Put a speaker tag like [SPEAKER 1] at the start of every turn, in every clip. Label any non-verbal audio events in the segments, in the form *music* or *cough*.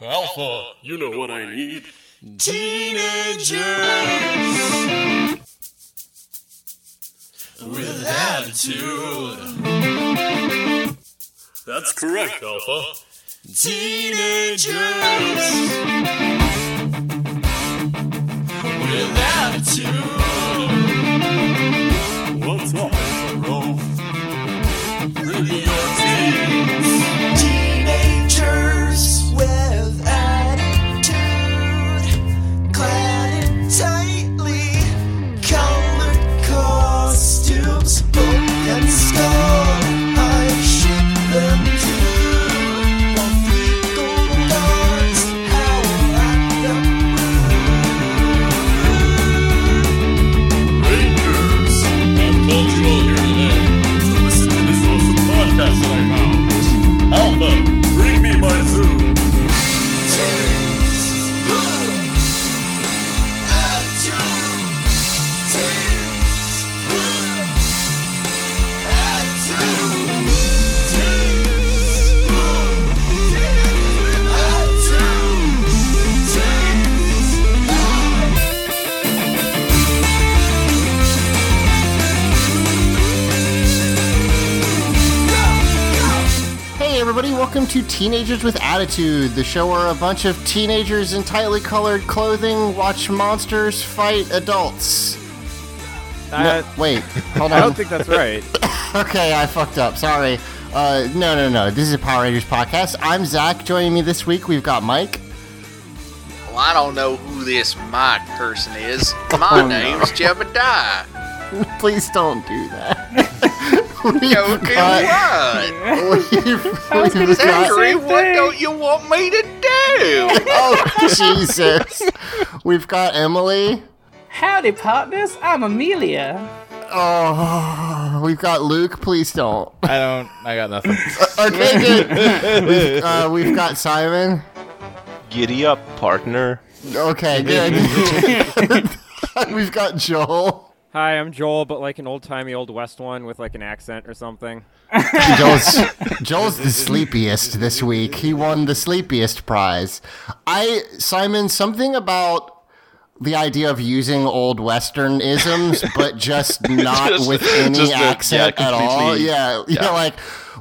[SPEAKER 1] Alpha, you know what I need.
[SPEAKER 2] Teenagers with attitude.
[SPEAKER 1] That's correct, Alpha.
[SPEAKER 2] Teenagers with attitude.
[SPEAKER 1] What's up, Alpha?
[SPEAKER 2] Really your teens. Teenagers with attitude. Clad in tightly colored costumes. Book and skull. I ship them to. While fecal guards howl at the
[SPEAKER 1] Rangers! Pop cultural here today. So listen to this awesome podcast that I found. Alpha, bring me my food.
[SPEAKER 3] Hey, everybody, welcome to Teenagers with Attitude, the show where a bunch of teenagers in tightly colored clothing watch monsters fight adults.
[SPEAKER 4] Uh, *laughs*
[SPEAKER 3] Wait, hold
[SPEAKER 4] I
[SPEAKER 3] on.
[SPEAKER 4] don't think that's right.
[SPEAKER 3] okay, I fucked up. Sorry. Uh, no, no, no. This is a Power Rangers podcast. I'm Zach. Joining me this week, we've got Mike.
[SPEAKER 5] Well, I don't know who this Mike person is.
[SPEAKER 3] Oh,
[SPEAKER 5] My name's Jebediah.
[SPEAKER 3] Please don't do that.
[SPEAKER 4] *laughs*
[SPEAKER 3] we've *laughs*
[SPEAKER 5] Yo, do
[SPEAKER 3] got,
[SPEAKER 5] what?
[SPEAKER 3] we've, we've got,
[SPEAKER 5] Henry, what don't you want me to do?
[SPEAKER 3] oh, Jesus. We've got Emily.
[SPEAKER 6] Howdy, partners. I'm Amelia.
[SPEAKER 3] Oh, we've got Luke. Please don't.
[SPEAKER 4] *laughs* I don't. I got nothing.
[SPEAKER 3] Okay, good. We've, uh, we've got Simon.
[SPEAKER 7] Giddy up, partner.
[SPEAKER 3] Okay, good. *laughs* we've got Joel.
[SPEAKER 4] Hi, I'm Joel, but like an old timey old West one with like an accent or something.
[SPEAKER 3] *laughs*
[SPEAKER 4] *laughs*
[SPEAKER 3] Joel's, Joel's the sleepiest this week. He won the sleepiest prize. I Simon, something about the idea of using old western isms,
[SPEAKER 7] *laughs*
[SPEAKER 3] but just not
[SPEAKER 7] Just-
[SPEAKER 3] with any
[SPEAKER 7] just the- yeah,
[SPEAKER 3] accent at all.
[SPEAKER 7] completely-
[SPEAKER 3] Yeah, you know, like,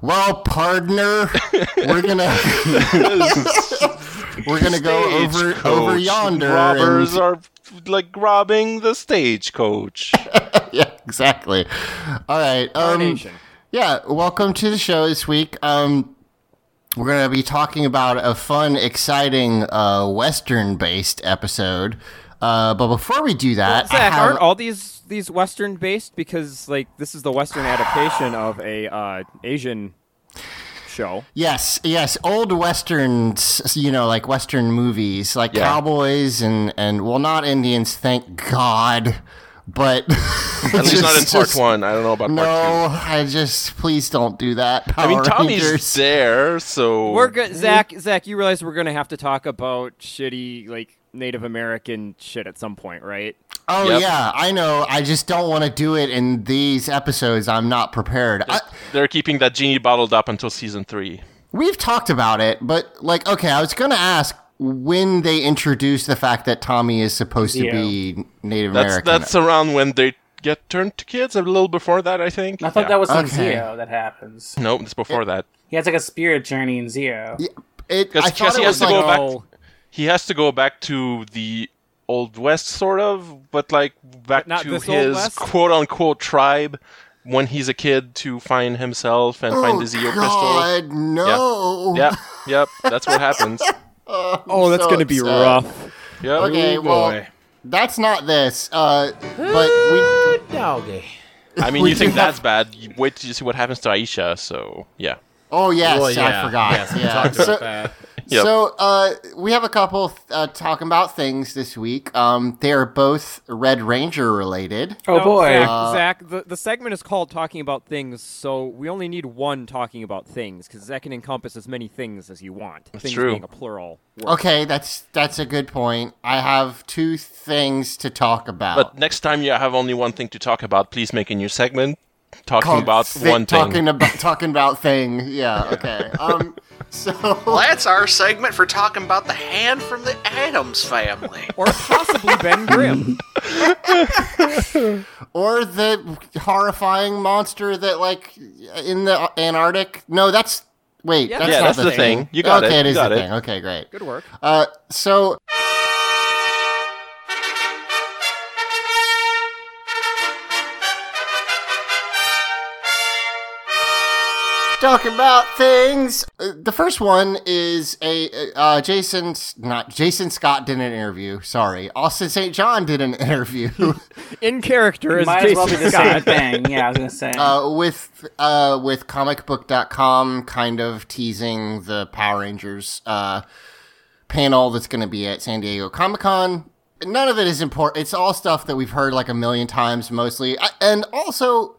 [SPEAKER 3] well, partner, we're gonna
[SPEAKER 7] *laughs*
[SPEAKER 3] we're gonna *laughs* go over
[SPEAKER 7] Stagecoach.
[SPEAKER 3] over yonder. and-
[SPEAKER 7] Robbers are like robbing the stagecoach.
[SPEAKER 3] *laughs* yeah, exactly. All right. Um,
[SPEAKER 4] Carnation.
[SPEAKER 3] yeah, welcome to the show this week. Um, we're going to be talking about a fun, exciting uh, Western based episode. Uh, but before we do that, I
[SPEAKER 4] Zach,
[SPEAKER 3] have-
[SPEAKER 4] aren't all these these Western based? Because like this is the Western adaptation of a uh, Asian show.
[SPEAKER 3] yes, yes, old Westerns, you know, like Western movies, like
[SPEAKER 7] Yeah.
[SPEAKER 3] cowboys and, and, well, not Indians, thank God. But *laughs*
[SPEAKER 7] At least not in part
[SPEAKER 3] just-
[SPEAKER 7] one. I don't know about
[SPEAKER 3] No,
[SPEAKER 7] part
[SPEAKER 3] I just please don't do that.
[SPEAKER 7] two. I mean,
[SPEAKER 3] Power
[SPEAKER 7] Tommy's
[SPEAKER 3] Rangers.
[SPEAKER 7] there, so
[SPEAKER 4] We're good, Zach. Zach, you realize we're gonna have to talk about shitty like Native American shit at some point, right?
[SPEAKER 3] Oh
[SPEAKER 7] Yep.
[SPEAKER 3] yeah, I know. I just don't want to do it in these episodes. I'm not prepared. I,
[SPEAKER 7] they're keeping that genie bottled up until season three.
[SPEAKER 3] we've talked about it, but like, okay, I was gonna ask when they introduced the fact that Tommy is supposed to be Native
[SPEAKER 7] That's
[SPEAKER 3] American.
[SPEAKER 7] that's around when they get turned to kids. A little before that, I think.
[SPEAKER 6] I thought that was in
[SPEAKER 3] Okay.
[SPEAKER 6] Zero that happens.
[SPEAKER 7] no, it's before that
[SPEAKER 6] He has like a spirit journey in Zero.
[SPEAKER 3] it, I
[SPEAKER 7] because
[SPEAKER 3] thought
[SPEAKER 7] he
[SPEAKER 3] it was
[SPEAKER 7] has to
[SPEAKER 3] like,
[SPEAKER 7] go back.
[SPEAKER 4] No.
[SPEAKER 7] He has to go back to the old west, sort of, but like back
[SPEAKER 4] But not
[SPEAKER 7] to
[SPEAKER 4] this Old
[SPEAKER 7] his
[SPEAKER 4] West?
[SPEAKER 7] quote unquote tribe when he's a kid to find himself and find his Zeo crystal.
[SPEAKER 3] Oh, God, no.
[SPEAKER 7] Yep, yep, that's
[SPEAKER 3] *laughs*
[SPEAKER 7] what happens.
[SPEAKER 4] Oh, that's
[SPEAKER 3] so
[SPEAKER 4] gonna be
[SPEAKER 3] upset.
[SPEAKER 4] rough.
[SPEAKER 7] Yep.
[SPEAKER 3] Okay, well, that's not this. Uh, but we.
[SPEAKER 7] I mean,
[SPEAKER 3] we
[SPEAKER 7] you
[SPEAKER 3] do
[SPEAKER 7] think
[SPEAKER 3] have-
[SPEAKER 7] that's bad. You wait till you see what happens to Aisha, so yeah.
[SPEAKER 3] Oh yes,
[SPEAKER 8] Well, yeah,
[SPEAKER 3] I forgot.
[SPEAKER 8] yes, we
[SPEAKER 3] yeah.
[SPEAKER 8] talked about
[SPEAKER 3] So-
[SPEAKER 8] that.
[SPEAKER 7] Yep.
[SPEAKER 3] So uh, we have a couple uh, talking about things this week. Um, they are both Red Ranger related.
[SPEAKER 6] Oh
[SPEAKER 4] No,
[SPEAKER 6] boy.
[SPEAKER 4] Zach, Zach, the, the segment is called Talking About Things, so we only need one talking about things, because that can encompass as many things as you want. things
[SPEAKER 7] true.
[SPEAKER 4] being a plural. word.
[SPEAKER 3] Okay, that's that's a good point. I have two things to talk about.
[SPEAKER 7] But next time you have only one thing to talk about, please make a new segment talking
[SPEAKER 3] Called
[SPEAKER 7] about
[SPEAKER 3] thi-
[SPEAKER 7] one
[SPEAKER 3] Talking
[SPEAKER 7] thing. *laughs*
[SPEAKER 3] about talking about thing. Yeah. Okay. um. So
[SPEAKER 5] Well, that's our segment for talking about the hand from the Adams family.
[SPEAKER 4] Or possibly Ben *laughs* Grimm.
[SPEAKER 3] or the horrifying monster that like in the Antarctic. No, that's wait.
[SPEAKER 4] Yeah.
[SPEAKER 3] that's
[SPEAKER 4] Yeah,
[SPEAKER 3] not
[SPEAKER 7] that's
[SPEAKER 3] the
[SPEAKER 7] the
[SPEAKER 3] thing.
[SPEAKER 7] thing. You got
[SPEAKER 3] okay,
[SPEAKER 7] it.
[SPEAKER 3] it
[SPEAKER 7] You
[SPEAKER 3] is
[SPEAKER 7] got
[SPEAKER 3] the
[SPEAKER 7] it.
[SPEAKER 3] thing. Okay, great.
[SPEAKER 4] Good work.
[SPEAKER 3] Uh, so talking about things. Uh, the first one is a uh, Jason, not Jason Scott did an interview. Sorry, Austin St. John did an *laughs* interview
[SPEAKER 4] In character is
[SPEAKER 6] Might as
[SPEAKER 4] Jason
[SPEAKER 6] well be the
[SPEAKER 4] Scott.
[SPEAKER 6] same thing. Yeah, I *laughs* was gonna say.
[SPEAKER 3] uh, with uh, with comicbook.com kind of teasing the Power Rangers uh, panel that's going to be at San Diego Comic Con. None of it is important. It's all stuff that we've heard like a million times, mostly. I, and also,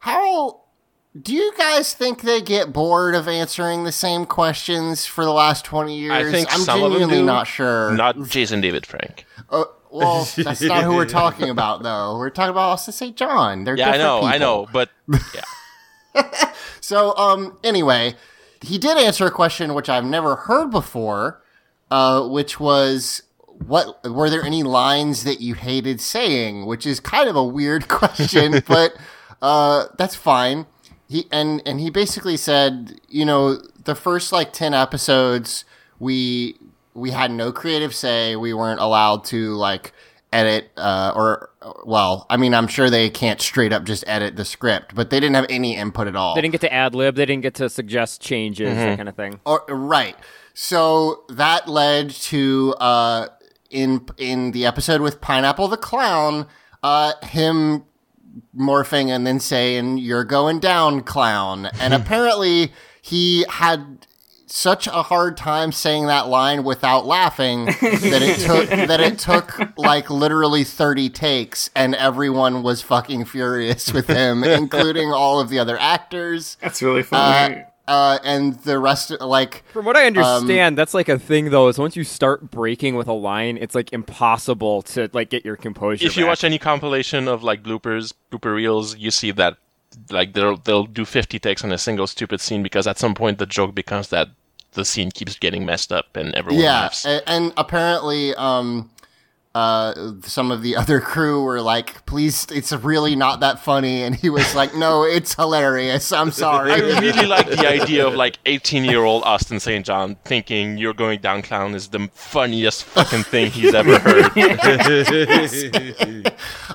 [SPEAKER 3] how do you guys think they get bored of answering the same questions for the last twenty years?
[SPEAKER 7] I think
[SPEAKER 3] I'm
[SPEAKER 7] some of them
[SPEAKER 3] genuinely
[SPEAKER 7] do.
[SPEAKER 3] not sure.
[SPEAKER 7] Not Jason David Frank.
[SPEAKER 3] Uh, well, that's not who we're talking about, though. We're talking about Austin St. John. They're
[SPEAKER 7] Yeah, I
[SPEAKER 3] different
[SPEAKER 7] know, I
[SPEAKER 3] people.
[SPEAKER 7] know, but yeah.
[SPEAKER 3] So, um, anyway, he did answer a question which I've never heard before, uh, which was, "What were there any lines that you hated saying?" Which is kind of a weird *laughs* question, but uh, that's fine. He and and he basically said, you know, the first like ten episodes, we we had no creative say. We weren't allowed to like edit uh, or well, I mean, I'm sure they can't straight up just edit the script, but they didn't have any input at all.
[SPEAKER 4] They didn't get to ad lib. They didn't get to suggest changes, that kind of thing.
[SPEAKER 3] Or, right. So that led to uh, in in the episode with Pineapple the Clown, uh, him morphing and then saying "You're going down, clown," and apparently he had such a hard time saying that line without laughing that it took that it took like literally 30 takes and everyone was fucking furious with him including all of the other actors
[SPEAKER 6] That's really funny.
[SPEAKER 3] uh, and the rest like
[SPEAKER 4] From what I understand, that's like a thing though. Is once you start breaking with a line, it's like impossible to like get your composure.
[SPEAKER 7] if you
[SPEAKER 4] back.
[SPEAKER 7] watch any compilation of like bloopers, blooper reels, you see that like they'll they'll do 50 takes on a single stupid scene because at some point the joke becomes that the scene keeps getting messed up and everyone
[SPEAKER 3] yeah
[SPEAKER 7] laughs.
[SPEAKER 3] and, and apparently um uh some of the *laughs* other crew were like please it's really not that funny *laughs* and he was like no it's hilarious
[SPEAKER 7] *laughs*
[SPEAKER 3] i'm
[SPEAKER 7] I
[SPEAKER 3] sorry
[SPEAKER 7] really like the idea of like 18 year old Austin St. John thinking you're going down clown is the funniest fucking thing he's
[SPEAKER 3] *laughs*
[SPEAKER 7] ever heard.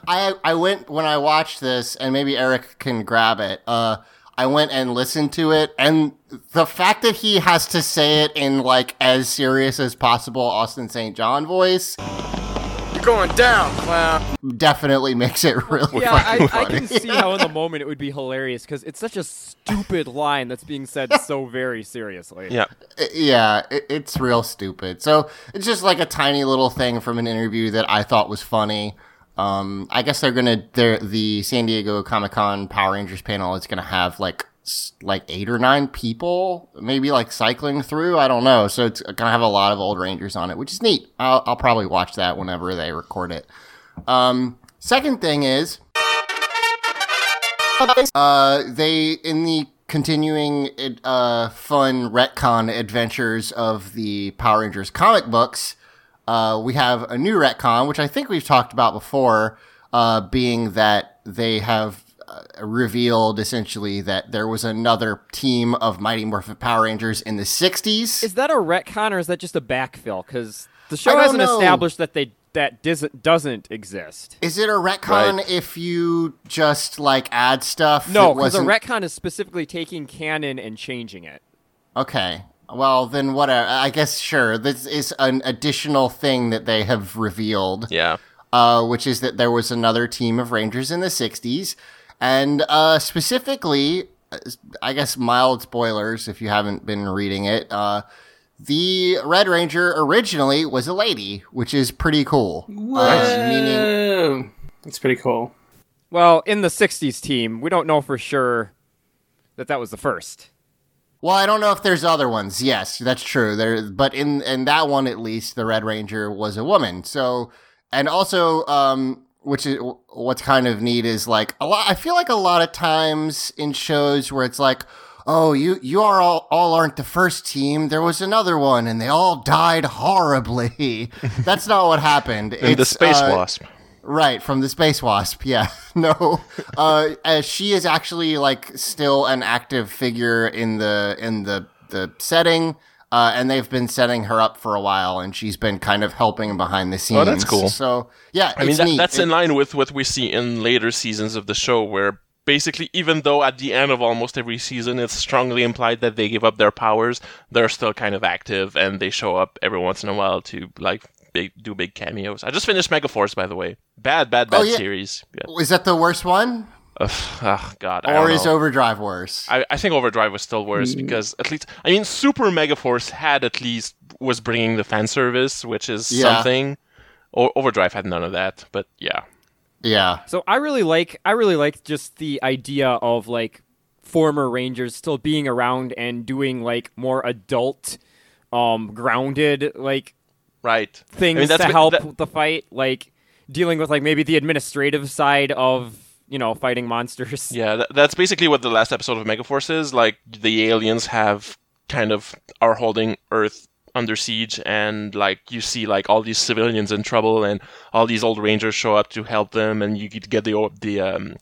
[SPEAKER 3] I I went when I watched this, and maybe Eric can grab it. Uh, I went and listened to it, and the fact that he has to say it in like as serious as possible Austin St. John voice
[SPEAKER 5] *laughs* You're going down, clown.
[SPEAKER 3] definitely *laughs* makes it really
[SPEAKER 4] Yeah,
[SPEAKER 3] fucking
[SPEAKER 4] I, I
[SPEAKER 3] funny.
[SPEAKER 4] can see how in the moment it would be hilarious because it's such a stupid line that's being said so very seriously.
[SPEAKER 7] yeah.
[SPEAKER 3] yeah, it, it's real stupid. So it's just like a tiny little thing from an interview that I thought was funny. Um, I guess they're gonna they're, the San Diego Comic Con Power Rangers panel is gonna have like s- like eight or nine people, maybe like cycling through. I don't know. So it's gonna have a lot of old Rangers on it, which is neat. I'll, I'll probably watch that whenever they record it. Um, second thing is uh, they in the continuing uh, fun retcon adventures of the Power Rangers comic books. Uh, we have a new retcon, which I think we've talked about before, uh, being that they have uh, revealed essentially that there was another team of Mighty Morphin Power Rangers in the '60s.
[SPEAKER 4] Is that a retcon or is that just a backfill? Because the show
[SPEAKER 3] don't
[SPEAKER 4] hasn't
[SPEAKER 3] know.
[SPEAKER 4] established that they that dis- doesn't exist.
[SPEAKER 3] Is it a retcon
[SPEAKER 7] Right.
[SPEAKER 3] if you just like add stuff?
[SPEAKER 4] No,
[SPEAKER 3] that
[SPEAKER 4] because a
[SPEAKER 3] wasn't
[SPEAKER 4] retcon is specifically taking canon and changing it.
[SPEAKER 3] Okay. Well, then whatever. I guess sure. This is an additional thing that they have revealed,
[SPEAKER 7] Yeah.
[SPEAKER 3] uh, which is that there was another team of Rangers in the '60s, and uh, specifically, uh, I guess mild spoilers if you haven't been reading it. Uh, the Red Ranger originally was a lady, which is pretty cool. Uh, meaning,
[SPEAKER 6] Whoa. That's pretty cool.
[SPEAKER 4] Well, in the '60s team, we don't know for sure that that was the first.
[SPEAKER 3] well, I don't know if there's other ones. Yes, that's true. There, but in in that one at least, the Red Ranger was a woman. So, and also, um, which is what's kind of neat is like a lot. I feel like a lot of times in shows where it's like, oh, you you are all, all aren't the first team. There was another one, and they all died horribly. *laughs* That's not what happened.
[SPEAKER 7] And the
[SPEAKER 3] It's,
[SPEAKER 7] Space
[SPEAKER 3] uh,
[SPEAKER 7] Wasp.
[SPEAKER 3] Right, from the Space Wasp. Yeah. *laughs* No. Uh, uh she is actually like still an active figure in the in the the setting. Uh, and they've been setting her up for a while, and she's been kind of helping behind the scenes.
[SPEAKER 7] Oh, that's cool.
[SPEAKER 3] So, yeah,
[SPEAKER 7] I mean,
[SPEAKER 3] it's
[SPEAKER 7] that,
[SPEAKER 3] neat.
[SPEAKER 7] that's
[SPEAKER 3] It-
[SPEAKER 7] in line with what we see in later seasons of the show, where basically, even though at the end of almost every season it's strongly implied that they give up their powers, they're still kind of active and they show up every once in a while to like big, do big cameos. I just finished Megaforce, by the way. Bad, bad, bad
[SPEAKER 3] Oh, yeah.
[SPEAKER 7] series. Yeah.
[SPEAKER 3] Is that the worst one,
[SPEAKER 7] Ugh, ah, God. I
[SPEAKER 3] or
[SPEAKER 7] don't
[SPEAKER 3] is
[SPEAKER 7] know.
[SPEAKER 3] Overdrive worse?
[SPEAKER 7] I, I think Overdrive was still worse because at least I mean Super Megaforce had at least was bringing the fan service, which is
[SPEAKER 3] Yeah.
[SPEAKER 7] something. O- Overdrive had none of that, but yeah,
[SPEAKER 3] yeah,
[SPEAKER 4] So I really like I really like just the idea of like former Rangers still being around and doing like more adult, um, grounded like
[SPEAKER 7] right. I mean,
[SPEAKER 4] things to
[SPEAKER 7] been-
[SPEAKER 4] help
[SPEAKER 7] that-
[SPEAKER 4] with the fight, like dealing with like maybe the administrative side of you know fighting monsters.
[SPEAKER 7] yeah, that, that's basically what the last episode of Megaforce is. Like the aliens have kind of are holding Earth under siege, and like you see like all these civilians in trouble, and all these old rangers show up to help them, and you get get the o- the um,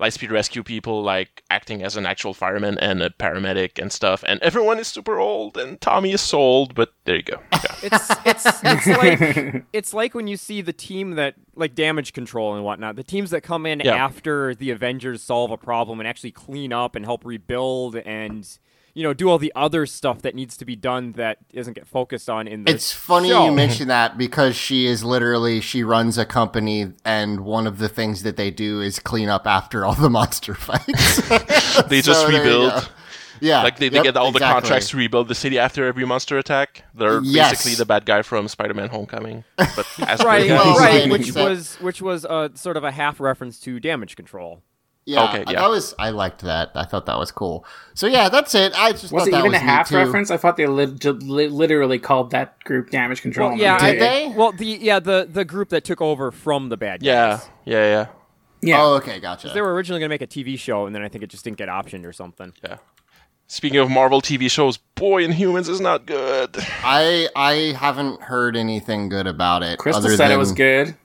[SPEAKER 7] Lightspeed rescue people like acting as an actual fireman and a paramedic and stuff, and everyone is super old, and Tommy is so old, but there you go.
[SPEAKER 3] *laughs*
[SPEAKER 7] Yeah.
[SPEAKER 4] It's it's it's like it's like when you see the team that like damage control and whatnot, the teams that come in
[SPEAKER 7] Yeah.
[SPEAKER 4] after the Avengers solve a problem and actually clean up and help rebuild and you know do all the other stuff that needs to be done that doesn't get focused on in the.
[SPEAKER 3] It's funny
[SPEAKER 4] show.
[SPEAKER 3] you mention that because she is literally she runs a company, and one of the things that they do is clean up after all the monster fights. *laughs*
[SPEAKER 7] They just
[SPEAKER 3] So there you go.
[SPEAKER 7] rebuild.
[SPEAKER 3] yeah,
[SPEAKER 7] Like they, they
[SPEAKER 3] Yep,
[SPEAKER 7] get all the
[SPEAKER 3] exactly.
[SPEAKER 7] contracts to rebuild the city after every monster attack. They're
[SPEAKER 3] Yes.
[SPEAKER 7] basically the bad guy from Spider-Man: Homecoming,
[SPEAKER 3] *laughs*
[SPEAKER 7] but as for
[SPEAKER 4] Right,
[SPEAKER 7] the guys-
[SPEAKER 3] Well, *laughs*
[SPEAKER 4] right,
[SPEAKER 3] I
[SPEAKER 4] which
[SPEAKER 3] mean-
[SPEAKER 4] was which was uh, sort of a half reference to damage control.
[SPEAKER 3] Yeah,
[SPEAKER 7] Okay,
[SPEAKER 3] I-
[SPEAKER 7] yeah.
[SPEAKER 3] that was I liked that. I thought that was cool. So yeah, that's it. I just
[SPEAKER 6] Was
[SPEAKER 3] thought
[SPEAKER 6] it
[SPEAKER 3] that
[SPEAKER 6] even a
[SPEAKER 3] was neat,
[SPEAKER 6] half
[SPEAKER 3] too.
[SPEAKER 6] reference? I thought they lit- li- literally called that group damage control.
[SPEAKER 4] Well, yeah,
[SPEAKER 3] Oh, Did
[SPEAKER 4] I-
[SPEAKER 3] they?
[SPEAKER 4] Well, the yeah the the group that took over from the bad guys.
[SPEAKER 7] Yeah, yeah, yeah,
[SPEAKER 6] yeah.
[SPEAKER 3] Oh, okay, gotcha.
[SPEAKER 4] They were originally going to make a TV show, and then I think it just didn't get optioned or something.
[SPEAKER 7] yeah. Speaking of Marvel TV shows, Boy and Humans is not good.
[SPEAKER 3] I I haven't heard anything good about it.
[SPEAKER 6] Crystal
[SPEAKER 3] other
[SPEAKER 6] said
[SPEAKER 3] than,
[SPEAKER 6] it was good.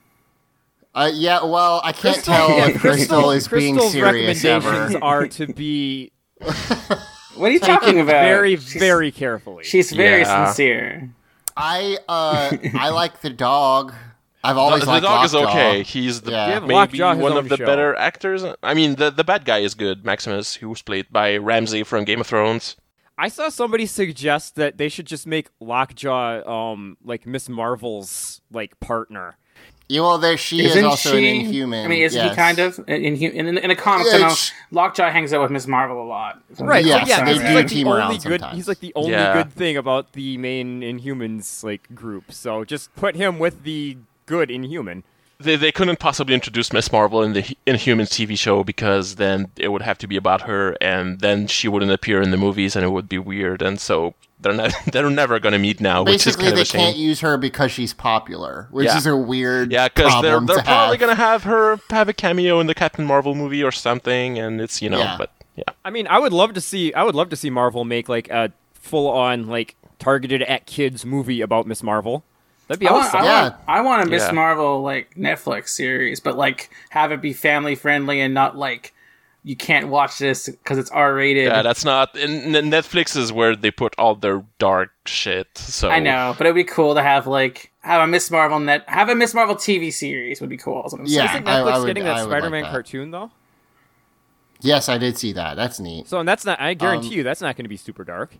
[SPEAKER 3] Uh, yeah, well, I can't
[SPEAKER 4] Crystal-
[SPEAKER 3] tell
[SPEAKER 4] yeah,
[SPEAKER 3] if Crystal is being
[SPEAKER 4] Crystal's
[SPEAKER 3] serious
[SPEAKER 4] recommendations
[SPEAKER 3] ever.
[SPEAKER 4] are to *laughs* be
[SPEAKER 6] What are you talking about?
[SPEAKER 4] very,
[SPEAKER 6] She's-
[SPEAKER 4] very carefully.
[SPEAKER 6] She's very
[SPEAKER 7] Yeah.
[SPEAKER 6] sincere.
[SPEAKER 3] *laughs* I uh I like the dog. I've always
[SPEAKER 7] the
[SPEAKER 3] liked
[SPEAKER 7] dog is
[SPEAKER 3] Oh, Lockjaw.
[SPEAKER 7] okay. He's the
[SPEAKER 3] Yeah. Give
[SPEAKER 7] maybe
[SPEAKER 4] Lockjaw his
[SPEAKER 7] one
[SPEAKER 4] own
[SPEAKER 7] of the
[SPEAKER 4] show.
[SPEAKER 7] better actors. I mean, the the bad guy is good, Maximus, who's played by Ramsey from Game of Thrones.
[SPEAKER 4] I saw somebody suggest that they should just make Lockjaw, um, like Miss Marvel's like partner.
[SPEAKER 3] Yeah, well, there she is
[SPEAKER 6] Isn't
[SPEAKER 3] also
[SPEAKER 6] she?
[SPEAKER 3] an inhuman.
[SPEAKER 6] I mean, isn't
[SPEAKER 3] yes.
[SPEAKER 6] he kind of in in, in, in a comic?
[SPEAKER 3] Yeah,
[SPEAKER 6] so now,
[SPEAKER 3] it's-
[SPEAKER 6] Lockjaw hangs out with Miss Marvel a lot.
[SPEAKER 4] Right?
[SPEAKER 3] Yes,
[SPEAKER 4] yeah,
[SPEAKER 3] they
[SPEAKER 4] he's
[SPEAKER 3] do
[SPEAKER 4] like the
[SPEAKER 3] team
[SPEAKER 4] only
[SPEAKER 3] around
[SPEAKER 4] good.
[SPEAKER 3] sometimes.
[SPEAKER 4] He's like the only
[SPEAKER 7] Yeah.
[SPEAKER 4] good thing about the main Inhumans like group. So just put him with the good Inhuman.
[SPEAKER 7] They, they couldn't possibly introduce Miss Marvel in the H- Inhumans TV show because then it would have to be about her, and then she wouldn't appear in the movies, and it would be weird. And so they're not *laughs* they're never gonna meet now, which is
[SPEAKER 3] Basically,
[SPEAKER 7] kind of
[SPEAKER 3] they
[SPEAKER 7] a shame.
[SPEAKER 3] can't use her because she's popular, which
[SPEAKER 7] Yeah.
[SPEAKER 3] is a weird
[SPEAKER 7] Yeah, because
[SPEAKER 3] because
[SPEAKER 7] they're they're probably
[SPEAKER 3] have.
[SPEAKER 7] gonna have her have a cameo in the Captain Marvel movie or something, and it's you know,
[SPEAKER 3] Yeah.
[SPEAKER 7] but yeah,
[SPEAKER 4] I mean, I would love to see. I would love to see Marvel make like a full-on like targeted at kids movie about Miss Marvel. That'd be
[SPEAKER 6] I want,
[SPEAKER 4] awesome.
[SPEAKER 6] I, want, I want a Miss
[SPEAKER 7] Yeah.
[SPEAKER 6] Marvel like Netflix series, but like have it be family friendly and not like you can't watch this because it's R rated.
[SPEAKER 7] yeah, that's not. And n- Netflix is where they put all their dark shit. So
[SPEAKER 6] I know, but it'd be cool to have like have a Miss Marvel net have a Miss Marvel TV series would be cool. is what I'm saying.
[SPEAKER 3] Yeah.
[SPEAKER 4] Isn't
[SPEAKER 3] I- I
[SPEAKER 4] Netflix
[SPEAKER 3] would-
[SPEAKER 4] getting
[SPEAKER 3] I
[SPEAKER 4] that
[SPEAKER 3] would like
[SPEAKER 4] Spider-Man
[SPEAKER 3] that.
[SPEAKER 4] cartoon though?
[SPEAKER 3] Yes, I did see that. That's neat.
[SPEAKER 4] So and that's not. I guarantee
[SPEAKER 3] Um,
[SPEAKER 4] you, that's not going to be super dark.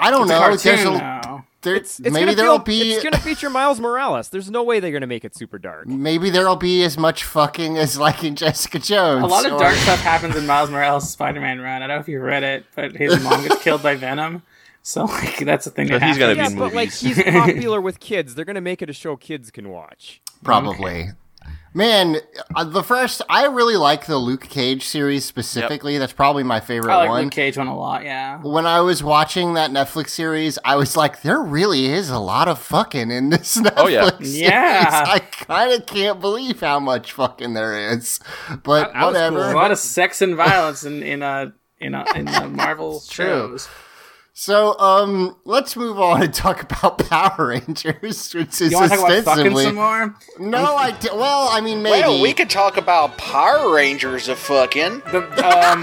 [SPEAKER 3] I don't
[SPEAKER 6] It's a
[SPEAKER 3] know.
[SPEAKER 6] cartoon
[SPEAKER 3] There's a,
[SPEAKER 6] now.
[SPEAKER 3] there,
[SPEAKER 4] It's, it's
[SPEAKER 3] maybe
[SPEAKER 4] gonna
[SPEAKER 3] there'll
[SPEAKER 4] feel-
[SPEAKER 3] be
[SPEAKER 4] It's going to feature Miles Morales. There's no way they're going to make it super dark.
[SPEAKER 3] maybe there'll be as much fucking as like in Jessica Jones.
[SPEAKER 6] A lot of
[SPEAKER 3] or-
[SPEAKER 6] dark stuff happens in Miles Morales' Spider-Man run. I don't know if you read it, but his mom gets killed by Venom, so like that's a thing.
[SPEAKER 7] But
[SPEAKER 6] that
[SPEAKER 7] he's gonna
[SPEAKER 6] happens.
[SPEAKER 7] be
[SPEAKER 4] Yeah,
[SPEAKER 7] in
[SPEAKER 4] but like
[SPEAKER 7] movies. *laughs*
[SPEAKER 4] he's popular with kids. They're going to make it a show kids can watch.
[SPEAKER 3] probably. Man, uh, the first I really like the Luke Cage series specifically. That's probably my favorite
[SPEAKER 6] I like
[SPEAKER 3] one.
[SPEAKER 6] Luke Cage one a lot. Yeah,
[SPEAKER 3] when I was watching that Netflix series, I was like, there really is a lot of fucking in this Netflix
[SPEAKER 7] Oh, yeah.
[SPEAKER 4] *laughs*
[SPEAKER 3] series.
[SPEAKER 6] Yeah.
[SPEAKER 3] I kind of can't believe how much fucking there is. But
[SPEAKER 4] I was
[SPEAKER 3] whatever.
[SPEAKER 6] a lot of sex and violence in in uh, in uh, in the Marvel shows.
[SPEAKER 3] So, um, let's move on and talk about *laughs* Power Rangers, which is
[SPEAKER 6] You want to talk about fucking
[SPEAKER 3] ostensibly.
[SPEAKER 6] some more?
[SPEAKER 3] No, I di- well, I mean, maybe
[SPEAKER 5] Well, we could talk about Power Rangers of fucking.
[SPEAKER 6] The, um,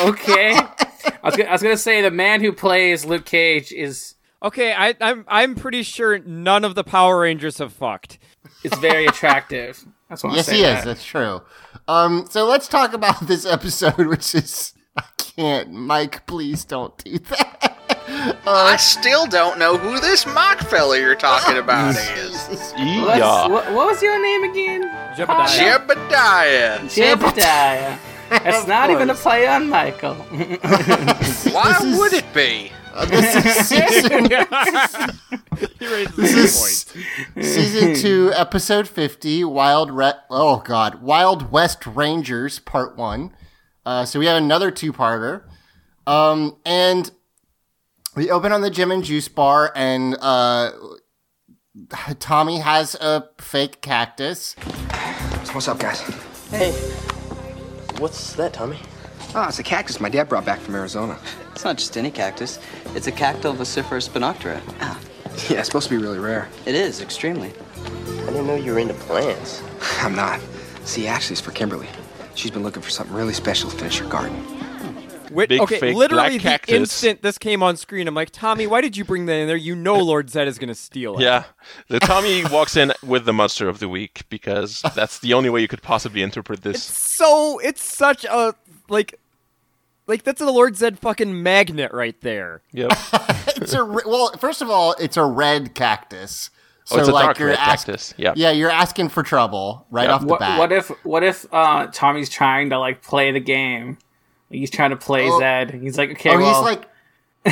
[SPEAKER 6] *laughs* okay. I was, gonna, I was gonna say the man who plays Luke Cage is
[SPEAKER 4] Okay, I, I'm I'm pretty sure none of the Power Rangers have fucked.
[SPEAKER 6] is
[SPEAKER 3] *laughs*
[SPEAKER 6] very attractive. That's what I'm
[SPEAKER 3] Yes,
[SPEAKER 6] saying.
[SPEAKER 3] he is. That's true. Um, so let's talk about this episode, *laughs* which is I can't, Mike. Please don't do that.
[SPEAKER 5] I still don't know who this mock fella you're *laughs* talking about is.
[SPEAKER 6] Let's-
[SPEAKER 7] Yeah.
[SPEAKER 6] What, what was your name again?
[SPEAKER 4] Jebediah.
[SPEAKER 5] Jebediah.
[SPEAKER 6] Jebediah. It's not even a
[SPEAKER 3] course.
[SPEAKER 6] play on Michael.
[SPEAKER 5] Why
[SPEAKER 3] This is-
[SPEAKER 5] would it be?
[SPEAKER 3] This is season,
[SPEAKER 4] He raises a
[SPEAKER 3] this
[SPEAKER 4] good
[SPEAKER 3] is
[SPEAKER 4] point.
[SPEAKER 3] season two, episode fifty, Wild Re- Oh God, Wild West Rangers, part one. Uh, so we have another two-parter, um, and we open on the Jim and Juice Bar, and uh, Tommy has a fake cactus.
[SPEAKER 8] What's up, guys?
[SPEAKER 9] Hey, what's that, Tommy?
[SPEAKER 8] Oh, it's a cactus my dad brought back from Arizona.
[SPEAKER 9] It's not just any cactus. It's a cacto vociferous spinoctera.
[SPEAKER 8] Ah. Yeah, it's supposed to be really rare.
[SPEAKER 9] It is, extremely. I didn't know you were into plants.
[SPEAKER 8] *sighs* I'm not. See, actually, it's for Kimberly. She's been looking for something really special to finish her garden.
[SPEAKER 4] Wait,
[SPEAKER 7] Big
[SPEAKER 4] okay,
[SPEAKER 7] fake
[SPEAKER 4] literally
[SPEAKER 7] black
[SPEAKER 4] the
[SPEAKER 7] cactus.
[SPEAKER 4] instant this came on screen, I'm like, Tommy, why did you bring that in there? You know Lord Zed is gonna steal it.
[SPEAKER 7] Yeah. The Tommy walks in with the monster of the week because that's the only way you could possibly interpret this.
[SPEAKER 4] So it's such a like like that's a Lord Zed fucking magnet right there.
[SPEAKER 3] *laughs*
[SPEAKER 7] Yep. Oh,
[SPEAKER 3] It's a re- well. First of all, it's a red cactus. So
[SPEAKER 7] Oh, it's a
[SPEAKER 3] like
[SPEAKER 7] dark
[SPEAKER 3] you're
[SPEAKER 7] red
[SPEAKER 3] ask-
[SPEAKER 7] cactus. Yeah.
[SPEAKER 3] Yeah, you're asking for trouble right
[SPEAKER 7] Yeah.
[SPEAKER 3] off the
[SPEAKER 6] what,
[SPEAKER 3] bat.
[SPEAKER 6] what if what if uh, Tommy's trying to like play the game? He's trying to play
[SPEAKER 3] Oh.
[SPEAKER 6] Zed. He's like, okay,
[SPEAKER 3] oh,
[SPEAKER 6] well,
[SPEAKER 3] he's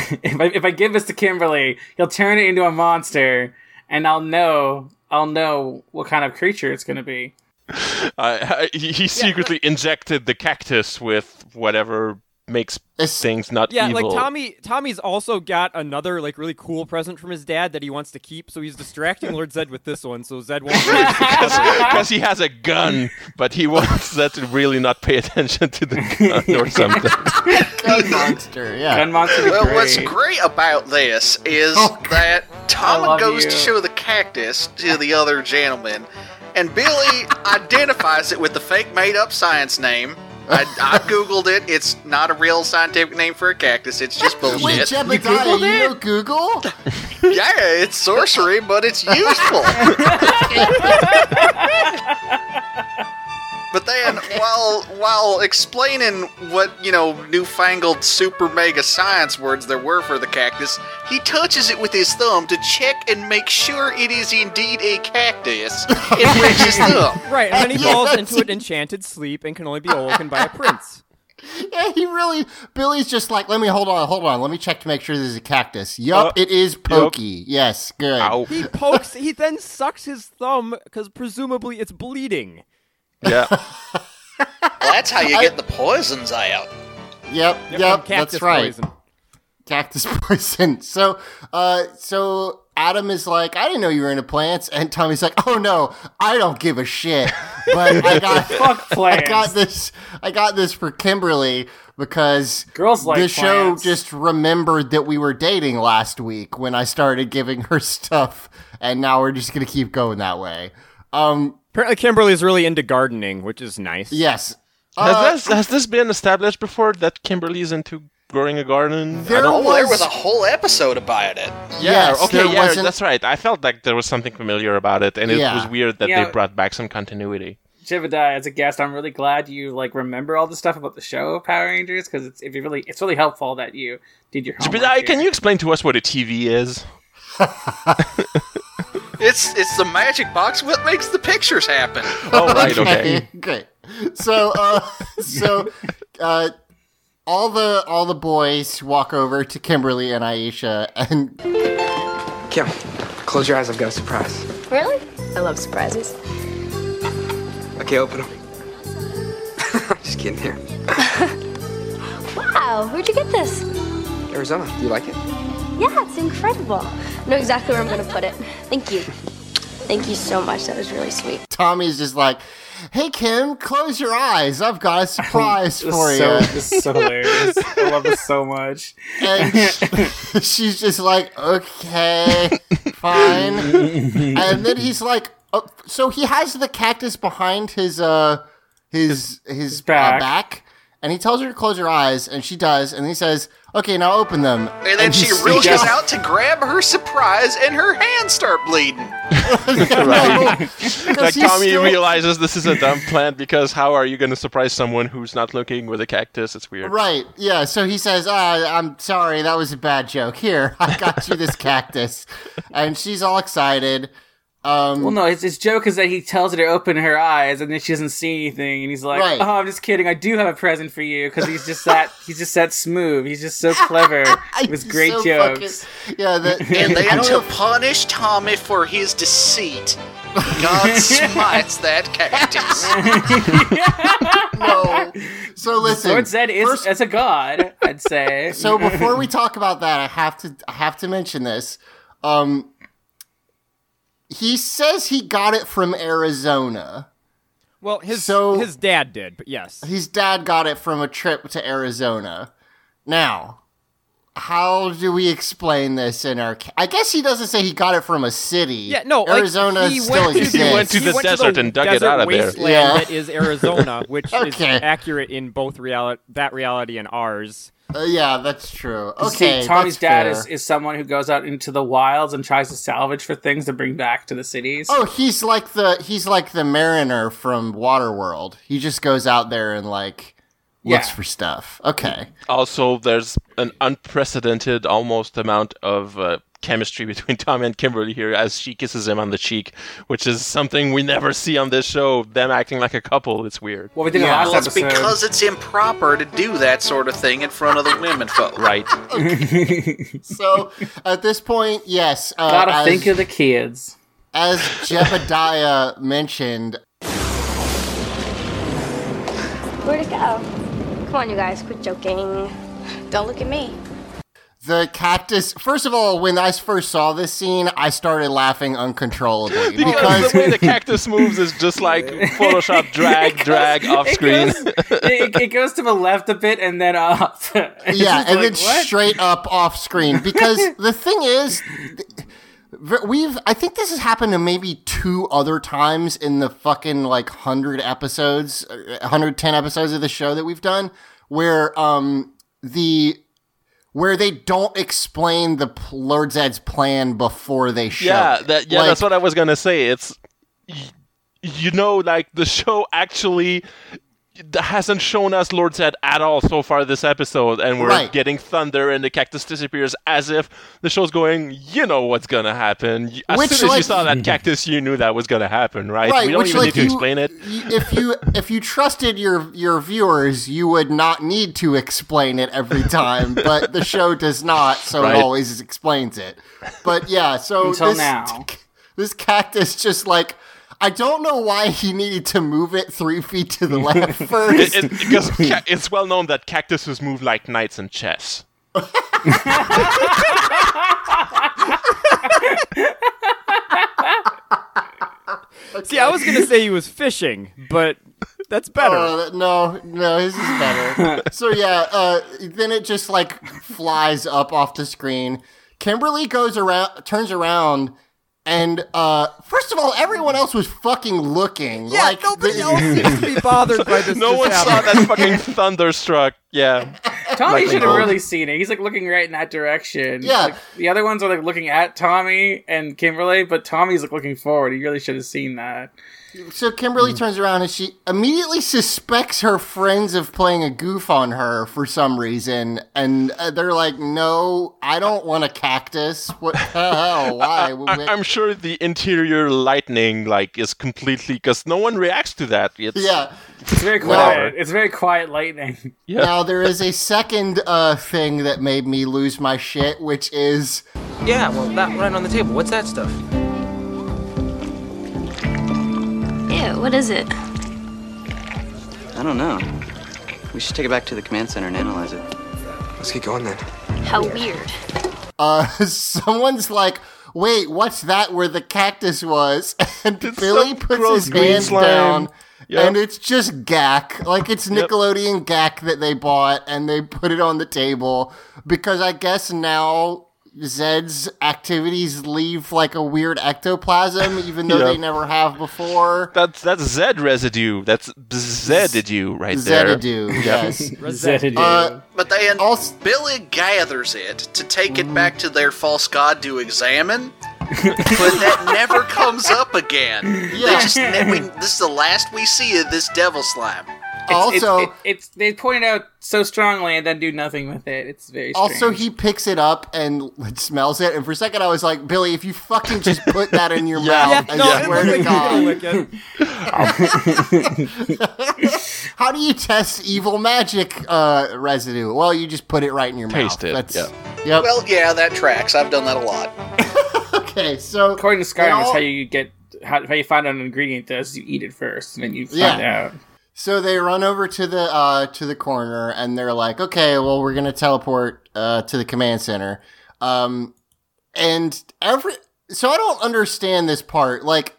[SPEAKER 3] like,
[SPEAKER 6] if I, if I give this to Kimberly, he'll turn it into a monster, and I'll know I'll know what kind of creature it's gonna be.
[SPEAKER 7] I, I, he he secretly injected the cactus with whatever makes
[SPEAKER 3] It's-
[SPEAKER 7] things not
[SPEAKER 4] Yeah,
[SPEAKER 7] evil.
[SPEAKER 4] like
[SPEAKER 7] *laughs*
[SPEAKER 4] Tommy Tommy's also got another like really cool present from his dad that he wants to keep, so he's distracting Lord Zed with this one, so Zed won't
[SPEAKER 7] Because he has a gun, but he wants that to really not pay attention to the gun
[SPEAKER 3] *laughs*
[SPEAKER 7] or something.
[SPEAKER 3] gun monster. Yeah.
[SPEAKER 6] Gun monster.
[SPEAKER 5] Well,
[SPEAKER 6] great.
[SPEAKER 5] what's great about this is that
[SPEAKER 6] I
[SPEAKER 5] Tom
[SPEAKER 6] love
[SPEAKER 5] goes to
[SPEAKER 6] you.
[SPEAKER 5] show the cactus to the other gentleman, and Billy identifies it with the fake made up science name. I, I googled it. It's not a real scientific name for a cactus. It's just
[SPEAKER 3] Wait,
[SPEAKER 5] bullshit.
[SPEAKER 3] Jebediah, you, know Google?
[SPEAKER 5] yeah, it's sorcery, but it's useful. But then, while while explaining what you know newfangled super mega science words there were for the cactus, he touches it with his thumb to check and make sure it is indeed a cactus. It with his thumb.
[SPEAKER 4] Right, and then he
[SPEAKER 3] Yeah,
[SPEAKER 4] falls
[SPEAKER 3] that's-
[SPEAKER 4] into an enchanted sleep and can only be awoken by a prince.
[SPEAKER 3] Yeah, he really. Billy's just like, let me hold on, hold on, let me check to make sure this is a cactus. Yup,
[SPEAKER 7] Uh,
[SPEAKER 3] it is pokey. Yes, good. *laughs*
[SPEAKER 7] Ow.
[SPEAKER 4] He pokes. He then sucks his thumb because presumably it's bleeding.
[SPEAKER 7] Yeah.
[SPEAKER 5] Well, that's how you get the poisons out.
[SPEAKER 3] Yep, yep,
[SPEAKER 4] From cactus
[SPEAKER 3] that's right.
[SPEAKER 4] poison.
[SPEAKER 3] Cactus *laughs* poison. So, uh, so Adam is like, I didn't know you were into plants, and Tommy's like, Oh no, I don't give a shit, but I got
[SPEAKER 6] fuck
[SPEAKER 3] I
[SPEAKER 6] plans?
[SPEAKER 3] got this. I got this for Kimberly because
[SPEAKER 6] Girls like
[SPEAKER 3] the show
[SPEAKER 6] plants.
[SPEAKER 3] just remembered that we were dating last week when I started giving her *laughs* stuff, and now we're just gonna keep going that way. Um.
[SPEAKER 4] Apparently, Kimberly's really into gardening, which is nice.
[SPEAKER 3] Yes. Uh,
[SPEAKER 7] has, this, has this been established before that Kimberly's into growing a garden? I
[SPEAKER 3] There
[SPEAKER 7] don't-
[SPEAKER 5] Oh, there
[SPEAKER 3] Was-
[SPEAKER 5] was a whole episode about it.
[SPEAKER 7] Yeah,
[SPEAKER 3] yes,
[SPEAKER 7] okay,
[SPEAKER 3] there
[SPEAKER 7] yeah,
[SPEAKER 3] wasn't-
[SPEAKER 7] that's right. I felt like there was something familiar about it, and it
[SPEAKER 3] Yeah.
[SPEAKER 7] was weird that
[SPEAKER 6] Yeah.
[SPEAKER 7] they brought back some continuity.
[SPEAKER 6] Jebediah, as a guest, I'm really glad you like remember all the stuff about the show of Power Rangers because it's if you really it's really helpful that you did your homework.
[SPEAKER 7] But I,
[SPEAKER 6] here.
[SPEAKER 7] can you explain to us what a
[SPEAKER 3] *laughs*
[SPEAKER 7] TV is?
[SPEAKER 5] It's it's the magic box. What makes the pictures happen?
[SPEAKER 7] Oh, right, okay.
[SPEAKER 3] *laughs* Great. So, uh, *laughs* so, uh, all the all the boys walk over to Kimberly and Aisha, and *laughs*
[SPEAKER 8] Kim, close your eyes. I've got a surprise.
[SPEAKER 10] Really? I love surprises.
[SPEAKER 8] Okay, open them. *laughs* just kidding here.
[SPEAKER 10] *laughs* Wow, where'd you get this?
[SPEAKER 8] Arizona, do you like it?
[SPEAKER 10] Yeah, it's incredible. I know exactly where I'm gonna put it. Thank you. Thank you so much. That was really sweet.
[SPEAKER 3] Tommy's just like, "Hey Kim, close your eyes. I've
[SPEAKER 6] *laughs*
[SPEAKER 3] got a surprise
[SPEAKER 6] This
[SPEAKER 3] for
[SPEAKER 6] is so,
[SPEAKER 3] you."
[SPEAKER 6] this is so hilarious. I love this so much.
[SPEAKER 3] And *laughs* sh- she's just like, "Okay, fine." And then he's like, oh, "So he has the cactus behind his uh his his, back. Uh,
[SPEAKER 6] back.
[SPEAKER 3] back." And he tells her to close her eyes, and she does. And he says, "Okay, now open them."
[SPEAKER 5] And then
[SPEAKER 3] he
[SPEAKER 5] she reaches
[SPEAKER 3] sneaks-
[SPEAKER 5] out to grab her surprise, and her hands start bleeding.
[SPEAKER 3] *laughs*
[SPEAKER 7] Like
[SPEAKER 5] *laughs*
[SPEAKER 3] Because he's
[SPEAKER 7] Tommy
[SPEAKER 3] still-
[SPEAKER 7] realizes this is a dumb plan because how are you going to surprise someone who's not looking with a cactus? It's weird.
[SPEAKER 3] Right. Yeah. So he says, ah, "I'm sorry, that was a bad joke. Here, *laughs* I got you this cactus," and she's all excited. Um,
[SPEAKER 6] Well, no, his, his joke is that he tells her to open her eyes, and then she doesn't see anything, and he's like,
[SPEAKER 3] Right.
[SPEAKER 6] "Oh, I'm just kidding. I do have a present for you," because he's just that *laughs* he's just that smooth. He's just so
[SPEAKER 3] *laughs*
[SPEAKER 6] clever with
[SPEAKER 3] he's
[SPEAKER 6] great
[SPEAKER 3] so
[SPEAKER 6] jokes.
[SPEAKER 3] fucking- yeah.
[SPEAKER 6] *laughs*
[SPEAKER 3] The,
[SPEAKER 5] And
[SPEAKER 3] I
[SPEAKER 5] then
[SPEAKER 3] don't
[SPEAKER 5] to
[SPEAKER 3] know-
[SPEAKER 5] punish Tommy for his deceit,
[SPEAKER 9] *laughs*
[SPEAKER 5] God smites that cactus.
[SPEAKER 3] no. So listen,
[SPEAKER 6] Lord Zed is
[SPEAKER 3] first-
[SPEAKER 6] as a god, I'd say.
[SPEAKER 3] *laughs* so
[SPEAKER 6] *laughs*
[SPEAKER 3] before we talk about that, I have to I have to mention this. Um, he says he got it from Arizona.
[SPEAKER 4] Well, his
[SPEAKER 3] So-
[SPEAKER 4] his dad did, but yes.
[SPEAKER 3] His dad got it from a trip to Arizona. Now, how do we explain this in our? ca- I guess he doesn't say he got it from a city.
[SPEAKER 4] Yeah, no. like,
[SPEAKER 3] Arizona
[SPEAKER 4] he
[SPEAKER 3] still
[SPEAKER 4] went to,
[SPEAKER 3] exists.
[SPEAKER 7] He went to the desert and dug it
[SPEAKER 4] desert
[SPEAKER 7] out of there.
[SPEAKER 4] wasteland
[SPEAKER 3] Yeah.
[SPEAKER 4] That
[SPEAKER 3] *laughs*
[SPEAKER 4] is Arizona, which is
[SPEAKER 3] Okay.
[SPEAKER 4] accurate in both reality, that reality and ours.
[SPEAKER 3] Uh, yeah, that's true. Okay,
[SPEAKER 6] See, Tommy's
[SPEAKER 3] that's
[SPEAKER 6] dad
[SPEAKER 3] fair.
[SPEAKER 6] is, is someone who goes out into the wilds and tries to salvage for things to bring back to the cities.
[SPEAKER 3] Oh, he's like the he's like the mariner from Waterworld. He just goes out there and like looks
[SPEAKER 6] Yeah.
[SPEAKER 3] for stuff.
[SPEAKER 6] *laughs*
[SPEAKER 3] Okay.
[SPEAKER 7] Also, there's an unprecedented almost amount of uh, chemistry *laughs* between Tommy and Kimberly here as she kisses him on the cheek, which is something we never see on this show. Them acting like a couple. It's weird.
[SPEAKER 6] Well, we did
[SPEAKER 3] Yeah.
[SPEAKER 6] it
[SPEAKER 5] Well,
[SPEAKER 6] last
[SPEAKER 5] it's
[SPEAKER 6] episode.
[SPEAKER 5] because it's improper to do that sort of thing in front of the women folk.
[SPEAKER 7] Right.
[SPEAKER 3] So *laughs* at this point, yes, uh,
[SPEAKER 6] Gotta
[SPEAKER 3] as,
[SPEAKER 6] think of the kids.
[SPEAKER 3] as Jebediah mentioned,
[SPEAKER 10] Where'd it go? Come on, you guys. Quit joking. Don't look at me.
[SPEAKER 3] the cactus. First of all, when I first saw this scene, I started laughing
[SPEAKER 6] *laughs*
[SPEAKER 3] uncontrollably
[SPEAKER 7] Because
[SPEAKER 3] because
[SPEAKER 7] the way the cactus moves is just like Photoshop drag, drag off screen.
[SPEAKER 6] It goes, it, it goes to the left a bit and then up. *laughs* yeah, and
[SPEAKER 3] yeah, and then straight up off screen because the thing is, th- v- we've I think this has happened to maybe two other times in the fucking like hundred episodes, uh, hundred ten episodes of the show that we've done where um the where they don't explain the pl- Lord Zed's plan before they show.
[SPEAKER 7] Yeah,
[SPEAKER 3] it.
[SPEAKER 7] that yeah,
[SPEAKER 3] Like,
[SPEAKER 7] that's what I was gonna say. It's y- you know, like the show actually d- hasn't shown us Lord Zed at all so far this episode, and we're
[SPEAKER 3] Right.
[SPEAKER 7] getting thunder and the cactus disappears as if the show's going. You know what's gonna happen. Y- As
[SPEAKER 3] Which,
[SPEAKER 7] soon as you
[SPEAKER 3] like-
[SPEAKER 7] saw that cactus, you knew that was gonna happen, right? we don't
[SPEAKER 3] which,
[SPEAKER 7] even
[SPEAKER 3] like,
[SPEAKER 7] need
[SPEAKER 3] you-
[SPEAKER 7] to
[SPEAKER 3] *laughs*
[SPEAKER 7] explain it.
[SPEAKER 3] y- If you if you trusted your your viewers, you would not need to explain it every
[SPEAKER 7] *laughs*
[SPEAKER 3] time. but the show does not, so
[SPEAKER 7] Right.
[SPEAKER 3] it always explains it. But yeah, so
[SPEAKER 6] *laughs* Until
[SPEAKER 3] this,
[SPEAKER 6] now.
[SPEAKER 3] *laughs* this cactus just like I don't know why he needed to move it three feet to the
[SPEAKER 7] *laughs*
[SPEAKER 3] left first.
[SPEAKER 7] It- because ca- it's well known that cactuses move like knights in chess.
[SPEAKER 4] See, I was gonna say he was fishing, but that's better. *laughs*
[SPEAKER 3] Uh, no, no, his is
[SPEAKER 7] *laughs*
[SPEAKER 3] better. so yeah, uh, then it just like flies up off the screen. Kimberly goes around, turns around, and uh, first of all, everyone else was fucking looking.
[SPEAKER 4] yeah,
[SPEAKER 3] like
[SPEAKER 4] nobody
[SPEAKER 3] the- *laughs*
[SPEAKER 4] else seems to be bothered by this.
[SPEAKER 7] *laughs* No one saw that fucking thunderstruck. Yeah.
[SPEAKER 6] Tommy
[SPEAKER 7] Like,
[SPEAKER 6] should
[SPEAKER 7] like,
[SPEAKER 6] have really seen it. He's like looking right in that direction.
[SPEAKER 3] oh. Yeah.
[SPEAKER 6] Like, the other ones are like looking at Tommy and Kimberly, but Tommy's like looking forward. He really should have seen that.
[SPEAKER 3] So Kimberly turns around and she immediately suspects her friends of playing a goof on her for some reason, and uh, they're like, "No, I don't want a cactus. What the hell? Why?"
[SPEAKER 7] *laughs* I, I'm sure the interior lightning like is completely because no one reacts to that. It's,
[SPEAKER 3] yeah.
[SPEAKER 6] It's very
[SPEAKER 3] Whatever.
[SPEAKER 6] quiet. It's very quiet lightning. *laughs*
[SPEAKER 7] Yeah.
[SPEAKER 3] Now there is a second uh, thing that made me lose my shit, which is
[SPEAKER 9] Yeah, well, that right on the table. What's that stuff?
[SPEAKER 10] Ew, what is it?
[SPEAKER 9] I don't know. We should take it back to the command center and analyze it.
[SPEAKER 8] Let's get going then.
[SPEAKER 10] How weird.
[SPEAKER 3] uh, *laughs* someone's like, wait, what's that where the cactus was? *laughs* And
[SPEAKER 7] It's
[SPEAKER 3] Billy
[SPEAKER 7] some
[SPEAKER 3] puts
[SPEAKER 7] gross
[SPEAKER 3] his
[SPEAKER 7] green
[SPEAKER 3] hand
[SPEAKER 7] slime.
[SPEAKER 3] down.
[SPEAKER 7] Yep.
[SPEAKER 3] And it's just gack. Like it's
[SPEAKER 7] Yep.
[SPEAKER 3] Nickelodeon gack that they bought and they put it on the table because I guess now Zed's activities leave like a weird ectoplasm, even though
[SPEAKER 7] Yeah.
[SPEAKER 3] they never have before.
[SPEAKER 7] That's that's Zed residue. That's Zedidue right there.
[SPEAKER 3] Zedadu,
[SPEAKER 7] *laughs*
[SPEAKER 3] yes.
[SPEAKER 4] Resident-
[SPEAKER 3] uh,
[SPEAKER 5] But they and
[SPEAKER 3] Also-
[SPEAKER 5] Billy gathers it to take it back to their false god to examine. but
[SPEAKER 3] *laughs*
[SPEAKER 5] that never comes up again. They
[SPEAKER 3] Yeah.
[SPEAKER 5] just ne- we, this is the last we see of this devil slime.
[SPEAKER 6] It's-
[SPEAKER 3] also,
[SPEAKER 6] it- it's they point it out so strongly and then do nothing with it. It's very
[SPEAKER 3] Also,
[SPEAKER 6] strange.
[SPEAKER 3] he picks it up and *laughs* smells it. And for a second, I was like, Billy, if you fucking just put that in your
[SPEAKER 7] *laughs* Yeah.
[SPEAKER 3] mouth,
[SPEAKER 4] *laughs*
[SPEAKER 3] I swear to God. How do you test evil magic uh, residue? Well, you just put it right in your
[SPEAKER 7] Taste
[SPEAKER 3] mouth.
[SPEAKER 7] it,
[SPEAKER 3] That's, Yep.
[SPEAKER 5] Well, yeah, that tracks. I've done that a lot.
[SPEAKER 3] okay, so.
[SPEAKER 6] according to
[SPEAKER 3] they
[SPEAKER 6] Skyrim,
[SPEAKER 3] all-
[SPEAKER 6] is how you get how, how you find out an ingredient though, is you eat it first and then you find
[SPEAKER 3] Yeah.
[SPEAKER 6] out.
[SPEAKER 3] So they run over to the uh, to the corner, and they're like, "Okay, well, we're gonna teleport uh, to the command center." Um, and every so I don't understand this part. Like,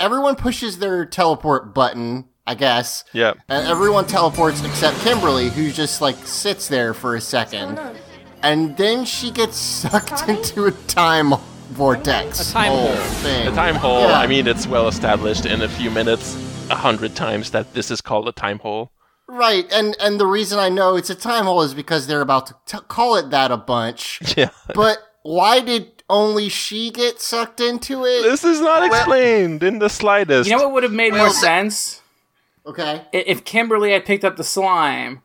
[SPEAKER 3] everyone pushes their teleport button, I guess,
[SPEAKER 7] Yeah.
[SPEAKER 3] and E, everyone teleports except Kimberly, who just like sits there for a second, and then she gets sucked into a time vortex.
[SPEAKER 4] A time
[SPEAKER 3] hole
[SPEAKER 4] hole.
[SPEAKER 3] thing.
[SPEAKER 7] The time hole.
[SPEAKER 3] Yeah.
[SPEAKER 7] I mean, it's well established in a few minutes, a hundred times that this is called a time hole. *laughs*
[SPEAKER 3] Right, and and the reason I know it's a time hole is because they're about to t- call it that a bunch.
[SPEAKER 7] *laughs* Yeah.
[SPEAKER 3] but why did only she get sucked into it?
[SPEAKER 7] This is not explained in the slightest.
[SPEAKER 6] You know what would have made
[SPEAKER 5] Well,
[SPEAKER 6] more
[SPEAKER 5] that-
[SPEAKER 6] sense
[SPEAKER 3] okay,
[SPEAKER 6] I- if Kimberly had picked up the slime,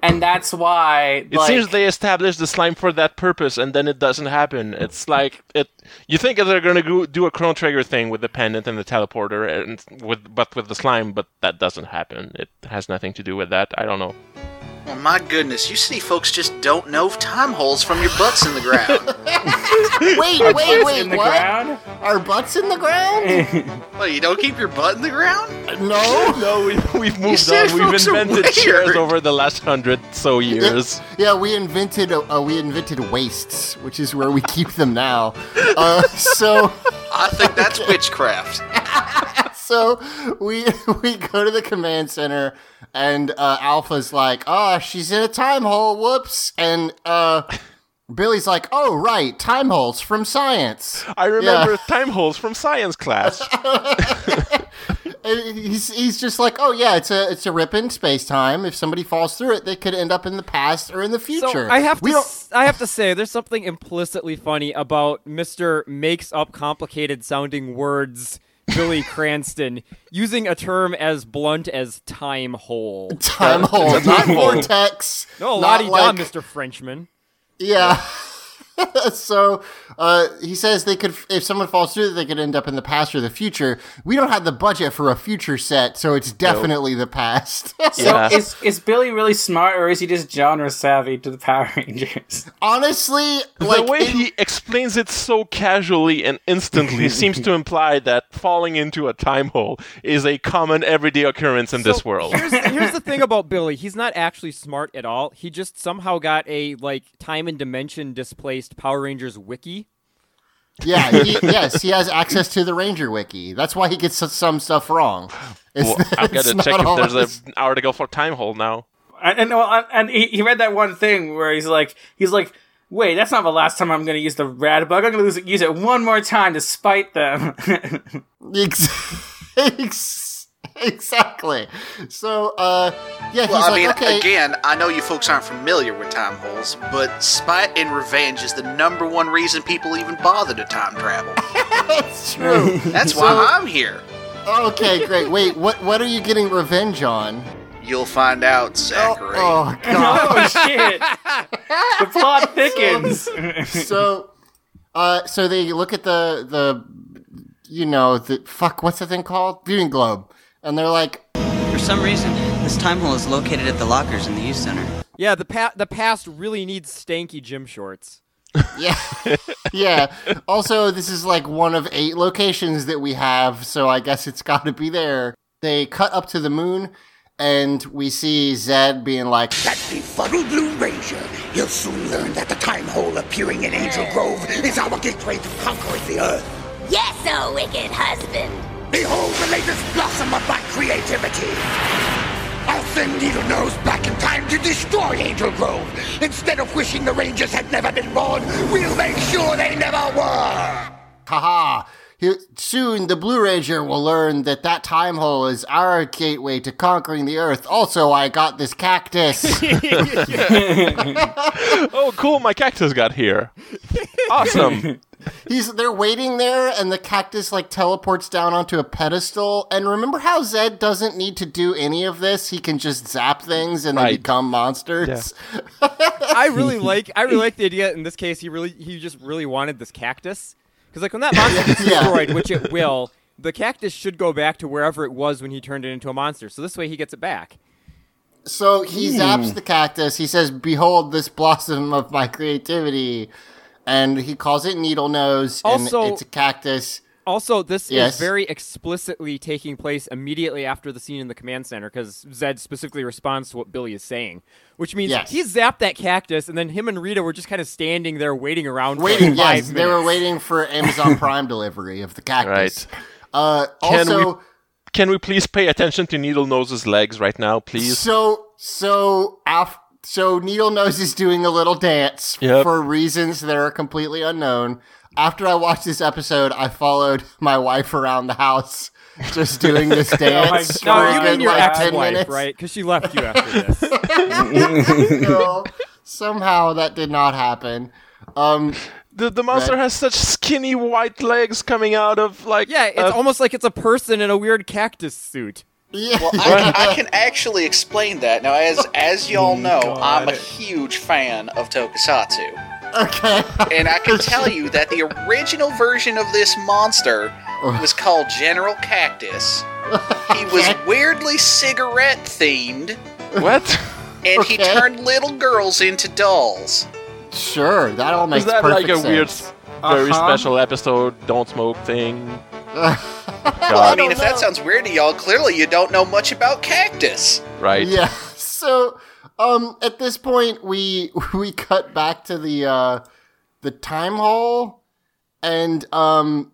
[SPEAKER 6] and that's why.
[SPEAKER 7] It
[SPEAKER 6] like,
[SPEAKER 7] seems they established the slime for that purpose, and then it doesn't happen. It's like it. You think that they're gonna go, do a Chrono Trigger thing with the pendant and the teleporter, and with but with the slime, but that doesn't happen. It has nothing to do with that. I don't know.
[SPEAKER 5] Well, my goodness, you see, folks just don't know time holes from your butts in
[SPEAKER 3] *laughs*
[SPEAKER 5] the ground.
[SPEAKER 3] wait, wait, wait,
[SPEAKER 6] in the
[SPEAKER 3] what?
[SPEAKER 6] ground.
[SPEAKER 3] Our butts in the ground?
[SPEAKER 5] Well, you don't keep your butt in the ground?
[SPEAKER 3] no.
[SPEAKER 7] No, we've, we've moved
[SPEAKER 5] said
[SPEAKER 7] on. We've
[SPEAKER 5] folks are
[SPEAKER 7] invented
[SPEAKER 5] weird.
[SPEAKER 7] chairs over the last hundred so years.
[SPEAKER 3] Yeah, we invented uh, we invented wastes, which is where we keep them now. Uh, so.
[SPEAKER 5] I think
[SPEAKER 3] *laughs*
[SPEAKER 5] that's witchcraft.
[SPEAKER 3] so we *laughs* we go to the command center and uh, alpha's like oh she's in a time hole whoops and uh billy's like oh right time holes from science
[SPEAKER 7] *laughs* I remember time holes from science class.
[SPEAKER 5] *laughs*
[SPEAKER 3] And he's, he's just like oh yeah it's a it's a rip in space time if somebody falls through it they could end up in the past or in the future
[SPEAKER 4] So I have to,
[SPEAKER 3] we don't
[SPEAKER 4] s- I have to say, there's something implicitly funny about Mister makes up complicated sounding words.
[SPEAKER 3] *laughs*
[SPEAKER 4] Billy Cranston using a term as blunt as
[SPEAKER 3] *laughs*
[SPEAKER 4] time hole.
[SPEAKER 3] time
[SPEAKER 7] *laughs*
[SPEAKER 3] hole not vortex not
[SPEAKER 4] No, lottie da,
[SPEAKER 3] like-
[SPEAKER 4] Mister Frenchman.
[SPEAKER 3] Yeah. *laughs* so uh, he says they could, if someone falls through, they could end up in the past or the future. We don't have the budget for a future set, so it's definitely the past. *laughs*
[SPEAKER 6] So
[SPEAKER 7] Yeah.
[SPEAKER 6] is is Billy really smart, or is he just genre savvy to the Power *laughs* Rangers?
[SPEAKER 3] Honestly, like
[SPEAKER 7] the way
[SPEAKER 3] it-
[SPEAKER 7] he explains it so casually and
[SPEAKER 5] *laughs*
[SPEAKER 7] instantly seems to imply that falling into a time hole is a common everyday occurrence in this
[SPEAKER 4] So,
[SPEAKER 7] world. *laughs*
[SPEAKER 4] Here's, here's the thing about Billy. He's not actually smart at all. He just somehow got a like time and dimension displaced Power Rangers wiki.
[SPEAKER 3] *laughs* yeah, he, yes, he has access to the Ranger Wiki. That's why he gets s- some stuff wrong. It's- *laughs*
[SPEAKER 7] Well, I've got
[SPEAKER 3] it's
[SPEAKER 7] to
[SPEAKER 3] not
[SPEAKER 7] check if
[SPEAKER 3] all-
[SPEAKER 7] there's an article for time hole now.
[SPEAKER 6] And and, well, and- and he, he read that one thing where he's like, he's like, wait, that's not the last time I'm going to use the rad bug. I'm going to use it one more time to spite them. *laughs*
[SPEAKER 3] Ex- *laughs* ex- exactly. So, uh, yeah, he's
[SPEAKER 5] Well, I
[SPEAKER 3] like,
[SPEAKER 5] mean,
[SPEAKER 3] okay,
[SPEAKER 5] again, I know you folks aren't familiar with time holes, but spite and revenge is the number one reason people even bother to
[SPEAKER 3] *laughs*
[SPEAKER 5] time travel.
[SPEAKER 3] that's
[SPEAKER 7] *laughs*
[SPEAKER 3] true.
[SPEAKER 5] That's why I'm here.
[SPEAKER 3] okay, great. Wait, what? What are you getting revenge on?
[SPEAKER 5] You'll find out, Zachary.
[SPEAKER 3] Oh God.
[SPEAKER 6] *laughs* oh shit! The plot thickens.
[SPEAKER 3] so uh so they look at the the you know the fuck what's the thing called viewing globe and they're like
[SPEAKER 9] For some reason, this time hole is located at the lockers in the youth center.
[SPEAKER 4] Yeah, the pa- the past really needs stanky gym shorts.
[SPEAKER 3] yeah yeah also this is like one of eight locations that we have so i guess it's got to be there they cut up to the moon and we see Zed being like,
[SPEAKER 2] That befuddled Blue Ranger. He'll soon learn that the time hole appearing in Angel Grove is our gateway to conquering the earth.
[SPEAKER 10] Yes, oh wicked husband.
[SPEAKER 2] Behold the latest blossom of my creativity. I'll send Needle Nose back in time to destroy Angel Grove. Instead of wishing the Rangers had never been born, we'll make sure they never were.
[SPEAKER 3] haha. He, soon the Blue Ranger will learn that that time hole is our gateway to conquering the Earth. Also, I got this cactus.
[SPEAKER 7] Oh, cool! My cactus got here. Awesome.
[SPEAKER 3] He's they're waiting there, and the cactus like teleports down onto a pedestal. And remember how Zed doesn't need to do any of this; he can just zap things and they
[SPEAKER 7] Right.
[SPEAKER 3] become monsters.
[SPEAKER 4] I really like I really like the idea in this case he really he just really wanted this cactus because like when that monster
[SPEAKER 3] *laughs*
[SPEAKER 4] gets
[SPEAKER 3] Yeah.
[SPEAKER 4] destroyed which it will the cactus should go back to wherever it was when he turned it into a monster so this way he gets it back
[SPEAKER 3] So he
[SPEAKER 7] Hmm.
[SPEAKER 3] zaps the cactus. He says, "Behold this blossom of my creativity," and he calls it Needle Nose,
[SPEAKER 4] Also-
[SPEAKER 3] and it's a
[SPEAKER 7] *clears throat*
[SPEAKER 3] cactus.
[SPEAKER 4] also this
[SPEAKER 3] Yes.
[SPEAKER 4] is very explicitly taking place immediately after the scene in the command center because Zed specifically responds to what Billy is saying which means
[SPEAKER 3] Yes.
[SPEAKER 4] he zapped that cactus and then him and Rita were just kind of standing there waiting around
[SPEAKER 3] Waiting,
[SPEAKER 4] for like five
[SPEAKER 3] yes, they were
[SPEAKER 4] minutes.
[SPEAKER 3] waiting for Amazon Prime delivery of the cactus.
[SPEAKER 7] *laughs* Right.
[SPEAKER 3] Uh,
[SPEAKER 7] Can
[SPEAKER 3] also,
[SPEAKER 7] we- Can we please pay attention to Needle Nose's legs right now, please?
[SPEAKER 3] So so af- so Needle Nose is doing a little dance
[SPEAKER 7] Yep.
[SPEAKER 3] for reasons that are completely unknown. After I watched this episode, I followed my wife around the house just doing *laughs* this dance
[SPEAKER 6] God.
[SPEAKER 3] for
[SPEAKER 4] Oh you
[SPEAKER 3] a
[SPEAKER 4] mean
[SPEAKER 3] good
[SPEAKER 4] your
[SPEAKER 3] like ten
[SPEAKER 4] ex-wife,
[SPEAKER 3] minutes. *laughs*
[SPEAKER 4] right? Because she left you after this.
[SPEAKER 3] So, somehow that did not happen. Um, *laughs*
[SPEAKER 7] The, the monster
[SPEAKER 3] Right.
[SPEAKER 7] has such skinny white legs coming out of like
[SPEAKER 4] Yeah, it's
[SPEAKER 7] a
[SPEAKER 4] almost like it's a person in a weird cactus suit.
[SPEAKER 3] yeah.
[SPEAKER 5] Well, I can, I can actually explain that now.
[SPEAKER 3] *laughs*
[SPEAKER 5] As as y'all know, I'm a huge fan of Tokusatsu.
[SPEAKER 3] okay.
[SPEAKER 5] and I can tell you that the original version of this
[SPEAKER 3] *laughs*
[SPEAKER 5] monster was called General Cactus. He was
[SPEAKER 3] *laughs*
[SPEAKER 5] weirdly cigarette themed,
[SPEAKER 7] what?
[SPEAKER 5] and he
[SPEAKER 3] Okay.
[SPEAKER 5] turned little girls into dolls.
[SPEAKER 3] Sure, that all makes
[SPEAKER 7] Is that like
[SPEAKER 3] perfect
[SPEAKER 7] a weird,
[SPEAKER 3] sense.
[SPEAKER 7] very
[SPEAKER 6] Uh-huh.
[SPEAKER 7] special episode? Don't smoke
[SPEAKER 3] *laughs*
[SPEAKER 7] thing.
[SPEAKER 5] I,
[SPEAKER 7] God,
[SPEAKER 5] mean, if that sounds weird to y'all, clearly you don't know much about cactus.
[SPEAKER 7] right?
[SPEAKER 3] Yeah. *laughs* So, um, at this point, we *laughs* we cut back to the uh, the time hole, and um,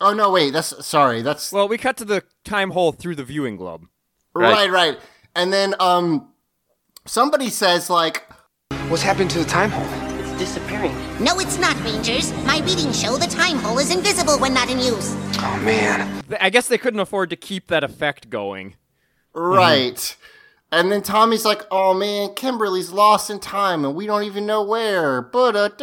[SPEAKER 3] oh no, wait, that's sorry, that's
[SPEAKER 4] Well, we cut to the time hole through the viewing globe.
[SPEAKER 3] right,
[SPEAKER 7] Right.
[SPEAKER 3] right, and then um, somebody says like,
[SPEAKER 8] What's happening to the time hole?
[SPEAKER 9] It's disappearing.
[SPEAKER 2] No, it's not, Rangers. My readings show the time hole is invisible when not in use.
[SPEAKER 8] Oh man.
[SPEAKER 4] Th- I guess they couldn't afford to keep that effect going.
[SPEAKER 7] Mm-hmm.
[SPEAKER 3] right. And then Tommy's like, "Oh man, Kimberly's lost in time, and we don't even know where."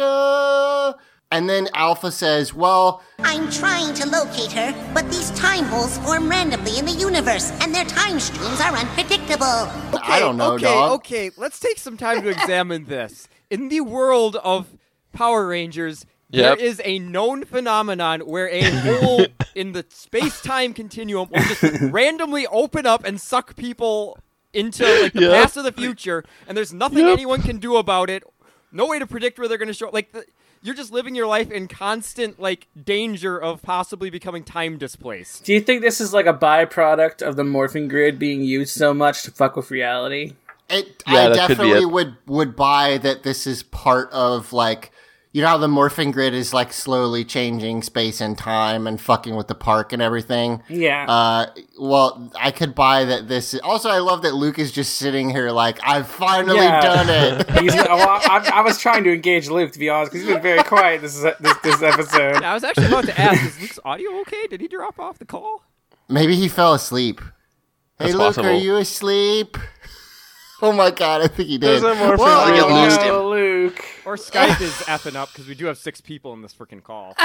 [SPEAKER 3] But and then Alpha says, "Well,
[SPEAKER 2] I'm trying to locate her, but these time holes form randomly in the universe, and their time streams are unpredictable.
[SPEAKER 3] I don't know,
[SPEAKER 4] okay,
[SPEAKER 3] dog."
[SPEAKER 4] okay. Let's take some time to examine this. In the world of Power Rangers,
[SPEAKER 7] Yep.
[SPEAKER 4] there is a known phenomenon where a
[SPEAKER 7] *laughs*
[SPEAKER 4] hole in the space-time continuum will just randomly open up and suck people into like the
[SPEAKER 7] Yep.
[SPEAKER 4] past or the future, and there's nothing anyone can do about it. No way to predict where they're going to show. Like the, you're just living your life in constant like danger of possibly becoming time displaced.
[SPEAKER 6] Do you think this is like a byproduct of the morphing grid being used so much to fuck with reality?
[SPEAKER 3] It,
[SPEAKER 7] Yeah,
[SPEAKER 3] I
[SPEAKER 7] that could be
[SPEAKER 3] definitely
[SPEAKER 7] it.
[SPEAKER 3] would would buy that this is part of like you know how the morphing grid is like slowly changing space and time and fucking with the park and everything.
[SPEAKER 6] Yeah.
[SPEAKER 3] Uh, well, I could buy that this. Also, I love that Luke is just sitting here like I've finally
[SPEAKER 6] Yeah.
[SPEAKER 3] done
[SPEAKER 6] *laughs*
[SPEAKER 3] it.
[SPEAKER 6] He's, oh, I, I- I was trying to engage Luke, to be honest, because he's been very quiet this, this,
[SPEAKER 4] *laughs*
[SPEAKER 6] this episode.
[SPEAKER 4] I was actually about to ask, is Luke's audio okay? Did he drop off the call?
[SPEAKER 3] Maybe he fell asleep. Hey,
[SPEAKER 7] That's
[SPEAKER 3] Luke,
[SPEAKER 7] possible.
[SPEAKER 3] are you asleep? *laughs* Oh my god, I think he did.
[SPEAKER 7] There's a morphing
[SPEAKER 3] Well,
[SPEAKER 7] grid.
[SPEAKER 5] I lost him.
[SPEAKER 6] Oh, Luke.
[SPEAKER 4] Or Skype *laughs* is effing up because we do have six people in this freaking call.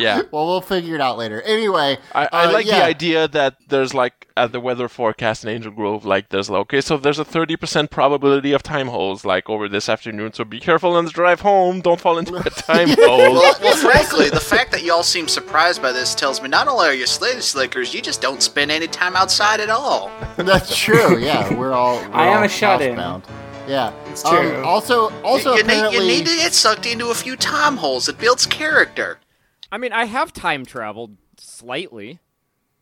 [SPEAKER 7] Yeah.
[SPEAKER 3] well, we'll figure it out later. Anyway,
[SPEAKER 7] I, I
[SPEAKER 3] uh,
[SPEAKER 7] like
[SPEAKER 3] yeah.
[SPEAKER 7] the idea that there's like at the weather forecast in Angel Grove, like there's like okay, so there's a thirty percent probability of time holes like over this afternoon. So be careful on the drive home. Don't fall into a time hole.
[SPEAKER 5] *laughs* Well, well, frankly, the fact that y'all seem surprised by this tells me not only are you slitty slickers, you just don't spend any time outside at all.
[SPEAKER 3] That's true. Yeah, we're all. We're
[SPEAKER 6] I am
[SPEAKER 3] all
[SPEAKER 6] a shut-in.
[SPEAKER 3] housebound. Yeah, it's
[SPEAKER 6] true.
[SPEAKER 3] also, also
[SPEAKER 5] you, you need,
[SPEAKER 3] apparently,
[SPEAKER 5] you need to get sucked into a few time holes. It builds character.
[SPEAKER 4] I mean, I have time traveled slightly.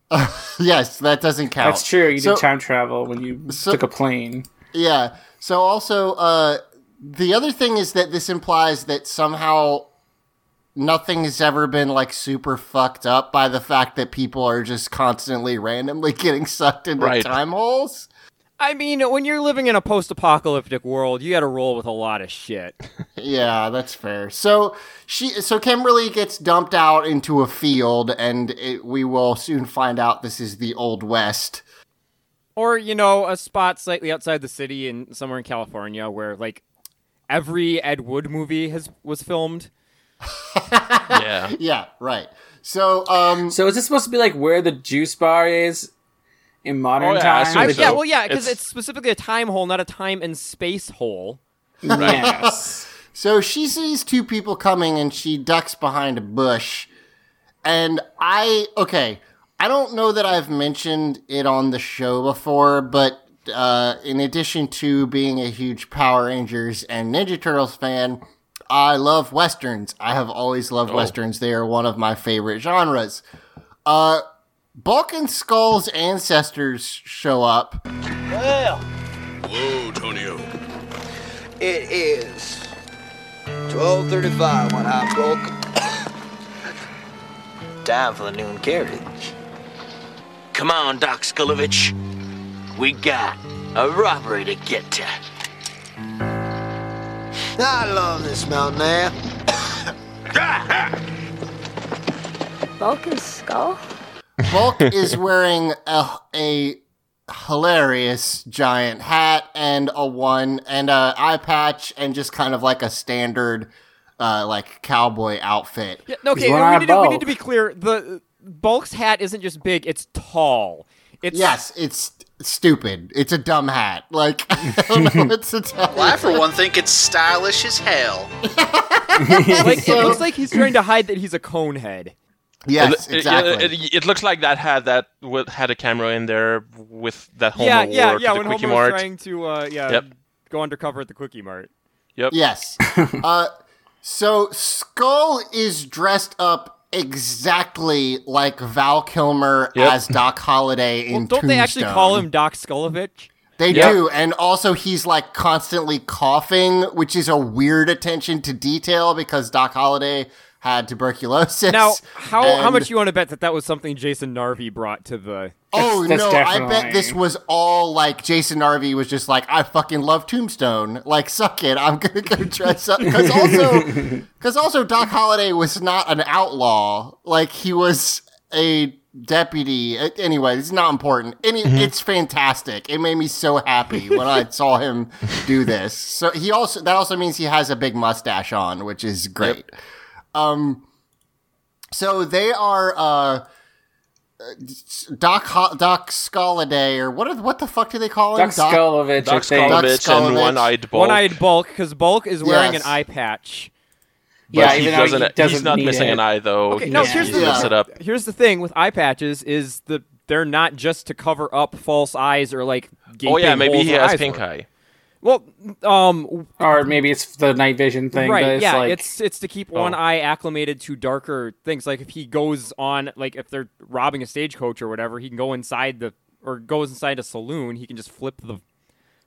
[SPEAKER 3] *laughs* yes, that doesn't count.
[SPEAKER 6] That's true. You
[SPEAKER 3] So-
[SPEAKER 6] did time travel when you
[SPEAKER 3] so-
[SPEAKER 6] took a plane.
[SPEAKER 3] Yeah. So also, uh, the other thing is that this implies that somehow nothing has ever been like super fucked up by the fact that people are just constantly randomly *laughs* getting sucked into
[SPEAKER 7] Right.
[SPEAKER 3] time holes.
[SPEAKER 4] I mean, when you're living in a post-apocalyptic world, you got to roll with a lot of shit.
[SPEAKER 3] Yeah, that's fair. So she, so Kimberly gets dumped out into a field, and it, we will soon find out this is the Old West.
[SPEAKER 4] or you know, a spot slightly outside the city in somewhere in California where like every Ed Wood movie has was filmed.
[SPEAKER 7] yeah.
[SPEAKER 3] Yeah, right. So, um,
[SPEAKER 6] So is this supposed to be like where the juice bar is in modern
[SPEAKER 7] Oh, yeah, I
[SPEAKER 6] times?
[SPEAKER 7] see what
[SPEAKER 4] I-
[SPEAKER 7] Or
[SPEAKER 4] yeah,
[SPEAKER 7] so.
[SPEAKER 4] well, yeah, because
[SPEAKER 7] It's-
[SPEAKER 4] it's specifically a time hole, not a time and space hole.
[SPEAKER 6] Yes.
[SPEAKER 3] So she sees two people coming and she ducks behind a bush. And I, okay, I don't know that I've mentioned it on the show before, but uh, in addition to being a huge Power Rangers and Ninja Turtles fan, I love Westerns. I have always loved Westerns, they are one of my favorite genres. Uh, Bulk and Skull's ancestors show up.
[SPEAKER 1] Hello, Tonio.
[SPEAKER 9] It is 12:35 when I *coughs* broke. Time for the noon carriage. Come on, Doc Skulovich. We got a robbery to get to. I love this mountain air.
[SPEAKER 10] Vulcan skull?
[SPEAKER 3] *laughs* Bulk is wearing a, a hilarious giant hat and a one and a eye patch and just kind of like a standard uh, like cowboy outfit.
[SPEAKER 4] Yeah, no, okay,
[SPEAKER 6] one
[SPEAKER 4] we
[SPEAKER 6] eye
[SPEAKER 4] need, to, we
[SPEAKER 6] bulk.
[SPEAKER 4] need to be clear. The Bulk's hat isn't just big; it's tall. It's
[SPEAKER 3] Yes, it's stupid. It's a dumb hat. Like *laughs* I don't know what to tell
[SPEAKER 5] Well, I
[SPEAKER 3] you.
[SPEAKER 5] for one think it's stylish as hell.
[SPEAKER 4] like
[SPEAKER 3] *laughs*
[SPEAKER 4] it looks like he's trying to hide that he's a cone head.
[SPEAKER 3] Yes,
[SPEAKER 7] It- it-
[SPEAKER 3] exactly.
[SPEAKER 7] It, it- it looks like that had that w- had a camera in there with that Homer
[SPEAKER 4] yeah, yeah,
[SPEAKER 7] wore
[SPEAKER 4] yeah.
[SPEAKER 7] to
[SPEAKER 4] When
[SPEAKER 7] the Quickie
[SPEAKER 4] Homer
[SPEAKER 7] Mart.
[SPEAKER 4] was trying to, uh, yeah,
[SPEAKER 7] Yep.
[SPEAKER 4] go undercover at the Quickie Mart.
[SPEAKER 3] *laughs* Yes. uh, so Skull is dressed up exactly like Val Kilmer
[SPEAKER 7] Yep.
[SPEAKER 3] as Doc Holliday in
[SPEAKER 4] Well, don't they actually
[SPEAKER 3] Tombstone.
[SPEAKER 4] call him Doc Skulovich?
[SPEAKER 3] They
[SPEAKER 7] Yeah.
[SPEAKER 3] do, and also he's like constantly coughing, which is a weird attention to detail because Doc Holliday had tuberculosis.
[SPEAKER 4] Now, how how
[SPEAKER 3] and-
[SPEAKER 4] much you want to bet that that was something Jason Narvi brought to the?
[SPEAKER 3] Oh
[SPEAKER 6] That's-
[SPEAKER 3] no!
[SPEAKER 6] that's
[SPEAKER 3] I bet
[SPEAKER 6] definitely-
[SPEAKER 3] this was all like Jason Narvi was just like, "I fucking love Tombstone. Like, suck it. I'm gonna go dress up." Because also,
[SPEAKER 6] *laughs*
[SPEAKER 3] because also, Doc Holliday was not an outlaw. Like, he was a deputy. Uh, Anyway, it's not important. Any,
[SPEAKER 6] Mm-hmm.
[SPEAKER 3] it's fantastic. It made me so happy when
[SPEAKER 6] *laughs*
[SPEAKER 3] I saw him do this. So he also that also means he has a big mustache on, which is great. Um, so they are. uh Doc Ho- Doc Scolladay or what are, what the fuck do they call him?
[SPEAKER 6] Doc Skolovich, I
[SPEAKER 7] Doc
[SPEAKER 6] think.
[SPEAKER 3] Doc
[SPEAKER 7] Skolovich
[SPEAKER 3] Skolovich.
[SPEAKER 7] and one-eyed Bulk.
[SPEAKER 4] One-eyed Bulk, because Bulk is wearing
[SPEAKER 3] Yes.
[SPEAKER 4] an eye patch.
[SPEAKER 7] but
[SPEAKER 6] Yeah,
[SPEAKER 7] he
[SPEAKER 6] even though he
[SPEAKER 7] doesn't, He's
[SPEAKER 6] doesn't
[SPEAKER 7] not
[SPEAKER 6] need
[SPEAKER 7] missing
[SPEAKER 6] it.
[SPEAKER 7] an eye though.
[SPEAKER 4] Okay,
[SPEAKER 7] He
[SPEAKER 4] no,
[SPEAKER 7] just
[SPEAKER 4] here's the
[SPEAKER 7] lifts
[SPEAKER 3] thing.
[SPEAKER 7] it up.
[SPEAKER 4] Here's the thing with eye patches is the they're not just to cover up false eyes or like.
[SPEAKER 7] Oh yeah,
[SPEAKER 4] gaping
[SPEAKER 7] maybe
[SPEAKER 4] holes
[SPEAKER 7] he
[SPEAKER 4] where
[SPEAKER 7] has
[SPEAKER 4] eyes
[SPEAKER 7] pink
[SPEAKER 4] were.
[SPEAKER 7] eye.
[SPEAKER 4] Well, um,
[SPEAKER 6] Or maybe it's the night vision thing.
[SPEAKER 4] right,
[SPEAKER 6] but it's
[SPEAKER 4] yeah,
[SPEAKER 6] like,
[SPEAKER 4] it's it's to keep
[SPEAKER 7] Oh.
[SPEAKER 4] one eye acclimated to darker things. Like if he goes on, like if they're robbing a stagecoach or whatever, he can go inside the or goes inside a saloon. He can just flip the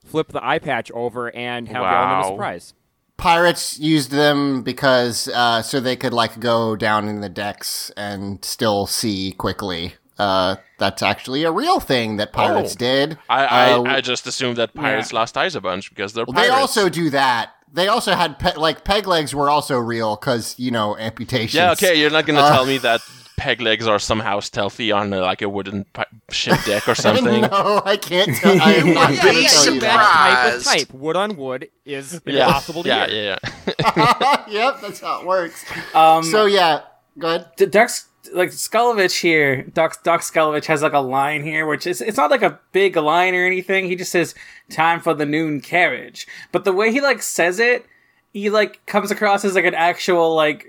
[SPEAKER 4] flip the eye patch over and have the element of
[SPEAKER 7] Wow.
[SPEAKER 4] surprise.
[SPEAKER 3] Pirates used them because uh, so they could like go down in the decks and still see quickly. Uh, that's actually a real thing that pirates
[SPEAKER 7] Oh.
[SPEAKER 3] did.
[SPEAKER 7] I, I,
[SPEAKER 3] Uh,
[SPEAKER 7] I just assumed that pirates lost eyes a bunch because they're
[SPEAKER 3] well,
[SPEAKER 7] pirates.
[SPEAKER 3] they also do that. They also had pe- like peg legs were also real because you know amputations.
[SPEAKER 7] yeah, okay, you're not gonna tell me that peg legs are somehow stealthy on uh, like a wooden pi- ship
[SPEAKER 3] *laughs*
[SPEAKER 7] deck or
[SPEAKER 3] *laughs*
[SPEAKER 7] something.
[SPEAKER 3] no, I can't. Tell, I am not
[SPEAKER 5] *laughs*
[SPEAKER 3] gonna
[SPEAKER 5] Yeah, yeah,
[SPEAKER 3] tell you
[SPEAKER 5] surprised.
[SPEAKER 3] that.
[SPEAKER 4] Type with
[SPEAKER 5] Surprised.
[SPEAKER 4] type, wood on wood is
[SPEAKER 7] Yeah,
[SPEAKER 4] impossible to
[SPEAKER 7] yeah,
[SPEAKER 4] get.
[SPEAKER 7] yeah, yeah.
[SPEAKER 3] yep, that's how it works.
[SPEAKER 6] um,
[SPEAKER 3] So yeah, go ahead.
[SPEAKER 6] D- Doc, S- like Skolovich here, Doc Doc Skolovich has like a line here, which is it's not like a big line or anything. He just says "time for the noon carriage," but the way he like says it, he like comes across as like an actual like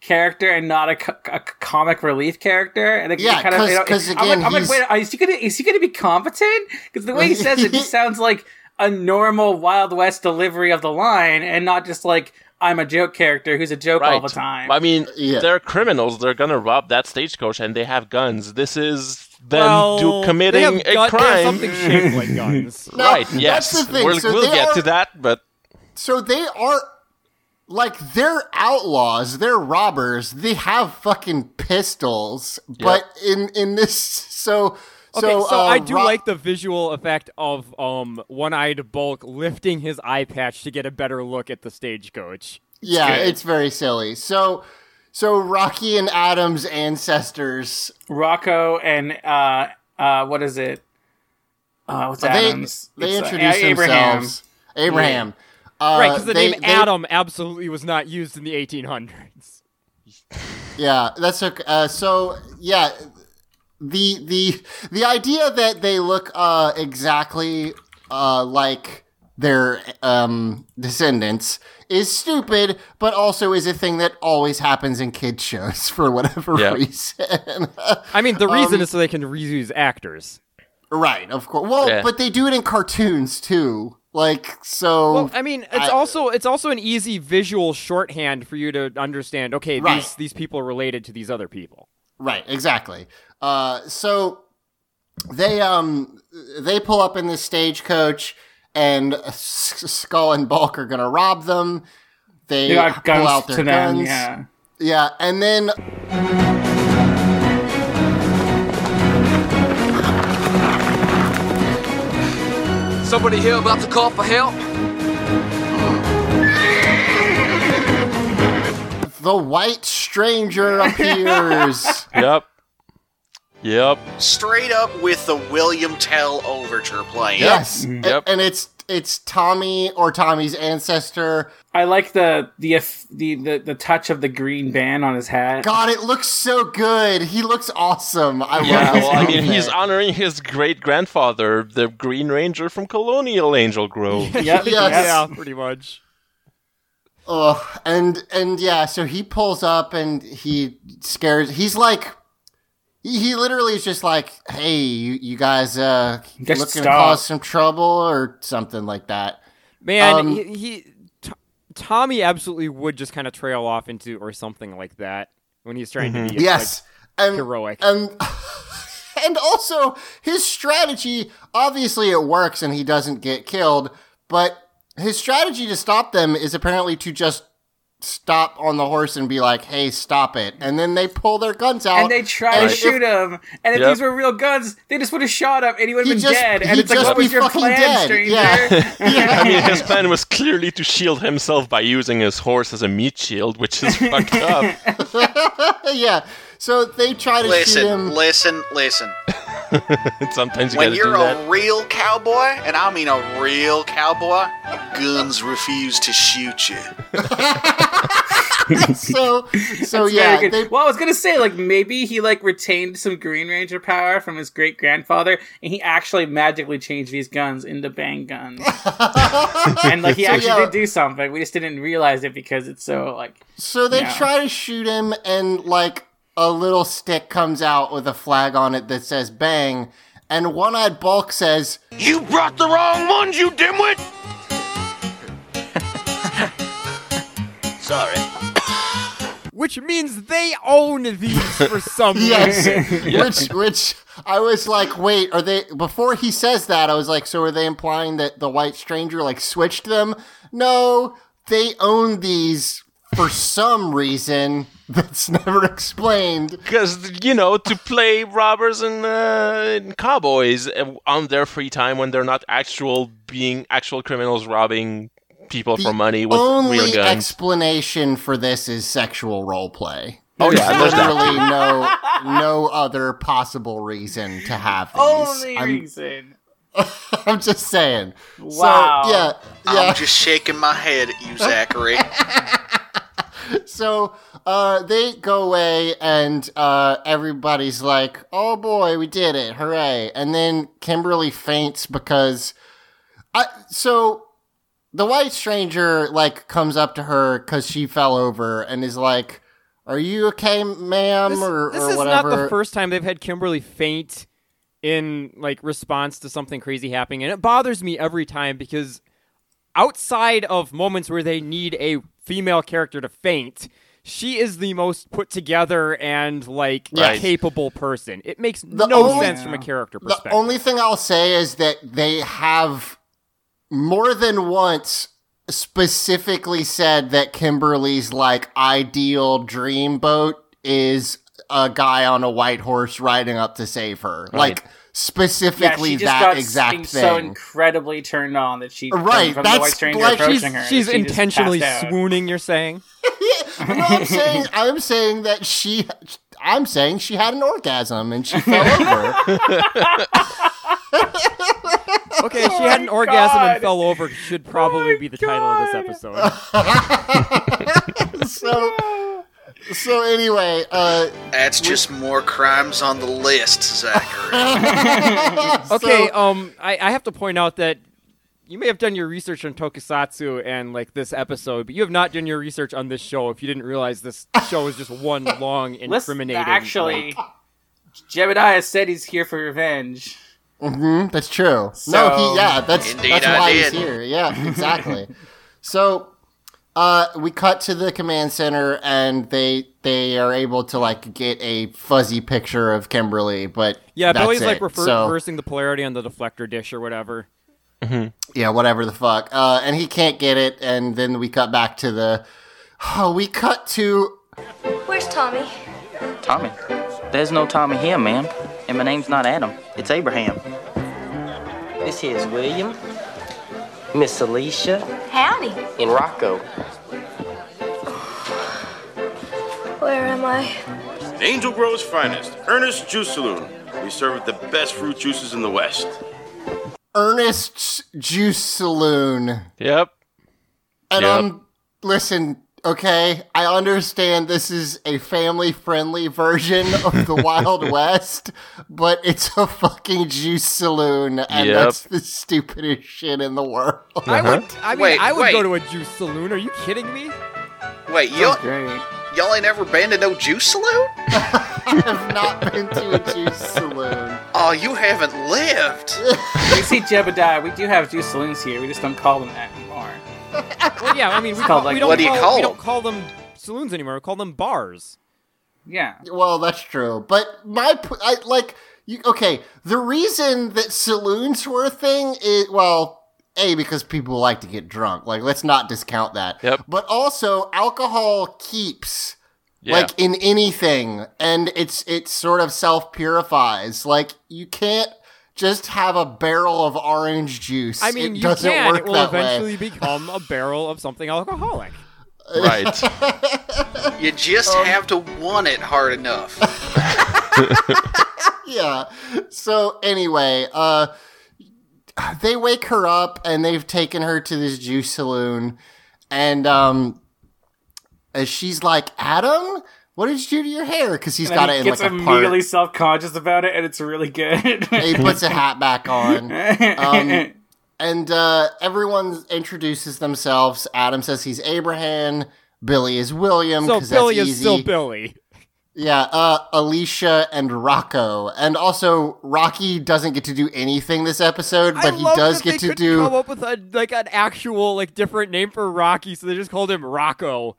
[SPEAKER 6] character and not a, co- a comic relief character. And like,
[SPEAKER 3] Yeah,
[SPEAKER 6] kind of,
[SPEAKER 3] 'cause-
[SPEAKER 6] you know,
[SPEAKER 3] 'cause
[SPEAKER 6] I'm
[SPEAKER 3] again,
[SPEAKER 6] like, I'm like,
[SPEAKER 3] he's-
[SPEAKER 6] wait, is he gonna is he gonna be competent? Because the way he
[SPEAKER 3] *laughs*
[SPEAKER 6] says it, he sounds like a normal Wild West delivery of the line, and not just like. I'm a joke character who's a joke all the time.
[SPEAKER 7] I mean,
[SPEAKER 3] Yeah.
[SPEAKER 7] they're criminals. They're gonna rob that stagecoach, and they have guns. This is than
[SPEAKER 4] well,
[SPEAKER 7] to
[SPEAKER 4] they have
[SPEAKER 7] committing a
[SPEAKER 4] gun- they have
[SPEAKER 7] crime.
[SPEAKER 3] *laughs*
[SPEAKER 4] something shaped like
[SPEAKER 7] *laughs*
[SPEAKER 4] guns.
[SPEAKER 3] Now,
[SPEAKER 7] right? Yes,
[SPEAKER 3] That's the thing.
[SPEAKER 7] we'll,
[SPEAKER 3] so
[SPEAKER 7] we'll
[SPEAKER 3] they
[SPEAKER 7] get
[SPEAKER 3] are,
[SPEAKER 7] to that, but
[SPEAKER 3] So they are like they're outlaws, they're robbers, they have fucking pistols. But in in this so
[SPEAKER 4] Okay, so,
[SPEAKER 3] so, uh,
[SPEAKER 4] I do
[SPEAKER 3] Ro-
[SPEAKER 4] like the visual effect of um one-eyed bulk lifting his eye patch to get a better look at the stagecoach.
[SPEAKER 3] Yeah,
[SPEAKER 5] good.
[SPEAKER 3] it's very silly. So so Rocky and Adam's ancestors
[SPEAKER 6] Rocco and uh, uh, what is it? Uh, what's
[SPEAKER 3] they
[SPEAKER 6] Adams?
[SPEAKER 3] they
[SPEAKER 6] It's, uh,
[SPEAKER 3] introduce
[SPEAKER 6] Abraham.
[SPEAKER 3] themselves. Abraham. Uh,
[SPEAKER 4] right, because the
[SPEAKER 3] they-
[SPEAKER 4] name
[SPEAKER 3] they-
[SPEAKER 4] Adam absolutely was not used in the 1800s.
[SPEAKER 3] Yeah, that's okay. Uh, so yeah, the the the idea that they look uh, exactly uh, like their um, descendants is stupid, but also is a thing that always happens in kids shows *laughs* for whatever
[SPEAKER 7] Yeah.
[SPEAKER 3] reason. *laughs*
[SPEAKER 4] I mean,
[SPEAKER 3] Um,
[SPEAKER 4] the reason is so they can reuse actors.
[SPEAKER 3] right, of course. Well,
[SPEAKER 7] Yeah.
[SPEAKER 3] but they do it in cartoons too. Like so.
[SPEAKER 4] Well, I mean,
[SPEAKER 3] I-
[SPEAKER 4] it's also it's also an easy visual shorthand for you to understand. Okay,
[SPEAKER 3] Right.
[SPEAKER 4] these these people are related to these other people.
[SPEAKER 3] Right, exactly. Uh, so they um they pull up in this stagecoach, and S- Skull and Bulk are gonna rob them. They,
[SPEAKER 6] They got
[SPEAKER 3] pull
[SPEAKER 6] guns
[SPEAKER 3] out
[SPEAKER 6] to
[SPEAKER 3] their
[SPEAKER 6] them.
[SPEAKER 3] guns.
[SPEAKER 6] Yeah.
[SPEAKER 3] Yeah, and then
[SPEAKER 8] Somebody hear about the call for help?
[SPEAKER 3] the white
[SPEAKER 6] *laughs*
[SPEAKER 3] stranger appears.
[SPEAKER 7] yep, yep.
[SPEAKER 5] Straight up with the William Tell overture playing.
[SPEAKER 3] yes, a-
[SPEAKER 7] Mm-hmm. Yep.
[SPEAKER 3] and it's it's Tommy or Tommy's ancestor.
[SPEAKER 6] I like the the, eff- the the the touch of the green band on his hat.
[SPEAKER 3] God, it looks so good. He looks awesome. I
[SPEAKER 7] Yeah,
[SPEAKER 3] love his
[SPEAKER 7] well, I mean,
[SPEAKER 3] outfit.
[SPEAKER 7] he's honoring his great grandfather, the Green Ranger from Colonial Angel Grove.
[SPEAKER 6] Yep.
[SPEAKER 3] Yes.
[SPEAKER 4] Yeah, pretty much.
[SPEAKER 3] Ugh, and and yeah, so he pulls up and he scares. He's like, he, he literally is just like, "Hey, you, you guys, uh,
[SPEAKER 6] Just
[SPEAKER 3] looking to
[SPEAKER 6] stop.
[SPEAKER 3] cause some trouble or something like that."
[SPEAKER 4] Man,
[SPEAKER 3] Um,
[SPEAKER 4] he, he T- Tommy absolutely would just kind of trail off into or something like that when he's trying to be
[SPEAKER 3] yes,
[SPEAKER 4] like,
[SPEAKER 3] and
[SPEAKER 4] heroic.
[SPEAKER 3] and *laughs* and also his strategy. Obviously, it works, and he doesn't get killed. But his strategy to stop them is apparently to just stop on the horse and be like, "Hey, stop it!" And then they pull their guns out *laughs*
[SPEAKER 6] And they try
[SPEAKER 3] and
[SPEAKER 6] to
[SPEAKER 3] if-
[SPEAKER 6] shoot him, and if
[SPEAKER 7] Yep.
[SPEAKER 6] these were real guns, they just would have shot him, and he would
[SPEAKER 3] He'd
[SPEAKER 6] have been
[SPEAKER 3] just-
[SPEAKER 6] dead. And
[SPEAKER 3] he'd
[SPEAKER 6] it's like,
[SPEAKER 3] just
[SPEAKER 6] what
[SPEAKER 3] be
[SPEAKER 6] was your
[SPEAKER 3] fucking
[SPEAKER 6] plan,
[SPEAKER 3] dead.
[SPEAKER 6] stranger? *laughs*
[SPEAKER 3] Yeah.
[SPEAKER 7] I mean, his plan was clearly to shield himself by using his horse as a meat shield, which is *laughs* fucked up.
[SPEAKER 3] Uh, yeah. So they try to shoot
[SPEAKER 5] Listen,
[SPEAKER 3] him.
[SPEAKER 5] listen, listen.
[SPEAKER 7] And sometimes you
[SPEAKER 5] when
[SPEAKER 7] gotta
[SPEAKER 5] you're
[SPEAKER 7] do
[SPEAKER 5] a
[SPEAKER 7] that.
[SPEAKER 5] real cowboy, and I mean a real cowboy, guns refuse to shoot you.
[SPEAKER 3] so
[SPEAKER 6] *laughs*
[SPEAKER 3] so
[SPEAKER 6] That's
[SPEAKER 3] Oh, yeah,
[SPEAKER 6] very good.
[SPEAKER 3] they,
[SPEAKER 6] well, I was gonna say like maybe he like retained some Green Ranger power from his great grandfather, and he actually magically changed these guns into
[SPEAKER 3] *laughs*
[SPEAKER 6] bang guns. and like he
[SPEAKER 3] So,
[SPEAKER 6] actually
[SPEAKER 3] yeah.
[SPEAKER 6] did do something. We just didn't realize it because it's so like
[SPEAKER 3] so they
[SPEAKER 6] Yeah.
[SPEAKER 3] try to shoot him, and like a little stick comes out with a flag on it that says "bang," and one-eyed Bulk says,
[SPEAKER 9] You brought the wrong ones, you dimwit! Sorry.
[SPEAKER 4] Which means they own these
[SPEAKER 3] *laughs*
[SPEAKER 4] for some *laughs*
[SPEAKER 3] "Yes,"
[SPEAKER 4] reason.
[SPEAKER 3] *laughs* which which I was like, "Wait, are they?" Before he says that, I was like, "So are they implying that the White Stranger like switched them?" No, they own these for some reason *laughs* that's never explained.
[SPEAKER 7] Because, you know, to play robbers and, uh, and cowboys uh, on their free time when they're not actual being actual criminals robbing people for money with
[SPEAKER 3] only
[SPEAKER 7] real guns.
[SPEAKER 3] explanation for this is sexual role play.
[SPEAKER 7] Oh, yeah,
[SPEAKER 3] there's
[SPEAKER 7] there's that.
[SPEAKER 3] really no no other possible reason to have these.
[SPEAKER 6] only
[SPEAKER 3] I'm,
[SPEAKER 6] reason.
[SPEAKER 3] *laughs* I'm just saying.
[SPEAKER 6] Wow.
[SPEAKER 3] So, yeah, yeah.
[SPEAKER 5] I'm just shaking my head at you, Zachary.
[SPEAKER 7] *laughs*
[SPEAKER 3] *laughs* So uh, they go away, and uh, everybody's like, "Oh boy, we did it! Hooray!" And then Kimberly faints because, I so the white stranger like comes up to her because she fell over and is like, "Are you okay, ma'am?"
[SPEAKER 4] This,
[SPEAKER 3] or,
[SPEAKER 4] this
[SPEAKER 3] or
[SPEAKER 4] is
[SPEAKER 3] whatever.
[SPEAKER 4] not the first time they've had Kimberly faint in like response to something crazy happening, and it bothers me every time because outside of moments where they need a female character to faint, she is the most put together and like
[SPEAKER 7] Right.
[SPEAKER 4] capable person. It makes
[SPEAKER 3] The
[SPEAKER 4] no
[SPEAKER 3] only-
[SPEAKER 4] sense from a character
[SPEAKER 3] The
[SPEAKER 4] perspective.
[SPEAKER 3] only thing I'll say is that they have more than once specifically said that Kimberly's like ideal dream boat is a guy on a white horse riding up to save her. Like
[SPEAKER 6] Yeah,
[SPEAKER 3] specifically
[SPEAKER 6] she just
[SPEAKER 3] that
[SPEAKER 6] got
[SPEAKER 3] exact
[SPEAKER 6] s-
[SPEAKER 3] *laughs*
[SPEAKER 6] so
[SPEAKER 3] thing.
[SPEAKER 6] incredibly turned on that she
[SPEAKER 3] Right,
[SPEAKER 6] from
[SPEAKER 3] that's
[SPEAKER 6] the white stranger
[SPEAKER 3] like-
[SPEAKER 6] approaching
[SPEAKER 4] she's
[SPEAKER 6] her,
[SPEAKER 4] she's
[SPEAKER 6] she just
[SPEAKER 4] intentionally
[SPEAKER 6] passed out.
[SPEAKER 4] swooning. You're
[SPEAKER 6] *laughs*
[SPEAKER 4] saying
[SPEAKER 3] no, I'm saying I'm saying that she I'm saying she had an orgasm and she fell
[SPEAKER 6] *laughs*
[SPEAKER 3] over.
[SPEAKER 4] okay? She had an
[SPEAKER 6] Oh my
[SPEAKER 4] orgasm
[SPEAKER 6] God. Oh
[SPEAKER 4] and fell over. Should probably be the title of this episode.
[SPEAKER 3] so so anyway, uh
[SPEAKER 5] That's just more crimes on the list, Zachary.
[SPEAKER 4] Okay, um, I, I have to point out that you may have done your research on Tokusatsu and like this episode, but you have not done your research on this show. If you didn't realize this show is just one long
[SPEAKER 6] Listen,
[SPEAKER 4] incriminating.
[SPEAKER 6] actually,
[SPEAKER 4] like-
[SPEAKER 6] Jebediah said he's here for revenge.
[SPEAKER 3] Mhm, that's true. no,
[SPEAKER 6] So-
[SPEAKER 3] he, yeah, that's
[SPEAKER 5] Indeed
[SPEAKER 3] that's
[SPEAKER 5] I
[SPEAKER 3] why
[SPEAKER 5] did.
[SPEAKER 3] he's here.
[SPEAKER 5] *laughs*
[SPEAKER 3] Yeah, exactly. so uh, we cut to the command center, and they they are able to like get a fuzzy picture of Kimberly, but
[SPEAKER 4] yeah,
[SPEAKER 3] that's
[SPEAKER 4] Billy's like
[SPEAKER 3] it.
[SPEAKER 4] refer-
[SPEAKER 3] So-
[SPEAKER 4] reversing the polarity on the deflector dish or whatever.
[SPEAKER 3] yeah, whatever the fuck. Uh, and he can't get it, and then we cut back to the. *sighs* Oh, we cut to
[SPEAKER 10] Where's Tommy?
[SPEAKER 11] Tommy. There's no Tommy here, ma'am. And my name's not Adam. It's Abraham. This here is William, Miss Alicia,
[SPEAKER 10] Howdy.
[SPEAKER 11] and Rocco.
[SPEAKER 10] Where am I?
[SPEAKER 1] Angel Grove's finest, Ernest Juice Saloon. We serve the best fruit juices in the West.
[SPEAKER 3] Ernest's Juice Saloon.
[SPEAKER 7] Yep.
[SPEAKER 3] And
[SPEAKER 7] Yep.
[SPEAKER 3] um, listen, okay, I understand this is a family friendly version of
[SPEAKER 7] *laughs*
[SPEAKER 3] the Wild West, but it's a fucking juice saloon, and
[SPEAKER 7] Yep.
[SPEAKER 3] that's the stupidest shit in the world. *laughs*
[SPEAKER 4] I would, I mean,
[SPEAKER 5] Wait,
[SPEAKER 4] I would
[SPEAKER 5] wait.
[SPEAKER 4] go to a juice saloon. Are you kidding me?
[SPEAKER 7] *laughs*
[SPEAKER 5] Wait, y'all,
[SPEAKER 6] Great.
[SPEAKER 5] y'all ain't ever been to no juice saloon?
[SPEAKER 3] I have not been to a juice saloon.
[SPEAKER 5] Oh, you haven't lived.
[SPEAKER 7] *laughs*
[SPEAKER 6] We see Jebediah. We do have juice saloons here. We just don't call them that anymore.
[SPEAKER 4] Well, yeah, I mean, we,
[SPEAKER 6] called,
[SPEAKER 4] call, we
[SPEAKER 6] like,
[SPEAKER 4] don't
[SPEAKER 5] what do you
[SPEAKER 4] call,
[SPEAKER 5] call
[SPEAKER 4] we
[SPEAKER 5] them?
[SPEAKER 4] don't call them saloons anymore. We call them bars.
[SPEAKER 6] Yeah.
[SPEAKER 3] Well, that's true, but my p- I like you. Okay, the reason that saloons were a thing is well. A because people like to get drunk. Like let's not discount that.
[SPEAKER 7] Yep.
[SPEAKER 3] But also alcohol keeps
[SPEAKER 7] Yeah.
[SPEAKER 3] like in anything and it's it sort of self purifies like you can't just have a barrel of orange juice
[SPEAKER 4] I mean,
[SPEAKER 3] it
[SPEAKER 4] you
[SPEAKER 3] doesn't
[SPEAKER 4] can.
[SPEAKER 3] work
[SPEAKER 4] It will
[SPEAKER 3] that
[SPEAKER 4] eventually
[SPEAKER 3] way
[SPEAKER 4] become a barrel of something alcoholic.
[SPEAKER 9] *laughs*
[SPEAKER 7] right.
[SPEAKER 5] You just
[SPEAKER 7] Um,
[SPEAKER 5] have to want it
[SPEAKER 7] *laughs*
[SPEAKER 5] hard enough.
[SPEAKER 3] *laughs* yeah so anyway uh they wake her up and they've taken her to this juice saloon and um uh, she's like adam what did you do to your hair because he's got
[SPEAKER 6] and
[SPEAKER 3] it
[SPEAKER 6] he
[SPEAKER 3] in
[SPEAKER 6] gets
[SPEAKER 3] like a part
[SPEAKER 6] immediately self conscious about it, and it's really good. *laughs*
[SPEAKER 3] he puts a hat back
[SPEAKER 4] *laughs*
[SPEAKER 3] on um, and uh, everyone introduces themselves. Adam says he's Abraham. Billy is William.
[SPEAKER 4] So
[SPEAKER 3] 'cause
[SPEAKER 4] Billy
[SPEAKER 3] that's
[SPEAKER 4] is still
[SPEAKER 3] easy.
[SPEAKER 4] Billy.
[SPEAKER 3] Yeah, uh, Alicia and Rocco, and also Rocky doesn't get to do anything this episode, but
[SPEAKER 4] I
[SPEAKER 3] he
[SPEAKER 4] love
[SPEAKER 3] does
[SPEAKER 4] that
[SPEAKER 3] get
[SPEAKER 4] they
[SPEAKER 3] to
[SPEAKER 4] couldn't
[SPEAKER 3] do.
[SPEAKER 4] come up with a, like an actual like different name for Rocky, so they just called him Rocco.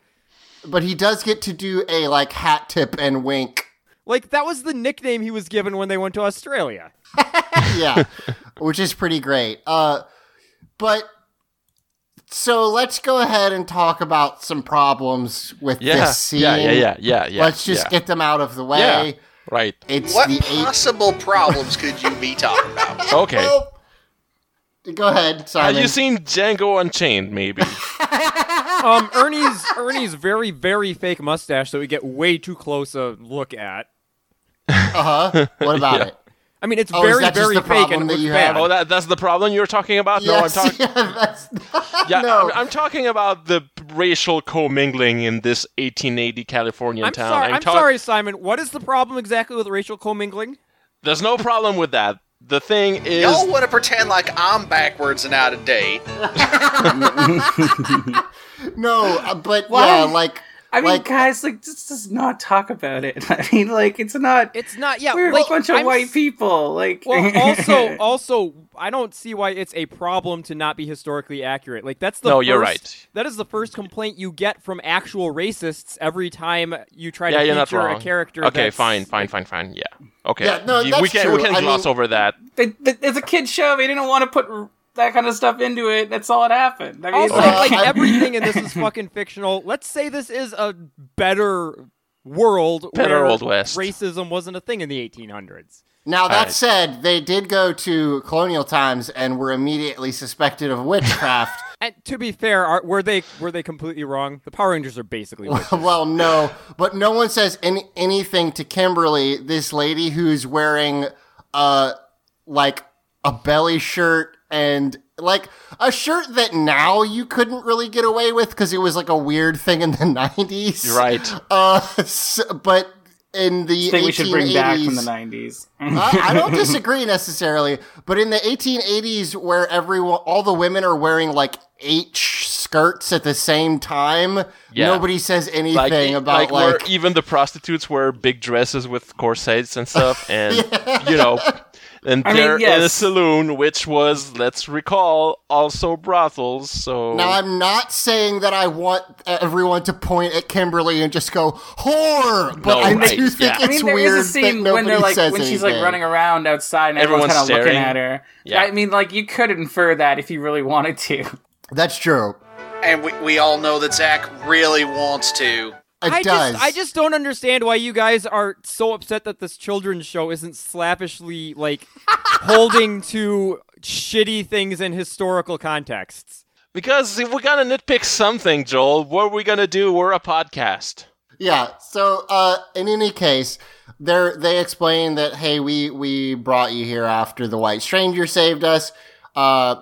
[SPEAKER 3] But he does get to do a like hat tip and wink.
[SPEAKER 4] Like that was the nickname he was given when they went to Australia. *laughs*
[SPEAKER 3] yeah, which is pretty great. Uh, but so let's go ahead and talk about some problems with
[SPEAKER 7] Yeah.
[SPEAKER 3] this scene.
[SPEAKER 7] Yeah. Yeah. Yeah. Yeah. Yeah.
[SPEAKER 3] Let's just
[SPEAKER 7] yeah.
[SPEAKER 3] get them out of the way.
[SPEAKER 7] Yeah. Right.
[SPEAKER 3] It's
[SPEAKER 5] What
[SPEAKER 3] the eight.
[SPEAKER 5] possible problems could you
[SPEAKER 7] *laughs*
[SPEAKER 5] be talking about?
[SPEAKER 7] Okay.
[SPEAKER 3] Oh. Go ahead,
[SPEAKER 7] Have
[SPEAKER 3] Simon.
[SPEAKER 7] you seen Django
[SPEAKER 3] *laughs*
[SPEAKER 7] Unchained? Maybe.
[SPEAKER 4] Um, Ernie's Ernie's very very fake mustache that we get way too close a look at.
[SPEAKER 3] uh huh. What about it?
[SPEAKER 4] I mean, it's
[SPEAKER 3] Oh, is
[SPEAKER 4] very
[SPEAKER 3] that just
[SPEAKER 4] very
[SPEAKER 3] the
[SPEAKER 4] fake
[SPEAKER 3] problem
[SPEAKER 4] and
[SPEAKER 3] that
[SPEAKER 4] it looks
[SPEAKER 3] you
[SPEAKER 4] bad.
[SPEAKER 3] have?
[SPEAKER 7] oh, that, that's the problem you're talking about. No, I'm
[SPEAKER 3] Yes, *laughs*
[SPEAKER 7] talking.
[SPEAKER 3] yeah, that's
[SPEAKER 7] Yeah,
[SPEAKER 3] No.
[SPEAKER 7] I'm, I'm talking about the racial commingling in this 1880 Californian
[SPEAKER 4] I'm
[SPEAKER 7] town.
[SPEAKER 4] sorry. I'm,
[SPEAKER 7] talk-
[SPEAKER 4] sorry, Simon. What is the problem exactly with racial commingling?
[SPEAKER 7] There's no problem with that. The thing is,
[SPEAKER 5] Y'all want to pretend like I'm backwards and out of date.
[SPEAKER 3] no. uh, But
[SPEAKER 6] Why?
[SPEAKER 3] yeah, like
[SPEAKER 6] I mean, guys, like, just, just not talk about it. *laughs* I mean, like, it's not.
[SPEAKER 4] It's not. Yeah,
[SPEAKER 6] we're
[SPEAKER 4] well,
[SPEAKER 6] a bunch of
[SPEAKER 4] I'm
[SPEAKER 6] white
[SPEAKER 4] s-
[SPEAKER 6] people. Like,
[SPEAKER 7] *laughs*
[SPEAKER 4] Well,
[SPEAKER 6] *laughs*
[SPEAKER 4] also, uh, also, I don't see why it's a problem to not be historically accurate. Like that's the
[SPEAKER 7] No, you're
[SPEAKER 4] first-
[SPEAKER 7] right.
[SPEAKER 4] That is the first complaint you get from actual racists every time you try
[SPEAKER 7] yeah,
[SPEAKER 4] to
[SPEAKER 7] you're not
[SPEAKER 4] feature
[SPEAKER 7] wrong.
[SPEAKER 4] a character.
[SPEAKER 7] Okay,
[SPEAKER 4] that's-
[SPEAKER 7] fine, fine, fine, fine. Yeah. Okay.
[SPEAKER 4] Yeah, no,
[SPEAKER 7] You- we
[SPEAKER 4] that's
[SPEAKER 7] can
[SPEAKER 4] true.
[SPEAKER 7] we can
[SPEAKER 4] I
[SPEAKER 7] gloss
[SPEAKER 4] mean-
[SPEAKER 7] over that.
[SPEAKER 6] they, they, it's a kid show. They didn't want to put r- that kind of stuff into it. That's all that happened. I mean,
[SPEAKER 4] Also,
[SPEAKER 6] it's
[SPEAKER 4] like everything in this is fucking fictional. Let's say this is a better world
[SPEAKER 7] Better
[SPEAKER 4] where
[SPEAKER 7] Old West.
[SPEAKER 4] racism wasn't a thing in the 1800s.
[SPEAKER 3] Now that
[SPEAKER 4] Alright.
[SPEAKER 3] said, they did go to colonial times and were immediately suspected of witchcraft.
[SPEAKER 4] And to be fair, are, were they were they completely wrong? The Power Rangers are basically
[SPEAKER 3] *laughs*
[SPEAKER 4] witches.
[SPEAKER 3] well, no, but no one says any, anything to Kimberly, this lady who's wearing uh like a belly shirt and like a shirt that now you couldn't really get away with because it was like a weird thing in the 90s. *laughs*
[SPEAKER 7] Right.
[SPEAKER 3] Uh s but in the
[SPEAKER 6] thing we should bring back from the
[SPEAKER 3] 1880s
[SPEAKER 6] nineties. *laughs*
[SPEAKER 3] I, I
[SPEAKER 7] *laughs*
[SPEAKER 3] don't disagree necessarily, but in the 1880s, where everyone, all the women are wearing like H skirts at the same time,
[SPEAKER 7] Yeah.
[SPEAKER 3] nobody says anything
[SPEAKER 7] Like,
[SPEAKER 3] about like,
[SPEAKER 7] where even the prostitutes wear big dresses with corsets
[SPEAKER 3] *laughs*
[SPEAKER 7] and stuff, and you know, and
[SPEAKER 6] I mean,
[SPEAKER 7] they're in a
[SPEAKER 6] yes.
[SPEAKER 7] saloon, which was, let's recall, also brothels. So
[SPEAKER 3] Now I'm not saying that I want everyone to point at Kimberly and just go whore, but
[SPEAKER 7] No,
[SPEAKER 3] I
[SPEAKER 7] right,
[SPEAKER 3] do think
[SPEAKER 7] yeah.
[SPEAKER 3] it's
[SPEAKER 6] I mean, there is
[SPEAKER 3] weird
[SPEAKER 6] a scene
[SPEAKER 3] that
[SPEAKER 6] when they're
[SPEAKER 3] nobody
[SPEAKER 6] like
[SPEAKER 3] says
[SPEAKER 6] when she's like
[SPEAKER 3] anything.
[SPEAKER 6] running around outside and everyone's
[SPEAKER 7] Everyone's
[SPEAKER 6] kind of looking
[SPEAKER 7] staring.
[SPEAKER 6] at her.
[SPEAKER 7] Yeah.
[SPEAKER 6] I mean, like you could infer that if you really wanted to. *laughs*
[SPEAKER 3] That's true.
[SPEAKER 5] And we, we all know that Zach really wants to.
[SPEAKER 4] I Just, I just don't understand why you guys are so upset that this children's show isn't
[SPEAKER 3] *laughs*
[SPEAKER 4] slavishly like holding to shitty things in historical contexts.
[SPEAKER 7] because if we're gonna nitpick something, Joel, what are we gonna do? We're a podcast.
[SPEAKER 3] Yeah. So, uh, in any case, they they explain that hey, we we brought you here after the white stranger saved us. Uh,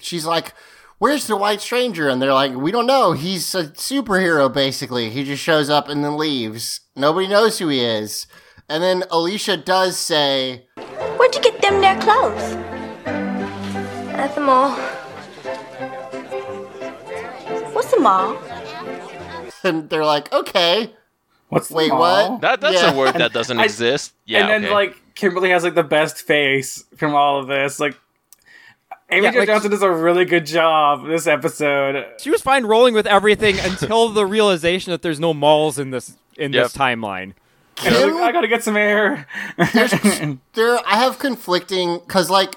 [SPEAKER 3] she's like, "Where's the white stranger?" And they're like, "We don't know. He's a superhero, basically. He just shows up and then leaves. Nobody knows who he is." And then Alicia does say, *laughs*
[SPEAKER 10] Where'd you get them there clothes? At the mall. What's the mall?
[SPEAKER 3] and they're like, "Okay."
[SPEAKER 6] What's
[SPEAKER 3] Wait, what?
[SPEAKER 7] That that's
[SPEAKER 3] Yeah.
[SPEAKER 7] a word that doesn't
[SPEAKER 6] *laughs* I-
[SPEAKER 7] exist. Yeah.
[SPEAKER 6] and then
[SPEAKER 7] okay.
[SPEAKER 6] like Kimberly has like the best face from all of this. Like Amy
[SPEAKER 4] Yeah,
[SPEAKER 6] Jo
[SPEAKER 4] like-
[SPEAKER 6] Johnson does a really good job this episode.
[SPEAKER 4] She was fine rolling with everything until the realization that there's no malls in this in this
[SPEAKER 7] Yep.
[SPEAKER 4] timeline.
[SPEAKER 6] And I was like, I gotta get
[SPEAKER 7] *laughs*
[SPEAKER 6] some air.
[SPEAKER 3] there I have conflicting because like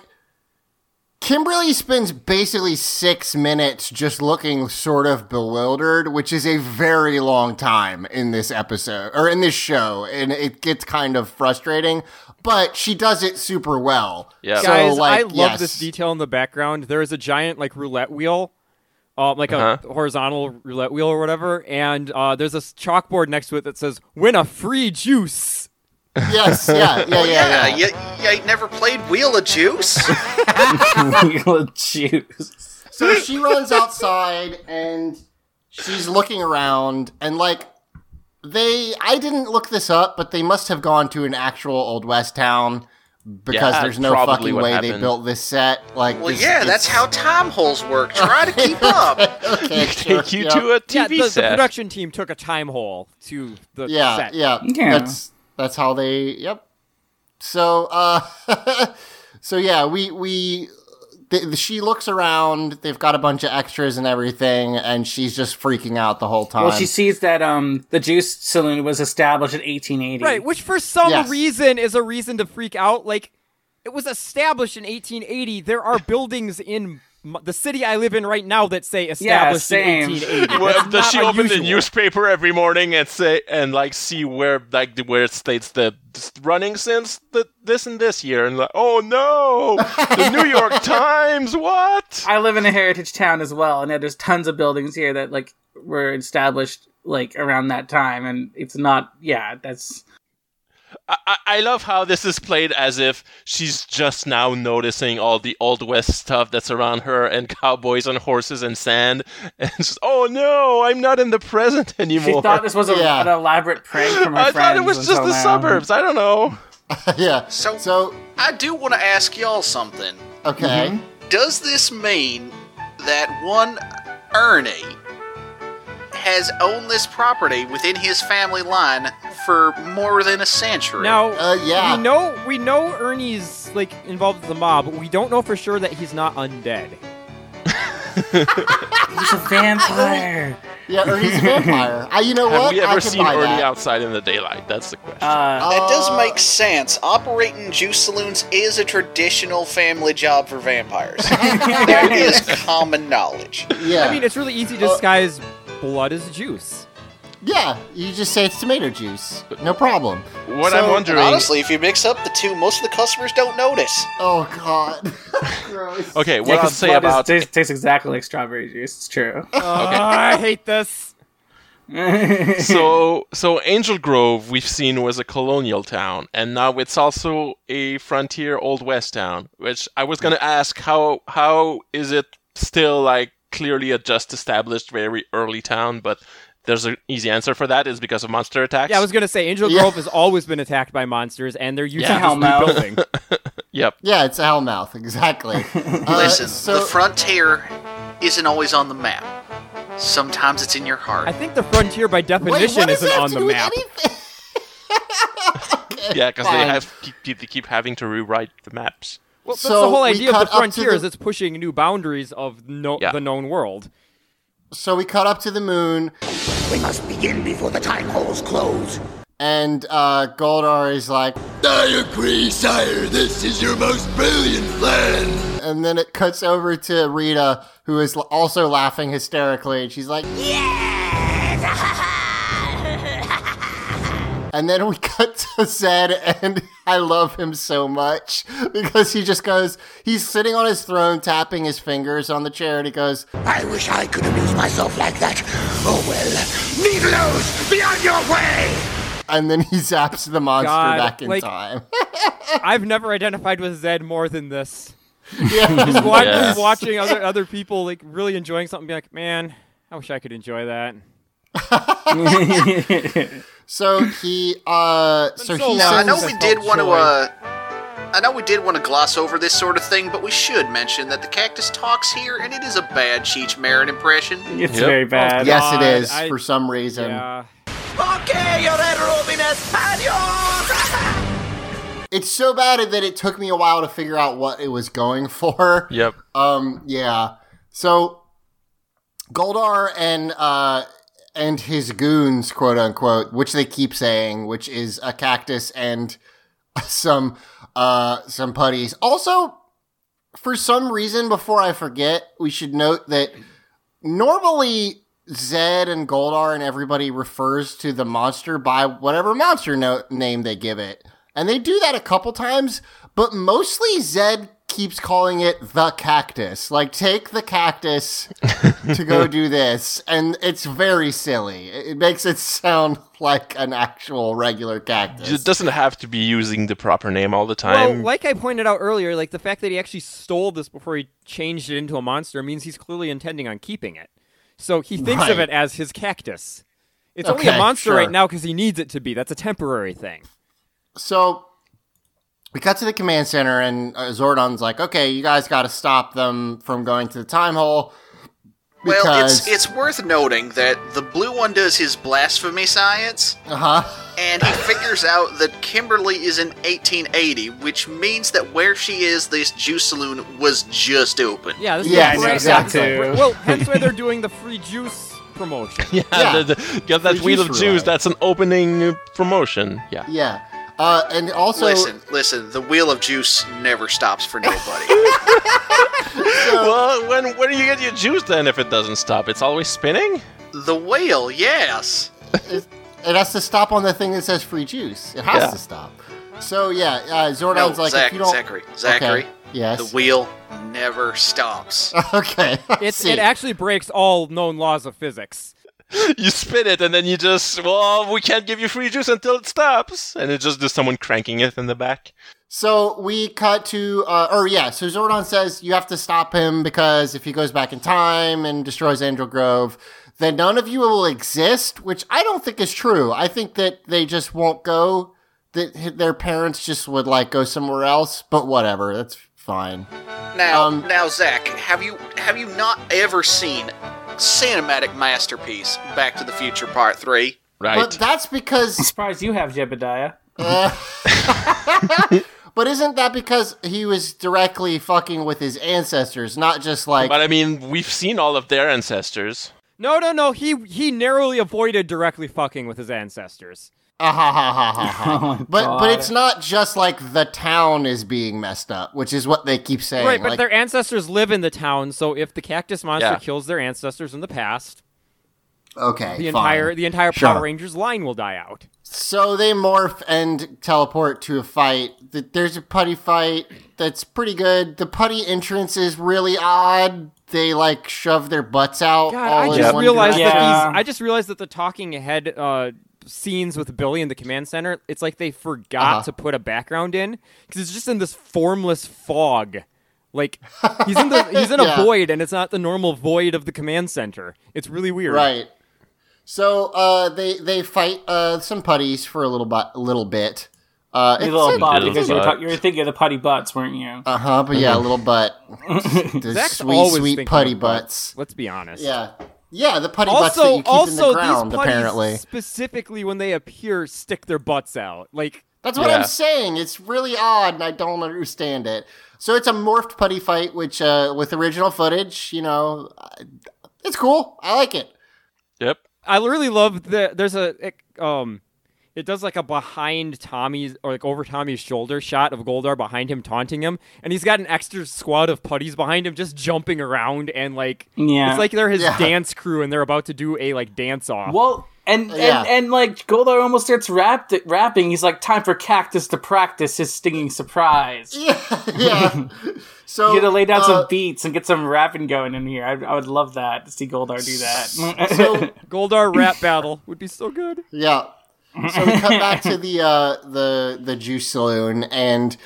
[SPEAKER 3] Kimberly spends basically six minutes just looking sort of bewildered, which is a very long time in this episode or in this show, and it gets kind of frustrating. But she does it super well.
[SPEAKER 7] Yeah.
[SPEAKER 3] so,
[SPEAKER 4] Guys,
[SPEAKER 3] like,
[SPEAKER 4] I love
[SPEAKER 3] yes.
[SPEAKER 4] this detail in the background. There is a giant like roulette wheel, um, like a horizontal roulette wheel or whatever, and uh, there's this chalkboard next to it that says "Win a free juice."
[SPEAKER 3] Yes, *laughs* yeah, yeah, yeah, yeah.
[SPEAKER 5] Yeah, Uh, you, you never played Wheel of *laughs* Juice?
[SPEAKER 6] Wheel of juice.
[SPEAKER 3] So she runs outside and she's looking around and like they I didn't look this up, but they must have gone to an actual old west town because
[SPEAKER 7] Yeah,
[SPEAKER 3] there's no
[SPEAKER 7] probably
[SPEAKER 3] fucking
[SPEAKER 7] what
[SPEAKER 3] way they
[SPEAKER 7] happened.
[SPEAKER 3] built this set. Like
[SPEAKER 5] Well,
[SPEAKER 3] this-
[SPEAKER 5] yeah,
[SPEAKER 3] it's- *laughs*
[SPEAKER 5] that's how time holes work. Try to *laughs* keep up.
[SPEAKER 3] okay,
[SPEAKER 5] *laughs*
[SPEAKER 3] sure,
[SPEAKER 7] take you
[SPEAKER 3] yeah.
[SPEAKER 7] to a
[SPEAKER 4] yeah,
[SPEAKER 7] TV
[SPEAKER 4] the, the
[SPEAKER 7] set.
[SPEAKER 4] production team took a time hole to the
[SPEAKER 3] yeah,
[SPEAKER 4] set.
[SPEAKER 3] Yeah,
[SPEAKER 6] Yeah.
[SPEAKER 3] That's that's how they. Yep. So, uh, *laughs* so yeah, we we th- she looks around. They've got a bunch of extras and everything, and she's just freaking out the whole time.
[SPEAKER 6] Well, she sees that um the juice saloon was established in 1880.
[SPEAKER 4] Right, which for some
[SPEAKER 3] Yes.
[SPEAKER 4] reason is a reason to freak out. Like, it was established in 1880. There are buildings in m- the city I live in right now that say established
[SPEAKER 6] same.
[SPEAKER 4] in 1880.
[SPEAKER 7] *laughs* Well,
[SPEAKER 4] That's
[SPEAKER 7] does she
[SPEAKER 4] not
[SPEAKER 7] open the
[SPEAKER 4] unusual.
[SPEAKER 7] newspaper every morning and say and like see where like the- where it states the s- running since the, this and this year and like oh no the New York *laughs* Times what
[SPEAKER 6] I live in a heritage town as well, and there's tons of buildings here that like were established like around that time, and it's not. Yeah, that's
[SPEAKER 7] I, I- I love how this is played as if she's just now noticing all the old west stuff that's around her and cowboys on horses and sand *laughs* and she's oh no I'm not in the present
[SPEAKER 6] she
[SPEAKER 7] anymore
[SPEAKER 6] thought this was a,
[SPEAKER 3] Yeah.
[SPEAKER 6] an elaborate prank from her
[SPEAKER 7] I
[SPEAKER 6] friends.
[SPEAKER 7] thought it was just
[SPEAKER 6] until
[SPEAKER 7] the
[SPEAKER 6] now.
[SPEAKER 7] suburbs I don't know
[SPEAKER 3] *laughs* yeah.
[SPEAKER 5] So-
[SPEAKER 3] so
[SPEAKER 5] I do want to ask y'all something.
[SPEAKER 3] okay.
[SPEAKER 4] Mm-hmm.
[SPEAKER 5] Does this mean that one Ernie has owned this property within his family line for more than a century.
[SPEAKER 4] Now,
[SPEAKER 3] Uh,
[SPEAKER 4] we know we know Ernie's like involved with the mob, but we don't know for sure that he's not undead.
[SPEAKER 6] He's a vampire.
[SPEAKER 3] Yeah, Ernie's a
[SPEAKER 4] *laughs*
[SPEAKER 3] vampire. I, you know
[SPEAKER 7] Have
[SPEAKER 3] what?
[SPEAKER 7] we
[SPEAKER 3] I
[SPEAKER 7] ever
[SPEAKER 3] can
[SPEAKER 7] seen
[SPEAKER 3] buy
[SPEAKER 7] Ernie
[SPEAKER 3] that.
[SPEAKER 7] outside in the daylight? That's the question.
[SPEAKER 5] that does make sense. Operating juice saloons is a traditional family job for vampires. that is common knowledge.
[SPEAKER 3] Yeah.
[SPEAKER 4] I mean, it's really easy to
[SPEAKER 3] Uh,
[SPEAKER 4] disguise blood as juice.
[SPEAKER 3] Yeah, you just say it's tomato juice. No problem.
[SPEAKER 7] What
[SPEAKER 3] So-
[SPEAKER 7] I'm wondering.
[SPEAKER 5] Honestly, if you mix up the two, most of the customers don't notice.
[SPEAKER 3] Oh God. *laughs* Gross.
[SPEAKER 7] okay,
[SPEAKER 6] Yeah,
[SPEAKER 7] what I'll
[SPEAKER 6] 'cause
[SPEAKER 7] say
[SPEAKER 6] blood is-
[SPEAKER 7] about
[SPEAKER 6] tastes, tastes exactly like strawberry juice. It's true.
[SPEAKER 4] I hate this.
[SPEAKER 7] so so Angel Grove we've seen was a colonial town, and now it's also a frontier old west town. Which I was gonna ask how how is it still like clearly a just established very early town, but there's an easy answer for that is because of monster attacks.
[SPEAKER 4] Yeah, I was gonna say Angel
[SPEAKER 3] Yeah.
[SPEAKER 4] Grove has always been attacked by monsters, and they're usually
[SPEAKER 7] Yeah.
[SPEAKER 4] just
[SPEAKER 6] Hellmouth.
[SPEAKER 4] rebuilding.
[SPEAKER 7] yep.
[SPEAKER 3] Yeah, it's a hellmouth.
[SPEAKER 4] *laughs*
[SPEAKER 3] Exactly. Uh,
[SPEAKER 5] Listen,
[SPEAKER 3] so-
[SPEAKER 5] the frontier isn't always on the map. Sometimes it's in your heart.
[SPEAKER 4] I think the frontier, by
[SPEAKER 3] Wait,
[SPEAKER 4] definition,
[SPEAKER 3] what does that
[SPEAKER 4] isn't
[SPEAKER 3] have
[SPEAKER 4] on
[SPEAKER 3] to
[SPEAKER 4] the
[SPEAKER 3] do with
[SPEAKER 4] map.
[SPEAKER 3] anything?
[SPEAKER 7] Yeah, because they
[SPEAKER 3] fine.
[SPEAKER 7] have keep, keep, they keep having to rewrite the maps.
[SPEAKER 4] Well, that's
[SPEAKER 3] So
[SPEAKER 4] the whole
[SPEAKER 3] we
[SPEAKER 4] idea of
[SPEAKER 3] cut
[SPEAKER 4] the
[SPEAKER 3] up to
[SPEAKER 4] frontier
[SPEAKER 3] the-
[SPEAKER 4] is it's pushing new boundaries of no-
[SPEAKER 7] Yeah.
[SPEAKER 4] the known world.
[SPEAKER 3] So we cut up to the moon,
[SPEAKER 2] We must begin before the time holes close.
[SPEAKER 3] and uh, Goldar is like,
[SPEAKER 2] I agree, sire. Oh, This is your most brilliant plan.
[SPEAKER 3] and then it cuts over to Rita, who is l- also laughing hysterically, and she's like, And then we *laughs* cut to Zed, and I love him so much because he just goes, he's sitting on his throne, tapping his fingers on the chair, and he goes,
[SPEAKER 2] I wish I could amuse myself like that. Oh well. Needlos, be on your way!
[SPEAKER 3] and then he *laughs* zaps the monster
[SPEAKER 4] God,
[SPEAKER 3] back in
[SPEAKER 4] like-
[SPEAKER 3] time. *laughs*
[SPEAKER 4] I've never identified with Zed more
[SPEAKER 3] *laughs*
[SPEAKER 4] than this. Just wa-
[SPEAKER 7] Yeah.
[SPEAKER 4] just watching other other people like really enjoying something, be like, man, I wish I could enjoy that.
[SPEAKER 3] So he, uh, so
[SPEAKER 4] so
[SPEAKER 3] he
[SPEAKER 4] long.
[SPEAKER 5] Now, I
[SPEAKER 3] sends,
[SPEAKER 5] know we did
[SPEAKER 4] felt
[SPEAKER 5] want to,
[SPEAKER 4] joy.
[SPEAKER 5] uh, I know we did want to gloss over this sort of thing, but we should mention that the cactus talks here, and it is a bad Cheech Marin impression.
[SPEAKER 6] It's
[SPEAKER 7] Yep.
[SPEAKER 6] very bad.
[SPEAKER 3] yes,
[SPEAKER 4] God,
[SPEAKER 3] it is
[SPEAKER 4] I-
[SPEAKER 3] for some reason.
[SPEAKER 4] Yeah.
[SPEAKER 2] Okay, you're at Robin's *laughs*
[SPEAKER 3] It's so bad that it took me a while to figure out what it was going for.
[SPEAKER 7] Yep.
[SPEAKER 3] Um, yeah. So Goldar and uh and his goons, quote unquote, which they keep saying, which is a cactus and some uh some putties. Also, for some reason, before I forget, we should note that normally Zed and Goldar and everybody refers to the monster by whatever monster no- name they give it. And they do that a couple times, but mostly Zed keeps calling it the cactus. Like, take the cactus to go do this. And it's very silly. It it makes it sound *laughs* like an actual regular cactus.
[SPEAKER 7] It doesn't have to be using the proper name all the
[SPEAKER 4] Well,
[SPEAKER 7] time.
[SPEAKER 4] like I pointed out earlier, like the fact that he actually stole this before he changed it into a monster means he's clearly intending on keeping it. So he thinks of
[SPEAKER 3] Right.
[SPEAKER 4] it as his cactus. It's only
[SPEAKER 3] Okay,
[SPEAKER 4] a monster
[SPEAKER 3] sure.
[SPEAKER 4] right now because he needs it to be. That's a temporary thing.
[SPEAKER 3] so we cut to the command center and uh, zordon's like okay you guys got to stop them from going to the time hole because
[SPEAKER 5] Well, it's it's worth noting that the blue one does his blasphemy science,
[SPEAKER 3] uh-huh
[SPEAKER 5] and he figures out that Kimberly is in 1880, which means that where she is, this juice saloon was just open.
[SPEAKER 4] Yeah, this
[SPEAKER 3] Yeah, I
[SPEAKER 4] is
[SPEAKER 3] know
[SPEAKER 4] right
[SPEAKER 3] exactly.
[SPEAKER 4] Well, hence why they're doing the free juice promotion.
[SPEAKER 7] *laughs* yeah,
[SPEAKER 3] yeah.
[SPEAKER 7] the- the- got that
[SPEAKER 3] Free
[SPEAKER 7] wheel
[SPEAKER 3] juice
[SPEAKER 7] of juice.
[SPEAKER 3] ride.
[SPEAKER 7] That's an opening promotion. Yeah.
[SPEAKER 3] yeah uh, and also
[SPEAKER 5] listen, listen, the wheel of juice never stops for nobody.
[SPEAKER 3] *laughs*
[SPEAKER 7] Well, uh, when when do you get your juice then if it doesn't stop? It's always spinning? *laughs*
[SPEAKER 5] the whale, yes.
[SPEAKER 3] it has to stop on the thing that says free juice it has
[SPEAKER 7] Yeah.
[SPEAKER 3] to stop so yeah uh,
[SPEAKER 5] No,
[SPEAKER 3] zordon's like
[SPEAKER 5] Zach-
[SPEAKER 3] if you don't
[SPEAKER 5] Zachary, Zachary,
[SPEAKER 3] okay. yes Um,
[SPEAKER 5] the wheel never stops.
[SPEAKER 3] *laughs* okay *laughs*
[SPEAKER 4] It's,
[SPEAKER 3] See.
[SPEAKER 4] it actually breaks all known laws of physics.
[SPEAKER 7] You spin it and then you just well, we can't give you free juice until it stops. And it just is someone cranking it in the back.
[SPEAKER 3] So we cut to, uh, or yeah, so Zordon says you have to stop him because if he goes back in time and destroys Angel Grove, then none of you will exist, which I don't think is true. I think that they just won't go, that h- their parents just would like go somewhere else, but whatever, that's fine.
[SPEAKER 5] Now,
[SPEAKER 3] Um,
[SPEAKER 5] now, Zach, have you have you not ever seen cinematic masterpiece, Back to the Future Part 3.
[SPEAKER 3] But that's because. I'm
[SPEAKER 6] surprised you have Jebediah.
[SPEAKER 3] but isn't that because he was directly fucking with his ancestors, not just like.
[SPEAKER 7] but I mean, we've seen all of their ancestors.
[SPEAKER 4] No, no, no. He he narrowly avoided directly fucking with his ancestors.
[SPEAKER 3] Ah, ha, ha, ha, ha, ha. but but it's not just like the town is being messed up, which is what they keep saying.
[SPEAKER 4] right, but
[SPEAKER 3] like,
[SPEAKER 4] their ancestors live in the town, so if the cactus monster
[SPEAKER 3] Yeah.
[SPEAKER 4] kills their ancestors in the past,
[SPEAKER 3] okay,
[SPEAKER 4] the
[SPEAKER 3] fine.
[SPEAKER 4] entire the entire
[SPEAKER 3] Sure.
[SPEAKER 4] Power Rangers line will die out.
[SPEAKER 3] So they morph and teleport to a fight. Th- There's a putty fight that's pretty good. The putty entrance is really odd. They like shove their butts out.
[SPEAKER 4] God,
[SPEAKER 3] all
[SPEAKER 4] I
[SPEAKER 3] in
[SPEAKER 4] just
[SPEAKER 3] one
[SPEAKER 4] realized that
[SPEAKER 3] direction.
[SPEAKER 4] these. I just realized that the talking head uh, scenes with Billy in the command center. It's like they forgot
[SPEAKER 3] Uh-huh.
[SPEAKER 4] to put a background in because it's just in this formless fog. Like he's
[SPEAKER 3] *laughs*
[SPEAKER 4] in the he's in a
[SPEAKER 3] Yeah.
[SPEAKER 4] void, and it's not the normal void of the command center. It's really weird.
[SPEAKER 3] Right. So uh, they they fight uh, some putties for a little bu- little bit. Uh,
[SPEAKER 6] Your little butt,
[SPEAKER 3] it's-
[SPEAKER 6] because you were, ta- you were thinking of the putty butts, weren't you?
[SPEAKER 3] Uh huh. But yeah, a little butt.
[SPEAKER 4] *laughs*
[SPEAKER 3] the
[SPEAKER 4] Zach's
[SPEAKER 3] sweet
[SPEAKER 4] always
[SPEAKER 3] sweet
[SPEAKER 4] thinking
[SPEAKER 3] putty
[SPEAKER 4] of butt.
[SPEAKER 3] butts.
[SPEAKER 4] Let's be honest.
[SPEAKER 3] Yeah. Yeah, the putty butts
[SPEAKER 4] also,
[SPEAKER 3] that you keep
[SPEAKER 4] also
[SPEAKER 3] in the ground.
[SPEAKER 4] these putties
[SPEAKER 3] apparently,
[SPEAKER 4] specifically when they appear, stick their butts out. Like
[SPEAKER 3] That's what I'm saying. It's really odd, and I don't understand it. So it's a morphed putty fight, which uh, with original footage, you know, I- it's cool. I like it. *laughs*
[SPEAKER 7] Yep.
[SPEAKER 4] I really love the there's a it, um it does like a behind Tommy's or like over Tommy's shoulder shot of Goldar behind him taunting him and he's got an extra squad of putties behind him just jumping around and like
[SPEAKER 6] Yeah.
[SPEAKER 4] it's like they're his
[SPEAKER 6] Yeah.
[SPEAKER 4] dance crew and they're about to do a like dance off.
[SPEAKER 6] Well, and,
[SPEAKER 4] Yeah.
[SPEAKER 6] and and like Goldar almost starts rap- rapping. He's like, "Time for Cactus to practice his stinging surprise."
[SPEAKER 3] Yeah, yeah. So
[SPEAKER 6] *laughs* you gotta lay down
[SPEAKER 3] uh,
[SPEAKER 6] some beats and get some rapping going in here. I, I would love that to see Goldar do that. Mm,
[SPEAKER 3] uh,
[SPEAKER 6] *laughs*
[SPEAKER 3] So-
[SPEAKER 4] Goldar rap battle would be so good.
[SPEAKER 3] Yeah. So we cut back *laughs* to the uh, the the juice saloon, and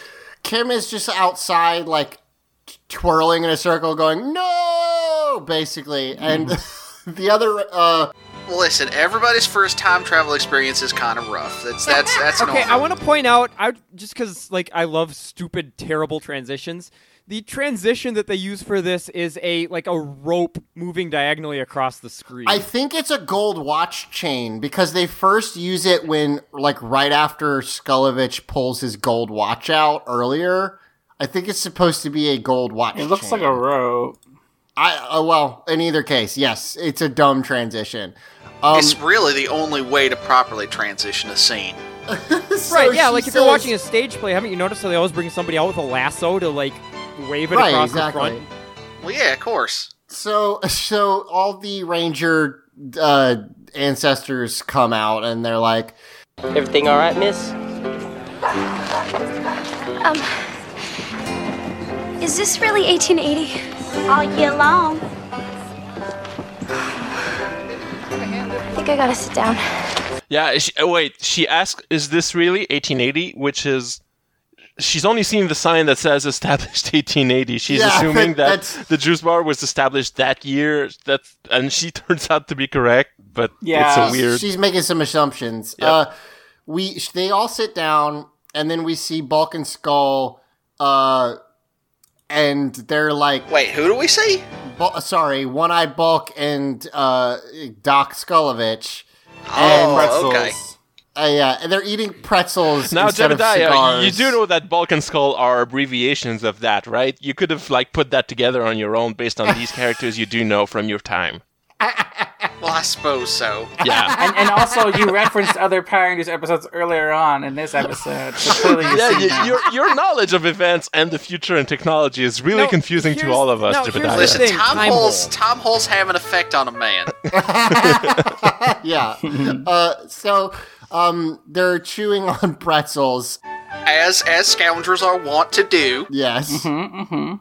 [SPEAKER 3] Kim is just outside, like t- twirling in a circle, going "No!" basically, and *laughs* the other. Uh,
[SPEAKER 5] Listen, everybody's first time travel experience is kind of rough. That's that's
[SPEAKER 3] *laughs*
[SPEAKER 5] that's
[SPEAKER 4] okay,
[SPEAKER 5] normal.
[SPEAKER 4] I want to point out, I just because like I love stupid, terrible transitions. The transition that they use for this is a like a rope moving diagonally across the screen.
[SPEAKER 3] I think it's a gold watch chain because they first use it when, like, right after Skulovich pulls his gold watch out earlier. I think it's supposed to be a gold watch. It looks like
[SPEAKER 6] a rope.
[SPEAKER 3] I oh well. In either case, yes, it's a dumb transition. Um,
[SPEAKER 5] it's really the only way to properly transition a scene.
[SPEAKER 4] *laughs* right? Yeah,
[SPEAKER 3] she
[SPEAKER 4] like if you're
[SPEAKER 3] says-
[SPEAKER 4] watching a stage play, haven't you noticed how they always bring somebody out with a lasso to like wave it
[SPEAKER 3] Right,
[SPEAKER 4] across
[SPEAKER 3] exactly.
[SPEAKER 4] the front?
[SPEAKER 5] Well, yeah, of course.
[SPEAKER 3] So so all the ranger uh, ancestors come out and they're like,
[SPEAKER 11] Everything all right, miss?
[SPEAKER 10] Um, is this really 1880? All year long. I think I gotta sit down.
[SPEAKER 7] Yeah. She, oh wait, she asked, "Is this really 1880?" Which is, she's only seen the sign that says "established *laughs* 1880." She's
[SPEAKER 3] Yeah, *laughs*
[SPEAKER 7] assuming that
[SPEAKER 3] that's-
[SPEAKER 7] the juice bar was established that year. That and she *laughs* turns out to be correct, but
[SPEAKER 3] Yeah,
[SPEAKER 7] it's a weird.
[SPEAKER 3] She's making some assumptions. Uh, we sh- they all sit down, and then we see Bulk and Skull, uh, and they're like,
[SPEAKER 5] "Wait, who do we see?"
[SPEAKER 3] Bu- sorry, One Eye Bulk and uh, Doc Skulovich.
[SPEAKER 5] Oh, okay.
[SPEAKER 3] Uh, yeah, and they're eating pretzels
[SPEAKER 7] Now,
[SPEAKER 3] instead of
[SPEAKER 7] Jebediah,
[SPEAKER 3] cigars.
[SPEAKER 7] you do know that Balkan Skull are abbreviations of that, right? You could have like put that together on your own based
[SPEAKER 3] *laughs*
[SPEAKER 7] on these characters you do know from your time.
[SPEAKER 5] Well, I suppose so.
[SPEAKER 7] Yeah.
[SPEAKER 3] *laughs*
[SPEAKER 6] and, and also, you referenced other Power Rangers episodes earlier on in this episode. So
[SPEAKER 3] *laughs*
[SPEAKER 6] clearly you've
[SPEAKER 7] yeah,
[SPEAKER 6] seen
[SPEAKER 7] y-
[SPEAKER 6] that.
[SPEAKER 7] your your knowledge of events and the future and technology is really
[SPEAKER 4] No,
[SPEAKER 7] confusing to
[SPEAKER 4] here's-
[SPEAKER 7] all of us,
[SPEAKER 4] no, here's
[SPEAKER 7] Jebediah.
[SPEAKER 4] the thing.
[SPEAKER 5] Tom
[SPEAKER 4] Time
[SPEAKER 5] holes,
[SPEAKER 4] hole.
[SPEAKER 5] Tom holes have an effect on a man. *laughs*
[SPEAKER 6] *laughs*
[SPEAKER 3] yeah. uh, so um, they're chewing *laughs* on pretzels.
[SPEAKER 5] as as scoundrels are wont to do.
[SPEAKER 3] Yes.
[SPEAKER 6] Mm-hmm,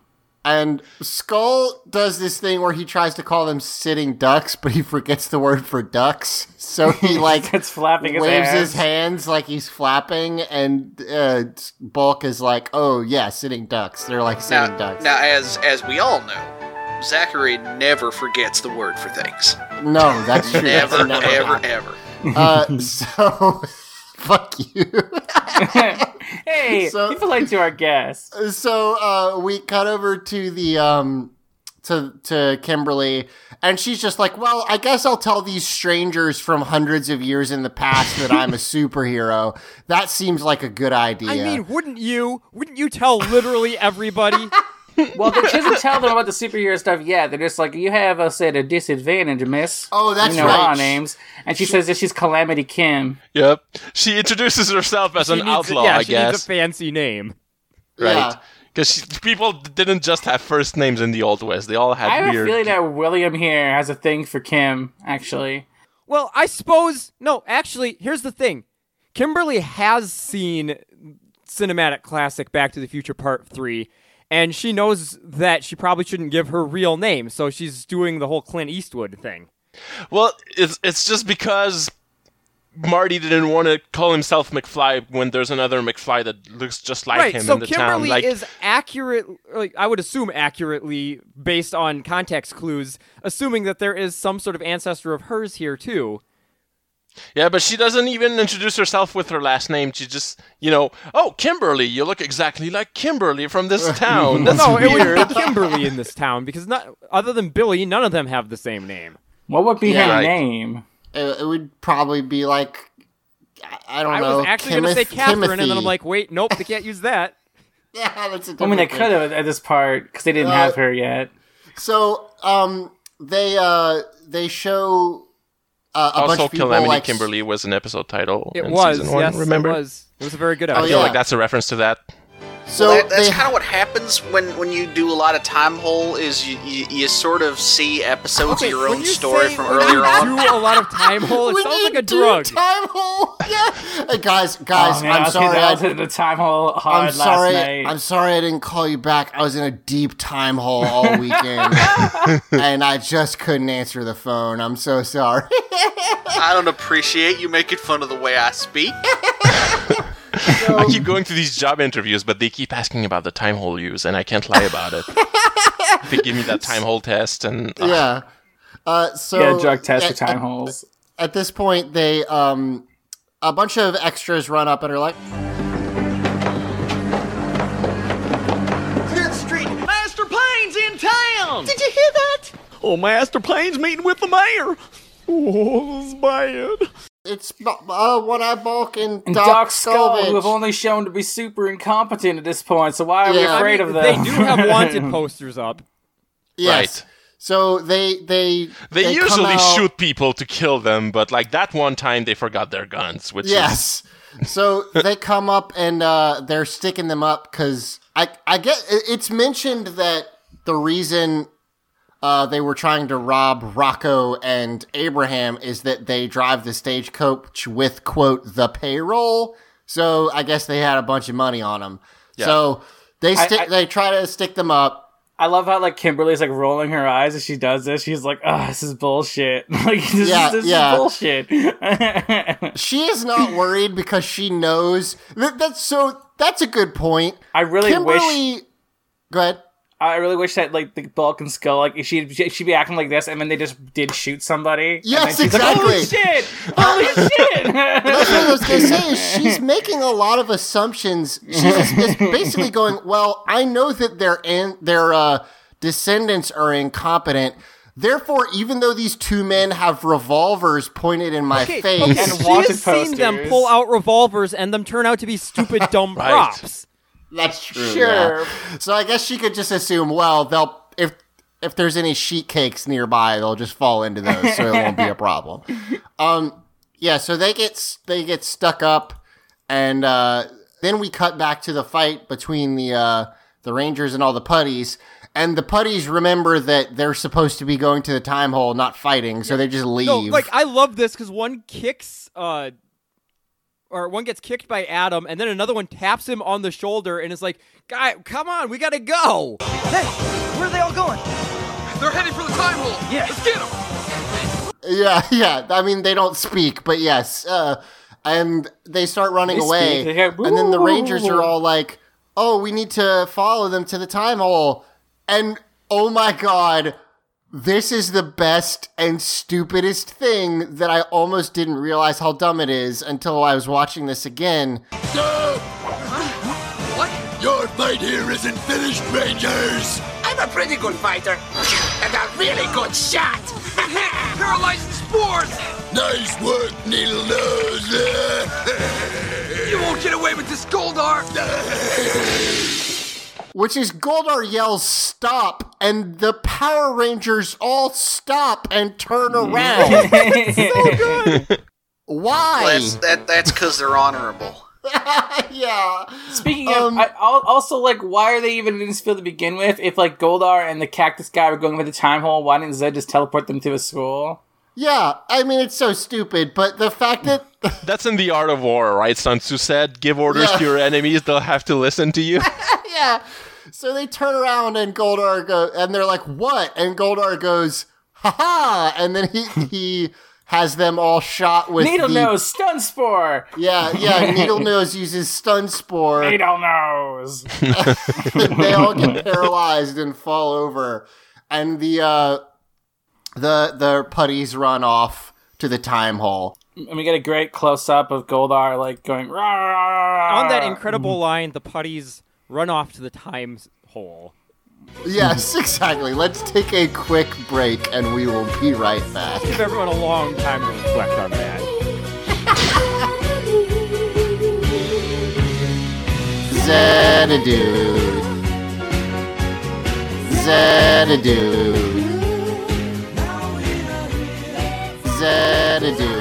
[SPEAKER 3] And Skull does this thing where he tries to call them sitting ducks, but he forgets the word for ducks. So
[SPEAKER 6] *laughs*
[SPEAKER 3] he like
[SPEAKER 6] it's flapping his
[SPEAKER 3] waves his
[SPEAKER 6] hands.
[SPEAKER 3] hands like he's flapping, and uh, Bulk is like, "Oh yeah, sitting ducks." They're like sitting
[SPEAKER 5] Now,
[SPEAKER 3] ducks.
[SPEAKER 5] now, as as we all know, Zachary never forgets the word for things.
[SPEAKER 3] No, that's true. That's
[SPEAKER 5] Never,
[SPEAKER 3] never
[SPEAKER 5] ever,
[SPEAKER 3] happened.
[SPEAKER 5] ever.
[SPEAKER 3] Uh, *laughs* so fuck you.
[SPEAKER 6] hey,
[SPEAKER 3] So- *laughs*
[SPEAKER 6] you relate to our guest.
[SPEAKER 3] So uh, we cut over to the um, to to Kimberly, and she's just like, "Well, I guess I'll tell these strangers from hundreds of years in the past that
[SPEAKER 4] *laughs*
[SPEAKER 3] I'm a superhero. That seems like a good idea."
[SPEAKER 4] I mean, wouldn't you? Wouldn't you tell literally
[SPEAKER 3] *laughs*
[SPEAKER 4] everybody?
[SPEAKER 6] well, she doesn't tell them about the superhero stuff yet. They're just like, you have us at a disadvantage, miss.
[SPEAKER 3] Oh, that's
[SPEAKER 6] you know
[SPEAKER 3] right.
[SPEAKER 6] Our names. And she, says that she's Calamity Kim.
[SPEAKER 7] Yep. She introduces herself as
[SPEAKER 4] She
[SPEAKER 7] an
[SPEAKER 4] needs a-
[SPEAKER 7] outlaw,
[SPEAKER 4] yeah,
[SPEAKER 7] I
[SPEAKER 4] she needs
[SPEAKER 7] guess.
[SPEAKER 4] a fancy name.
[SPEAKER 7] right. Because people didn't just have first names in the Old West. They all had
[SPEAKER 6] I have
[SPEAKER 7] weird.
[SPEAKER 6] a feeling that William here has a thing for Kim, actually.
[SPEAKER 4] Well, I suppose no. Actually, here's the thing: Kimberly has seen cinematic classic Back to the Future Part Three, and she knows that she probably shouldn't give her real name, so she's doing the whole Clint Eastwood thing.
[SPEAKER 7] Well, it's it's just because Marty didn't want to call himself McFly when there's another McFly that looks just like
[SPEAKER 4] right.
[SPEAKER 7] him
[SPEAKER 4] so
[SPEAKER 7] in the
[SPEAKER 4] Kimberly
[SPEAKER 7] town. Like,
[SPEAKER 4] is accurate. Like I would assume accurately based on context clues, assuming that there is some sort of ancestor of hers here too.
[SPEAKER 7] yeah, but she doesn't even introduce herself with her last name. She just, you know, oh Kimberly, you look exactly like Kimberly from this
[SPEAKER 3] *laughs*
[SPEAKER 7] town. That's
[SPEAKER 4] no, it
[SPEAKER 7] weird.
[SPEAKER 4] would be Kimberly in this town because not other than Billy, none of them have the same name.
[SPEAKER 6] What would be
[SPEAKER 3] Yeah.
[SPEAKER 6] her
[SPEAKER 7] Right.
[SPEAKER 6] name?
[SPEAKER 3] it, it would probably be like I- I don't
[SPEAKER 4] I
[SPEAKER 3] know.
[SPEAKER 4] was actually going to say
[SPEAKER 3] Kimoth-
[SPEAKER 4] Catherine, and then I'm
[SPEAKER 3] Timothy.
[SPEAKER 4] like, wait, nope, they can't use
[SPEAKER 7] *laughs*
[SPEAKER 4] that.
[SPEAKER 3] *laughs* yeah, that's a
[SPEAKER 6] I mean, they
[SPEAKER 3] different
[SPEAKER 6] could
[SPEAKER 3] thing.
[SPEAKER 6] have at this part because they didn't
[SPEAKER 3] Uh,
[SPEAKER 6] have her yet.
[SPEAKER 3] So um, they uh they show uh, a bunch
[SPEAKER 7] also,
[SPEAKER 3] of people
[SPEAKER 7] Calamity
[SPEAKER 3] like
[SPEAKER 7] Kimberly was an episode title.
[SPEAKER 4] It
[SPEAKER 7] in
[SPEAKER 4] was,
[SPEAKER 7] season one,
[SPEAKER 4] yes,
[SPEAKER 7] remember?
[SPEAKER 4] it was. It was a very good
[SPEAKER 3] Oh,
[SPEAKER 7] I
[SPEAKER 4] episode.
[SPEAKER 7] feel
[SPEAKER 3] yeah.
[SPEAKER 7] like that's a reference to that.
[SPEAKER 3] So
[SPEAKER 5] well, that, that's
[SPEAKER 3] they
[SPEAKER 5] kind of what happens when, when you do a lot of time hole is you, you, you sort of see episodes
[SPEAKER 4] Okay,
[SPEAKER 5] of your
[SPEAKER 4] when
[SPEAKER 5] own
[SPEAKER 4] you
[SPEAKER 5] story
[SPEAKER 4] say-
[SPEAKER 5] from
[SPEAKER 4] when
[SPEAKER 5] earlier
[SPEAKER 4] you
[SPEAKER 5] on.
[SPEAKER 4] Do a lot of time hole.
[SPEAKER 3] *laughs*
[SPEAKER 4] It
[SPEAKER 3] When
[SPEAKER 4] sounds
[SPEAKER 3] you
[SPEAKER 4] like a
[SPEAKER 3] do
[SPEAKER 4] drug.
[SPEAKER 3] Time hole. *laughs* Yeah, Hey, guys, guys,
[SPEAKER 6] Oh, man, I
[SPEAKER 3] I'm
[SPEAKER 6] was
[SPEAKER 3] sorry.
[SPEAKER 6] hitting- I was
[SPEAKER 3] I-
[SPEAKER 6] hitting the time hole hard
[SPEAKER 3] I'm
[SPEAKER 6] last
[SPEAKER 3] sorry.
[SPEAKER 6] night.
[SPEAKER 3] I'm sorry I didn't call you back. I was in a deep time hole
[SPEAKER 6] *laughs*
[SPEAKER 3] all weekend, and I just couldn't answer the phone. I'm so sorry. *laughs*
[SPEAKER 5] I don't appreciate you making fun of the way I speak.
[SPEAKER 7] I
[SPEAKER 3] Um,
[SPEAKER 7] keep going to these job interviews, but they keep asking about the time hole use, and I can't lie about it. they give me that time hole test, and uh,
[SPEAKER 3] yeah. Uh, so
[SPEAKER 6] yeah, drug test for
[SPEAKER 3] at-
[SPEAKER 6] time
[SPEAKER 3] at-
[SPEAKER 6] holes.
[SPEAKER 3] At this point, they um, a bunch of extras run up and are like,
[SPEAKER 1] Master Plane's in town! Did you hear that? Oh, Master Plane's meeting with the mayor. Oh, this is bad.
[SPEAKER 3] "It's uh, one eye bulk and,
[SPEAKER 6] And
[SPEAKER 3] Doc,
[SPEAKER 6] Doc Skull,
[SPEAKER 3] Skull,
[SPEAKER 6] who have only shown to be super incompetent at this point, so why are we
[SPEAKER 3] Yeah.
[SPEAKER 6] afraid
[SPEAKER 4] I mean,
[SPEAKER 6] of
[SPEAKER 4] They
[SPEAKER 6] them? *laughs*
[SPEAKER 4] do have wanted posters up.
[SPEAKER 3] Yes.
[SPEAKER 7] Right.
[SPEAKER 3] So they they
[SPEAKER 7] they,
[SPEAKER 3] come
[SPEAKER 7] usually
[SPEAKER 3] out-
[SPEAKER 7] shoot people to kill them, but like that one time they forgot their guns, which is
[SPEAKER 3] Yes. So they come up and uh, they're sticking them up because I I get it- it's mentioned that the reason uh, they were trying to rob Rocco and Abraham is that they drive the stagecoach with quote the payroll. So I guess they had a bunch of money on them. So they stick
[SPEAKER 6] I-
[SPEAKER 3] they try to stick them up.
[SPEAKER 6] I love how like Kimberly's like rolling her eyes as she does this. She's like, "Oh, this is bullshit. *laughs* Like this,
[SPEAKER 3] Yeah,
[SPEAKER 6] is, this
[SPEAKER 3] yeah.
[SPEAKER 6] is bullshit."
[SPEAKER 3] She is
[SPEAKER 6] *clears throat*
[SPEAKER 3] not worried because she knows that, that's so that's a good point.
[SPEAKER 6] I really wish
[SPEAKER 3] Kimberly, go ahead.
[SPEAKER 6] I really wish that like the Bulk and Skull like she she'd be acting like this, and then they just did shoot somebody. and
[SPEAKER 3] Yes,
[SPEAKER 6] then she's like, "Oh,
[SPEAKER 3] exactly.
[SPEAKER 6] Holy shit! Holy
[SPEAKER 3] That's
[SPEAKER 6] shit!
[SPEAKER 3] what I was gonna say. Is she's making a lot of assumptions. She's just basically going, "Well, I know that their an- their uh, descendants are incompetent. Therefore, even though these two men have revolvers pointed in my
[SPEAKER 4] Okay,
[SPEAKER 3] face,
[SPEAKER 4] okay.
[SPEAKER 6] And
[SPEAKER 4] She
[SPEAKER 6] wanted
[SPEAKER 4] has seen them
[SPEAKER 6] posters.
[SPEAKER 4] pull out revolvers and them turn out to be stupid dumb
[SPEAKER 7] Right.
[SPEAKER 4] props.
[SPEAKER 3] that's true. *laughs*
[SPEAKER 6] *laughs* Sure.
[SPEAKER 3] So I guess she could just assume, well, they'll if if there's any sheet cakes nearby, they'll just fall into those, so it won't be a
[SPEAKER 4] *laughs*
[SPEAKER 3] problem. Um, yeah. So they get s- they get stuck up, and uh, then we cut back to the fight between the uh, the Rangers and all the putties. And the putties remember that they're supposed to be going to the time hole, not fighting, so they just leave.
[SPEAKER 4] No, like I love this because one kicks, uh, or one gets kicked by Adam, and then another one taps him on the shoulder and is like, "Guy, come on, we gotta go."
[SPEAKER 11] Where are they all going?
[SPEAKER 5] They're heading for the time hole.
[SPEAKER 11] Yeah.
[SPEAKER 5] Let's get them.
[SPEAKER 3] yeah, *laughs* yeah. I mean, they don't speak, but yes. Uh, and they start running
[SPEAKER 6] They
[SPEAKER 3] away.
[SPEAKER 6] speak, they go,
[SPEAKER 3] and then the
[SPEAKER 6] "Woo!"
[SPEAKER 3] Rangers are all like, oh, we need to follow them to the time hole. And oh my God, this is the best and stupidest thing that I almost didn't realize how dumb it is until I was watching this again.
[SPEAKER 2] Your fight here isn't finished, Rangers! I I'm a pretty good fighter. And a really good shot. *laughs* Paralyzing spores. Nice work, needle *laughs* nose. you won't get away with this, Goldar.
[SPEAKER 3] Which is Goldar yells stop, and the Power Rangers all stop and turn around. so good. Why?
[SPEAKER 5] Well, that's that, that's because they're honorable.
[SPEAKER 3] *laughs* yeah.
[SPEAKER 6] Speaking of, I, al- also like, why are they even in this field to begin with? If like Goldar and the Cactus guy were going for the time hole, why didn't Zed just teleport them to a school?
[SPEAKER 3] Yeah, I mean it's so stupid, but the fact
[SPEAKER 6] *laughs*
[SPEAKER 3] that
[SPEAKER 7] That's in the art of war, right? Sun Tzu said, "Give orders to
[SPEAKER 3] Yeah.
[SPEAKER 7] your enemies; they'll have to listen
[SPEAKER 3] *laughs*
[SPEAKER 7] to you."
[SPEAKER 3] yeah. So they turn around and Goldar go and they're like, "What?" And Goldar goes, "Ha ha!" And then
[SPEAKER 6] *laughs*
[SPEAKER 3] he he has them all shot with
[SPEAKER 6] Needle
[SPEAKER 3] the-
[SPEAKER 6] nose, stun spore.
[SPEAKER 3] Yeah,
[SPEAKER 6] *laughs*
[SPEAKER 3] yeah. Needle Nose uses stun spore. *laughs*
[SPEAKER 6] Needle *laughs* nose.
[SPEAKER 3] they all get paralyzed and fall over, and the uh, the the putties run off to the time hole.
[SPEAKER 6] And we get a great close up of Goldar like going rah, rah, rah, rah.
[SPEAKER 4] On that incredible line, the putties run off to the time hole.
[SPEAKER 3] Yes, *laughs* exactly. Let's take a quick break, and we will be right back.
[SPEAKER 4] Give everyone a long time to reflect on that.
[SPEAKER 3] Xanadu. Xanadu. Xanadu.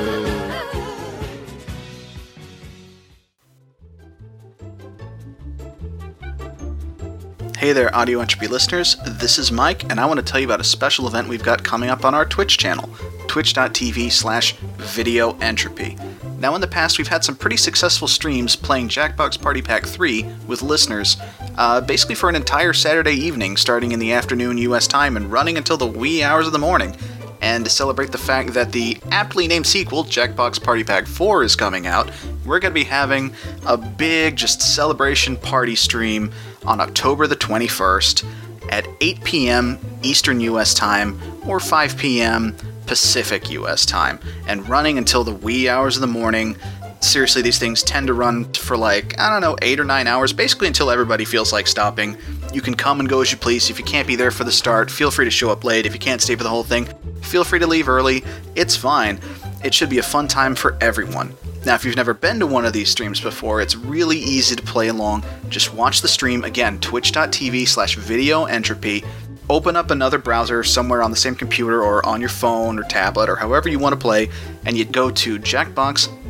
[SPEAKER 5] Hey there, Audio Entropy listeners. This is Mike, and I want to tell you about a special event we've got coming up on our Twitch channel, twitch.tv slash videoentropy. Now, in the past, we've had some pretty successful streams playing Jackbox Party Pack 3 with listeners, uh, basically for an entire Saturday evening, starting in the afternoon US time and running until the wee hours of the morning. And to celebrate the fact that the aptly named sequel, Jackbox Party Pack 4, is coming out, we're going to be having a big just celebration party stream on October the 21st at 8 p.m. Eastern U.S. time or 5 p.m. Pacific U.S. time, and running until the wee hours of the morning. Seriously, these things tend to run for like, I don't know, eight or nine hours, basically until everybody feels like stopping. You can come and go as you please. If you can't be there for the start, feel free to show up late. If you can't stay for the whole thing, feel free to leave early. It's fine. It should be a fun time for everyone. Now, if you've never been to one of these streams before, it's really easy to play along. Just watch the stream again, twitch.tv slash videoentropy. Open up another browser somewhere on the same computer or on your phone or tablet or however you want to play, and you go to jackbox.tv.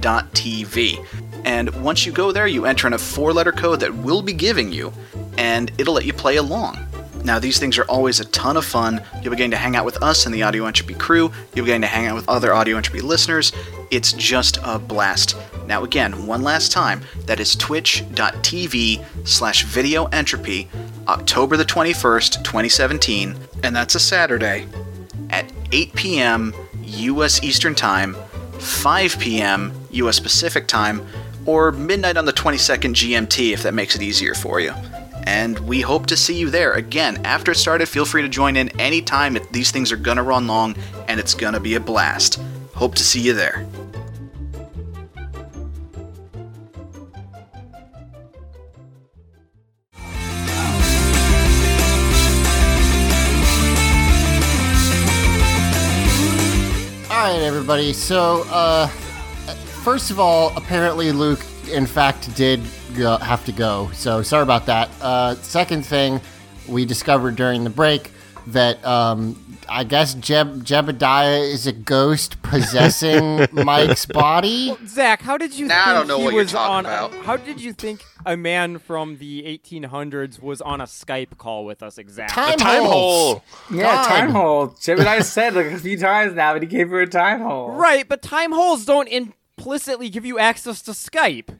[SPEAKER 5] And once you go there, you enter in a four letter code that we'll be giving you, and it'll let you play along. Now, these things are always a ton of fun. You'll be getting to hang out with us and the Audio Entropy crew. You'll be getting to hang out with other Audio Entropy listeners. It's just a blast. Now, again, one last time, that is twitch.tv slash videoentropy, October the 21st, 2017, and that's a Saturday at 8 p.m. U.S. Eastern Time, 5 p.m. U.S. Pacific Time, or midnight on the 22nd GMT if that makes it easier for you. And we hope to see you there. Again, after it started, feel free to join in anytime. These things are gonna run long and it's gonna be a blast. Hope to see you there.
[SPEAKER 3] All right, everybody. So, uh, first of all, apparently Luke, in fact, did go, have to go. So, sorry about that. Uh, second thing, we discovered during the break that um, I guess Jeb- Jebediah is a ghost possessing Mike's body.
[SPEAKER 4] Zach, how did you
[SPEAKER 5] Now I
[SPEAKER 4] think
[SPEAKER 5] don't know
[SPEAKER 4] he
[SPEAKER 5] what you're
[SPEAKER 4] was
[SPEAKER 5] talking
[SPEAKER 4] on?
[SPEAKER 5] about.
[SPEAKER 4] How did you think a man from the 1800s was on a Skype call with us exactly?
[SPEAKER 3] Time,
[SPEAKER 7] time
[SPEAKER 3] holes.
[SPEAKER 7] hole.
[SPEAKER 6] Yeah,
[SPEAKER 3] God.
[SPEAKER 6] time hole. Gemini said like a few times now, but he gave her a time hole.
[SPEAKER 4] Right, but time holes don't implicitly give you access to Skype.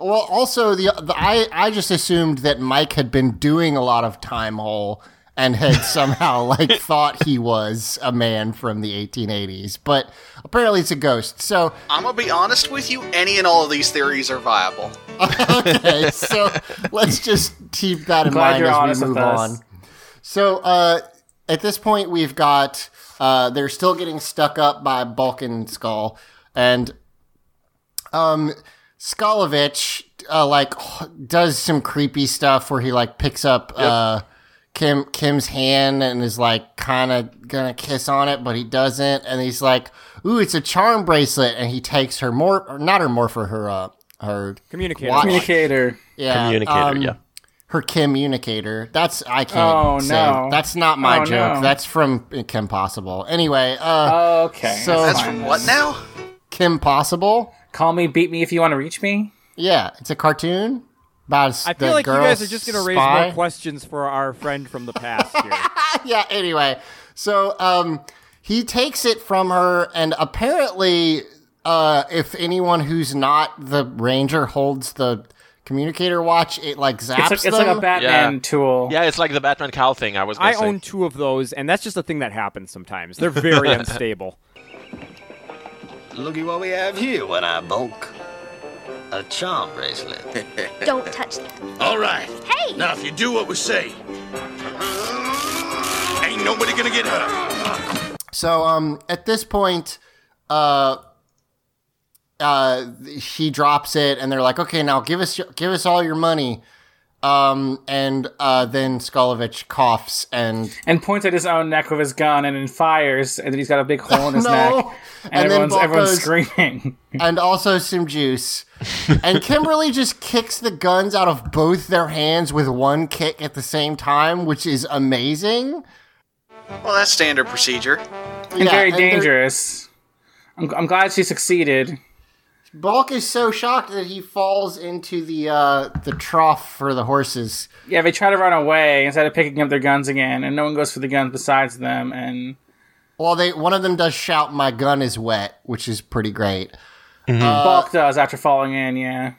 [SPEAKER 3] Well, also the, the I I just assumed that Mike had been doing a lot of time hole and had somehow like thought he was a man from the 1880s, but apparently it's a ghost. So.
[SPEAKER 5] I'm gonna be honest with you, any and all of these theories are viable.
[SPEAKER 3] okay, so let's just keep that in
[SPEAKER 6] Glad
[SPEAKER 3] mind
[SPEAKER 6] you're
[SPEAKER 3] as
[SPEAKER 6] honest
[SPEAKER 3] we
[SPEAKER 6] with
[SPEAKER 3] move
[SPEAKER 6] us.
[SPEAKER 3] on. So uh, at this point, we've got uh, they're still getting stuck up by Balkan Skull, and um, Skolovich uh, like does some creepy stuff where he like picks up uh, Kim Kim's hand and is like kind of gonna kiss on it, but he doesn't, and he's like, "Ooh, it's a charm bracelet," and he takes her more, or not her morpher, her uh, her
[SPEAKER 4] Communicator.
[SPEAKER 3] watch.
[SPEAKER 6] Communicator.
[SPEAKER 3] yeah,
[SPEAKER 7] Communicator,
[SPEAKER 3] um,
[SPEAKER 7] yeah.
[SPEAKER 3] her communicator. That's I can't.
[SPEAKER 6] Oh,
[SPEAKER 3] say.
[SPEAKER 6] no.
[SPEAKER 3] that's not my
[SPEAKER 6] Oh,
[SPEAKER 3] joke.
[SPEAKER 6] no.
[SPEAKER 3] That's from Kim Possible. Anyway, uh,
[SPEAKER 6] Okay.
[SPEAKER 3] So-
[SPEAKER 6] that's
[SPEAKER 5] That's
[SPEAKER 6] fine.
[SPEAKER 5] from what now?
[SPEAKER 3] Kim Possible.
[SPEAKER 6] Call me, beat me if you want to reach me.
[SPEAKER 3] Yeah, it's a cartoon about
[SPEAKER 4] I feel
[SPEAKER 3] the
[SPEAKER 4] like you
[SPEAKER 3] girl
[SPEAKER 4] guys are just going to raise
[SPEAKER 3] spy.
[SPEAKER 4] more questions for our friend from the past *laughs* here.
[SPEAKER 3] *laughs* yeah, anyway. So um he takes it from her and apparently uh if anyone who's not the ranger holds the communicator watch, it like zaps
[SPEAKER 6] It's, like, it's
[SPEAKER 3] them.
[SPEAKER 6] like a Batman tool.
[SPEAKER 7] Yeah, it's like the Batman cow thing I was
[SPEAKER 4] I
[SPEAKER 7] going to say.
[SPEAKER 4] own two of those, and that's just a thing that happens sometimes. They're
[SPEAKER 3] *laughs*
[SPEAKER 4] very unstable.
[SPEAKER 9] Looky what we have here when I bulk. A charm bracelet.
[SPEAKER 10] Don't touch that.
[SPEAKER 1] All right.
[SPEAKER 10] Hey!
[SPEAKER 1] Now, if you do what we say, ain't nobody gonna get hurt.
[SPEAKER 3] So um at this point uh uh she drops it and they're like, "Okay, now give us your- give us all your money." Um and uh then Skolovich coughs and
[SPEAKER 6] *laughs* And points at his own neck with his gun and then fires, and then he's got a big hole in
[SPEAKER 3] *laughs*
[SPEAKER 6] his
[SPEAKER 3] No.
[SPEAKER 6] neck. And,
[SPEAKER 3] And then
[SPEAKER 6] everyone's, everyone's
[SPEAKER 3] Balko's-
[SPEAKER 6] screaming. *laughs*
[SPEAKER 3] and also some juice. And Kimberly just kicks the guns out of both their hands with one kick at the same time, which is amazing.
[SPEAKER 5] Well, that's standard procedure.
[SPEAKER 6] and very
[SPEAKER 3] they're-
[SPEAKER 6] dangerous. I'm, I'm glad she succeeded.
[SPEAKER 3] Balk is so shocked that he falls into the uh, the trough for the horses.
[SPEAKER 6] Yeah, they try to run away instead of picking up their guns again, and no one goes for the guns besides them. And
[SPEAKER 3] Well, they one of them does shout, "My gun is wet," which is pretty great.
[SPEAKER 6] Balk does after falling in, yeah.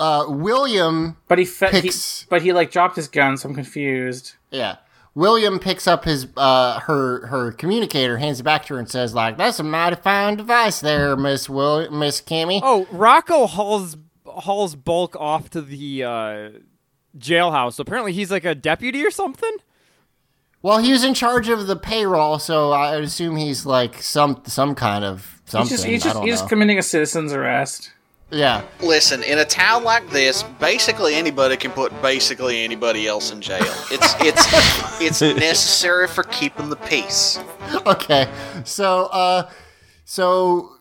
[SPEAKER 3] Uh, William,
[SPEAKER 6] But he, fe- he
[SPEAKER 3] Picks-
[SPEAKER 6] but he like dropped his gun, so I'm confused.
[SPEAKER 3] yeah, William picks up his uh, her her communicator, hands it back to her, and says, "Like that's a mighty fine device, there, Miss Will Miss Kimmy."
[SPEAKER 4] Oh, Rocco hauls hauls Bulk off to the uh, jailhouse. Apparently, he's like a deputy or something.
[SPEAKER 3] Well, he was in charge of the payroll, so I assume he's like some some kind of something.
[SPEAKER 6] He's just he's
[SPEAKER 3] I
[SPEAKER 6] just
[SPEAKER 3] don't
[SPEAKER 6] he's
[SPEAKER 3] know.
[SPEAKER 6] just committing a citizen's arrest.
[SPEAKER 3] yeah,
[SPEAKER 5] Listen, in a town like this, basically anybody can put basically anybody else in jail. It's
[SPEAKER 9] *laughs*
[SPEAKER 5] it's it's necessary for keeping the peace.
[SPEAKER 3] *laughs* okay. So, uh, so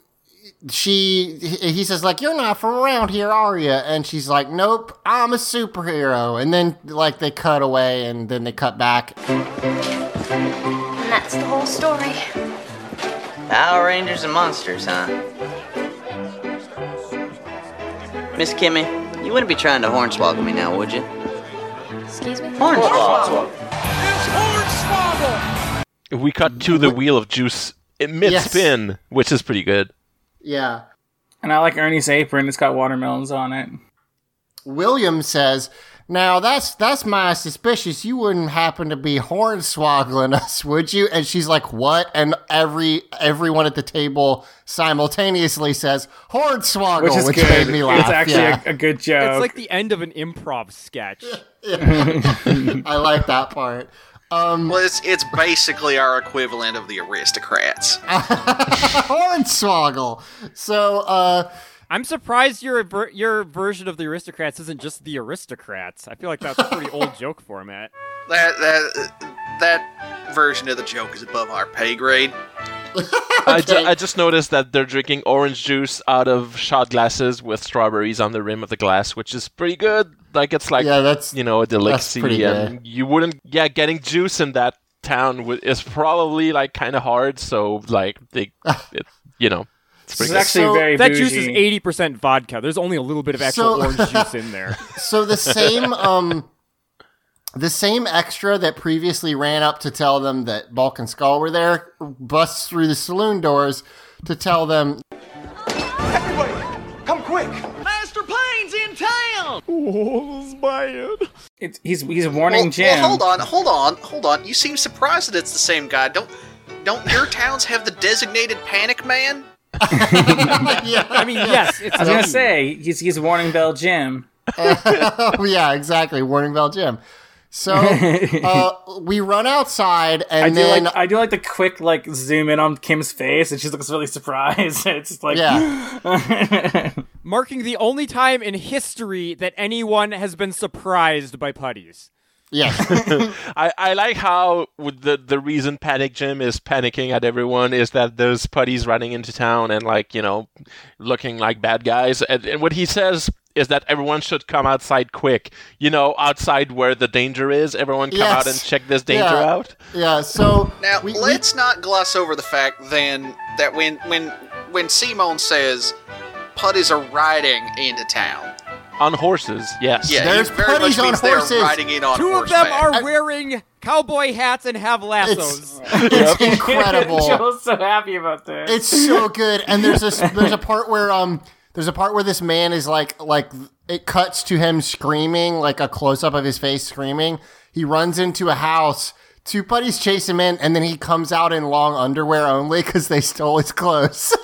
[SPEAKER 3] she he he says like, "You're not from around here, are you?" And she's like, "Nope, I'm a superhero." And then like they cut away, and then they cut back.
[SPEAKER 10] And that's the whole story.
[SPEAKER 11] Power Rangers and monsters, huh? Miss Kimmy, you wouldn't be trying to hornswoggle me now, would you?
[SPEAKER 10] Excuse me?
[SPEAKER 7] we cut to the wheel of juice in mid
[SPEAKER 3] Yes.
[SPEAKER 7] spin, which is pretty good.
[SPEAKER 3] Yeah.
[SPEAKER 6] And I like Ernie's apron; it's got watermelons on it.
[SPEAKER 3] William says, "Now that's that's my suspicious. You wouldn't happen to be hornswoggling us, would you?" And she's like, "What?" And every everyone at the table simultaneously says, "Hornswoggle,"
[SPEAKER 6] Which
[SPEAKER 3] Oh, which,
[SPEAKER 6] is
[SPEAKER 3] made
[SPEAKER 6] good.
[SPEAKER 3] me laugh.
[SPEAKER 6] It's actually
[SPEAKER 3] yeah,
[SPEAKER 6] a, a good joke.
[SPEAKER 4] It's like the end of an improv
[SPEAKER 3] *laughs*
[SPEAKER 4] sketch.
[SPEAKER 3] I like that part. Um,
[SPEAKER 5] Well, it's it's basically our equivalent of the aristocrats.
[SPEAKER 3] Hornswoggle. So, uh,
[SPEAKER 4] I'm surprised your ver- your version of the aristocrats isn't just the aristocrats. I feel like that's a pretty old joke format.
[SPEAKER 5] That that that version of the joke is above our pay grade.
[SPEAKER 7] I, ju- I just noticed that they're drinking orange juice out of shot glasses with strawberries on the rim of the glass, which is pretty good. Like it's like
[SPEAKER 3] Yeah, that's-
[SPEAKER 7] you know a delicacy,
[SPEAKER 3] pretty
[SPEAKER 7] and you wouldn't yeah getting juice in that town w- is probably like kind of hard. So like
[SPEAKER 3] *laughs*
[SPEAKER 7] they, it, you know, it's
[SPEAKER 6] This
[SPEAKER 7] pretty
[SPEAKER 6] is
[SPEAKER 7] good.
[SPEAKER 6] actually
[SPEAKER 3] So
[SPEAKER 6] very
[SPEAKER 4] That
[SPEAKER 6] bougie.
[SPEAKER 4] juice is 80% vodka. There's only a little bit of actual
[SPEAKER 3] So-
[SPEAKER 4] orange juice
[SPEAKER 3] *laughs*
[SPEAKER 4] in there.
[SPEAKER 3] so the same um the same extra that previously ran up to tell them that Bulk and Skull were there busts through the saloon doors to tell them *laughs*
[SPEAKER 6] It's, he's he's warning
[SPEAKER 5] well,
[SPEAKER 6] Jim.
[SPEAKER 5] well, hold on, hold on, hold on. You seem surprised that it's the same guy. Don't don't your towns have the designated panic man?
[SPEAKER 4] I mean, yes, it's
[SPEAKER 6] I was gonna say he's he's warning Bell Jim.
[SPEAKER 3] Oh, *laughs* yeah, exactly. Warning Bell Jim.
[SPEAKER 6] *laughs*
[SPEAKER 3] So uh, we run outside, and
[SPEAKER 6] I do
[SPEAKER 3] then
[SPEAKER 6] like I do like the quick like zoom in on Kim's face, and she looks really *laughs* surprised. it's just like *laughs*
[SPEAKER 3] yeah,
[SPEAKER 4] marking the only time in history that anyone has been surprised by putties.
[SPEAKER 3] Yes.
[SPEAKER 7] I, I like how with the the reason Panic Jim is panicking at everyone is that those putties running into town and like you know looking like bad guys and, and what he says is that everyone should come outside quick you know outside where the danger is everyone come out and
[SPEAKER 3] Yes.
[SPEAKER 7] check this danger
[SPEAKER 3] Yeah.
[SPEAKER 7] out
[SPEAKER 3] Yeah, so
[SPEAKER 5] Now let's not gloss over the fact then that when when when Simone says putties are riding into town.
[SPEAKER 7] on horses yes
[SPEAKER 5] Yeah, he very much means they're riding in on
[SPEAKER 4] Two of
[SPEAKER 5] horseback.
[SPEAKER 4] them are wearing cowboy hats and have lassos.
[SPEAKER 5] *laughs*
[SPEAKER 3] it's incredible.
[SPEAKER 6] Joe's so happy about this.
[SPEAKER 3] It's so good. And there's a there's a part where um there's a part where this man is like like it cuts to him screaming like a close up of his face screaming. He runs into a house. Two buddies chase him in, and then he comes out in long underwear only because they stole his clothes. *laughs*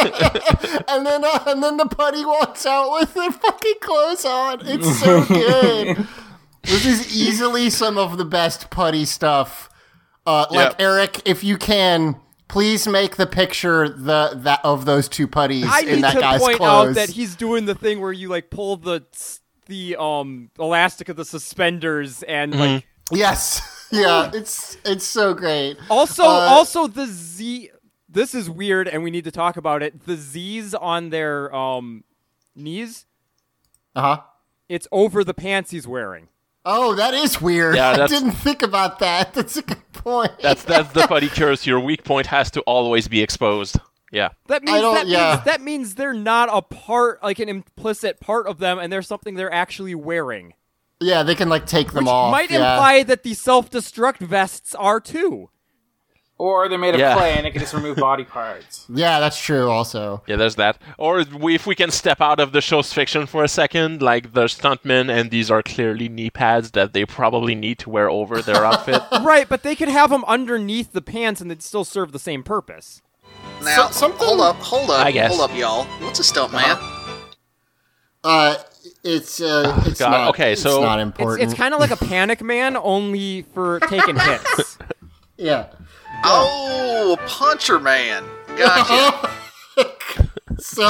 [SPEAKER 3] and then uh, and then the buddy walks out with their fucking clothes on. It's so good. this is easily some of the best putty stuff. Uh, like
[SPEAKER 7] Yep.
[SPEAKER 3] Eric, if you can, please make the picture the that of those two putties
[SPEAKER 4] I
[SPEAKER 3] in
[SPEAKER 4] need
[SPEAKER 3] that
[SPEAKER 4] to
[SPEAKER 3] guy's
[SPEAKER 4] point
[SPEAKER 3] clothes.
[SPEAKER 4] out that he's doing the thing where you like pull the the um elastic of the suspenders and like
[SPEAKER 3] yes, *laughs* yeah, it's it's so great.
[SPEAKER 4] also
[SPEAKER 3] Uh,
[SPEAKER 4] also the Z. This is weird, and we need to talk about it. The Z's on their um knees.
[SPEAKER 3] uh huh.
[SPEAKER 4] It's over the pants he's wearing.
[SPEAKER 3] Oh, that is weird. *laughs*
[SPEAKER 7] Yeah,
[SPEAKER 3] I
[SPEAKER 7] that's-
[SPEAKER 3] didn't think about that. *laughs* That's a good point.
[SPEAKER 7] that's that's the putty curse your weak point has to always be exposed yeah
[SPEAKER 4] That means
[SPEAKER 3] don't-
[SPEAKER 4] that
[SPEAKER 3] yeah.
[SPEAKER 4] means that means they're not a part, like an implicit part of them, and there's something they're actually wearing.
[SPEAKER 3] yeah, they can like take them off.
[SPEAKER 4] Might
[SPEAKER 3] yeah.
[SPEAKER 4] imply that the self-destruct vests are too.
[SPEAKER 6] or they're made of
[SPEAKER 7] Yeah.
[SPEAKER 6] clay and it can just remove body parts.
[SPEAKER 3] Yeah, that's true. Also,
[SPEAKER 7] Yeah, there's that. Or we, if we can step out of the show's fiction for a second, like the stuntmen, and these are clearly knee pads that they probably need to wear over their
[SPEAKER 3] *laughs*
[SPEAKER 7] outfit.
[SPEAKER 4] right, but they could have them underneath the pants, and they'd still serve the same purpose.
[SPEAKER 5] Now,
[SPEAKER 3] So- something- Uh-huh.
[SPEAKER 5] hold up, hold up,
[SPEAKER 7] I guess.
[SPEAKER 5] hold up, y'all. What's a stunt man?
[SPEAKER 3] uh, it's uh, it's
[SPEAKER 7] Oh, God,
[SPEAKER 3] not
[SPEAKER 7] okay,
[SPEAKER 3] It's
[SPEAKER 7] so-
[SPEAKER 3] not
[SPEAKER 4] It's,
[SPEAKER 3] important.
[SPEAKER 4] it's kind of like a Panic Man, only for
[SPEAKER 3] *laughs*
[SPEAKER 4] taking hits.
[SPEAKER 3] yeah.
[SPEAKER 5] Oh, a puncher man.
[SPEAKER 3] *laughs*
[SPEAKER 5] Gotcha.
[SPEAKER 3] So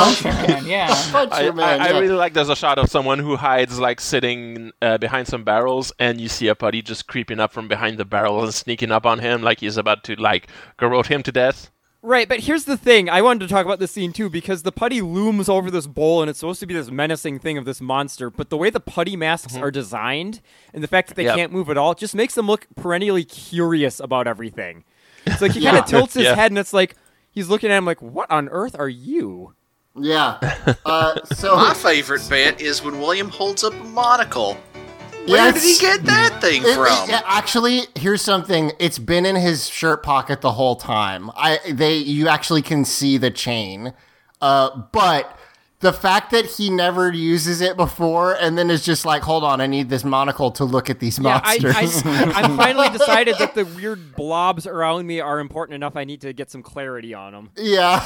[SPEAKER 3] *laughs*
[SPEAKER 6] Man, yeah.
[SPEAKER 3] punch
[SPEAKER 7] I,
[SPEAKER 3] your man.
[SPEAKER 7] I, I
[SPEAKER 3] yeah.
[SPEAKER 7] really like there's a shot of someone who hides, like sitting uh, behind some barrels, and you see a putty just creeping up from behind the barrel and sneaking up on him, like he's about to like garrote him to death.
[SPEAKER 4] right, but here's the thing: I wanted to talk about this scene too because the putty looms over this bowl, and it's supposed to be this menacing thing of this monster. But the way the putty masks are designed, and the fact that they
[SPEAKER 7] Mm-hmm. Yep.
[SPEAKER 4] can't move at all, just makes them look perennially curious about everything. It's
[SPEAKER 7] *laughs*
[SPEAKER 4] like he kind of tilts his
[SPEAKER 7] Yeah.
[SPEAKER 4] head, and it's like he's looking at him like, "What on earth are you?"
[SPEAKER 7] *laughs*
[SPEAKER 3] Yeah. Uh, so
[SPEAKER 5] My favorite bit is when William holds up a monocle. Where
[SPEAKER 3] Yes.
[SPEAKER 5] did he get that thing
[SPEAKER 3] It-
[SPEAKER 5] from?
[SPEAKER 3] it- actually, here's something. It's been in his shirt pocket the whole time. I they you actually can see the chain, uh, but the fact that he never uses it before and then is just like, hold on, I need this monocle to look at these
[SPEAKER 4] Yeah, I,
[SPEAKER 3] monsters. *laughs*
[SPEAKER 7] *laughs*
[SPEAKER 4] I, I finally decided that the weird blobs around me are important enough. I need to get some clarity on them.
[SPEAKER 3] yeah.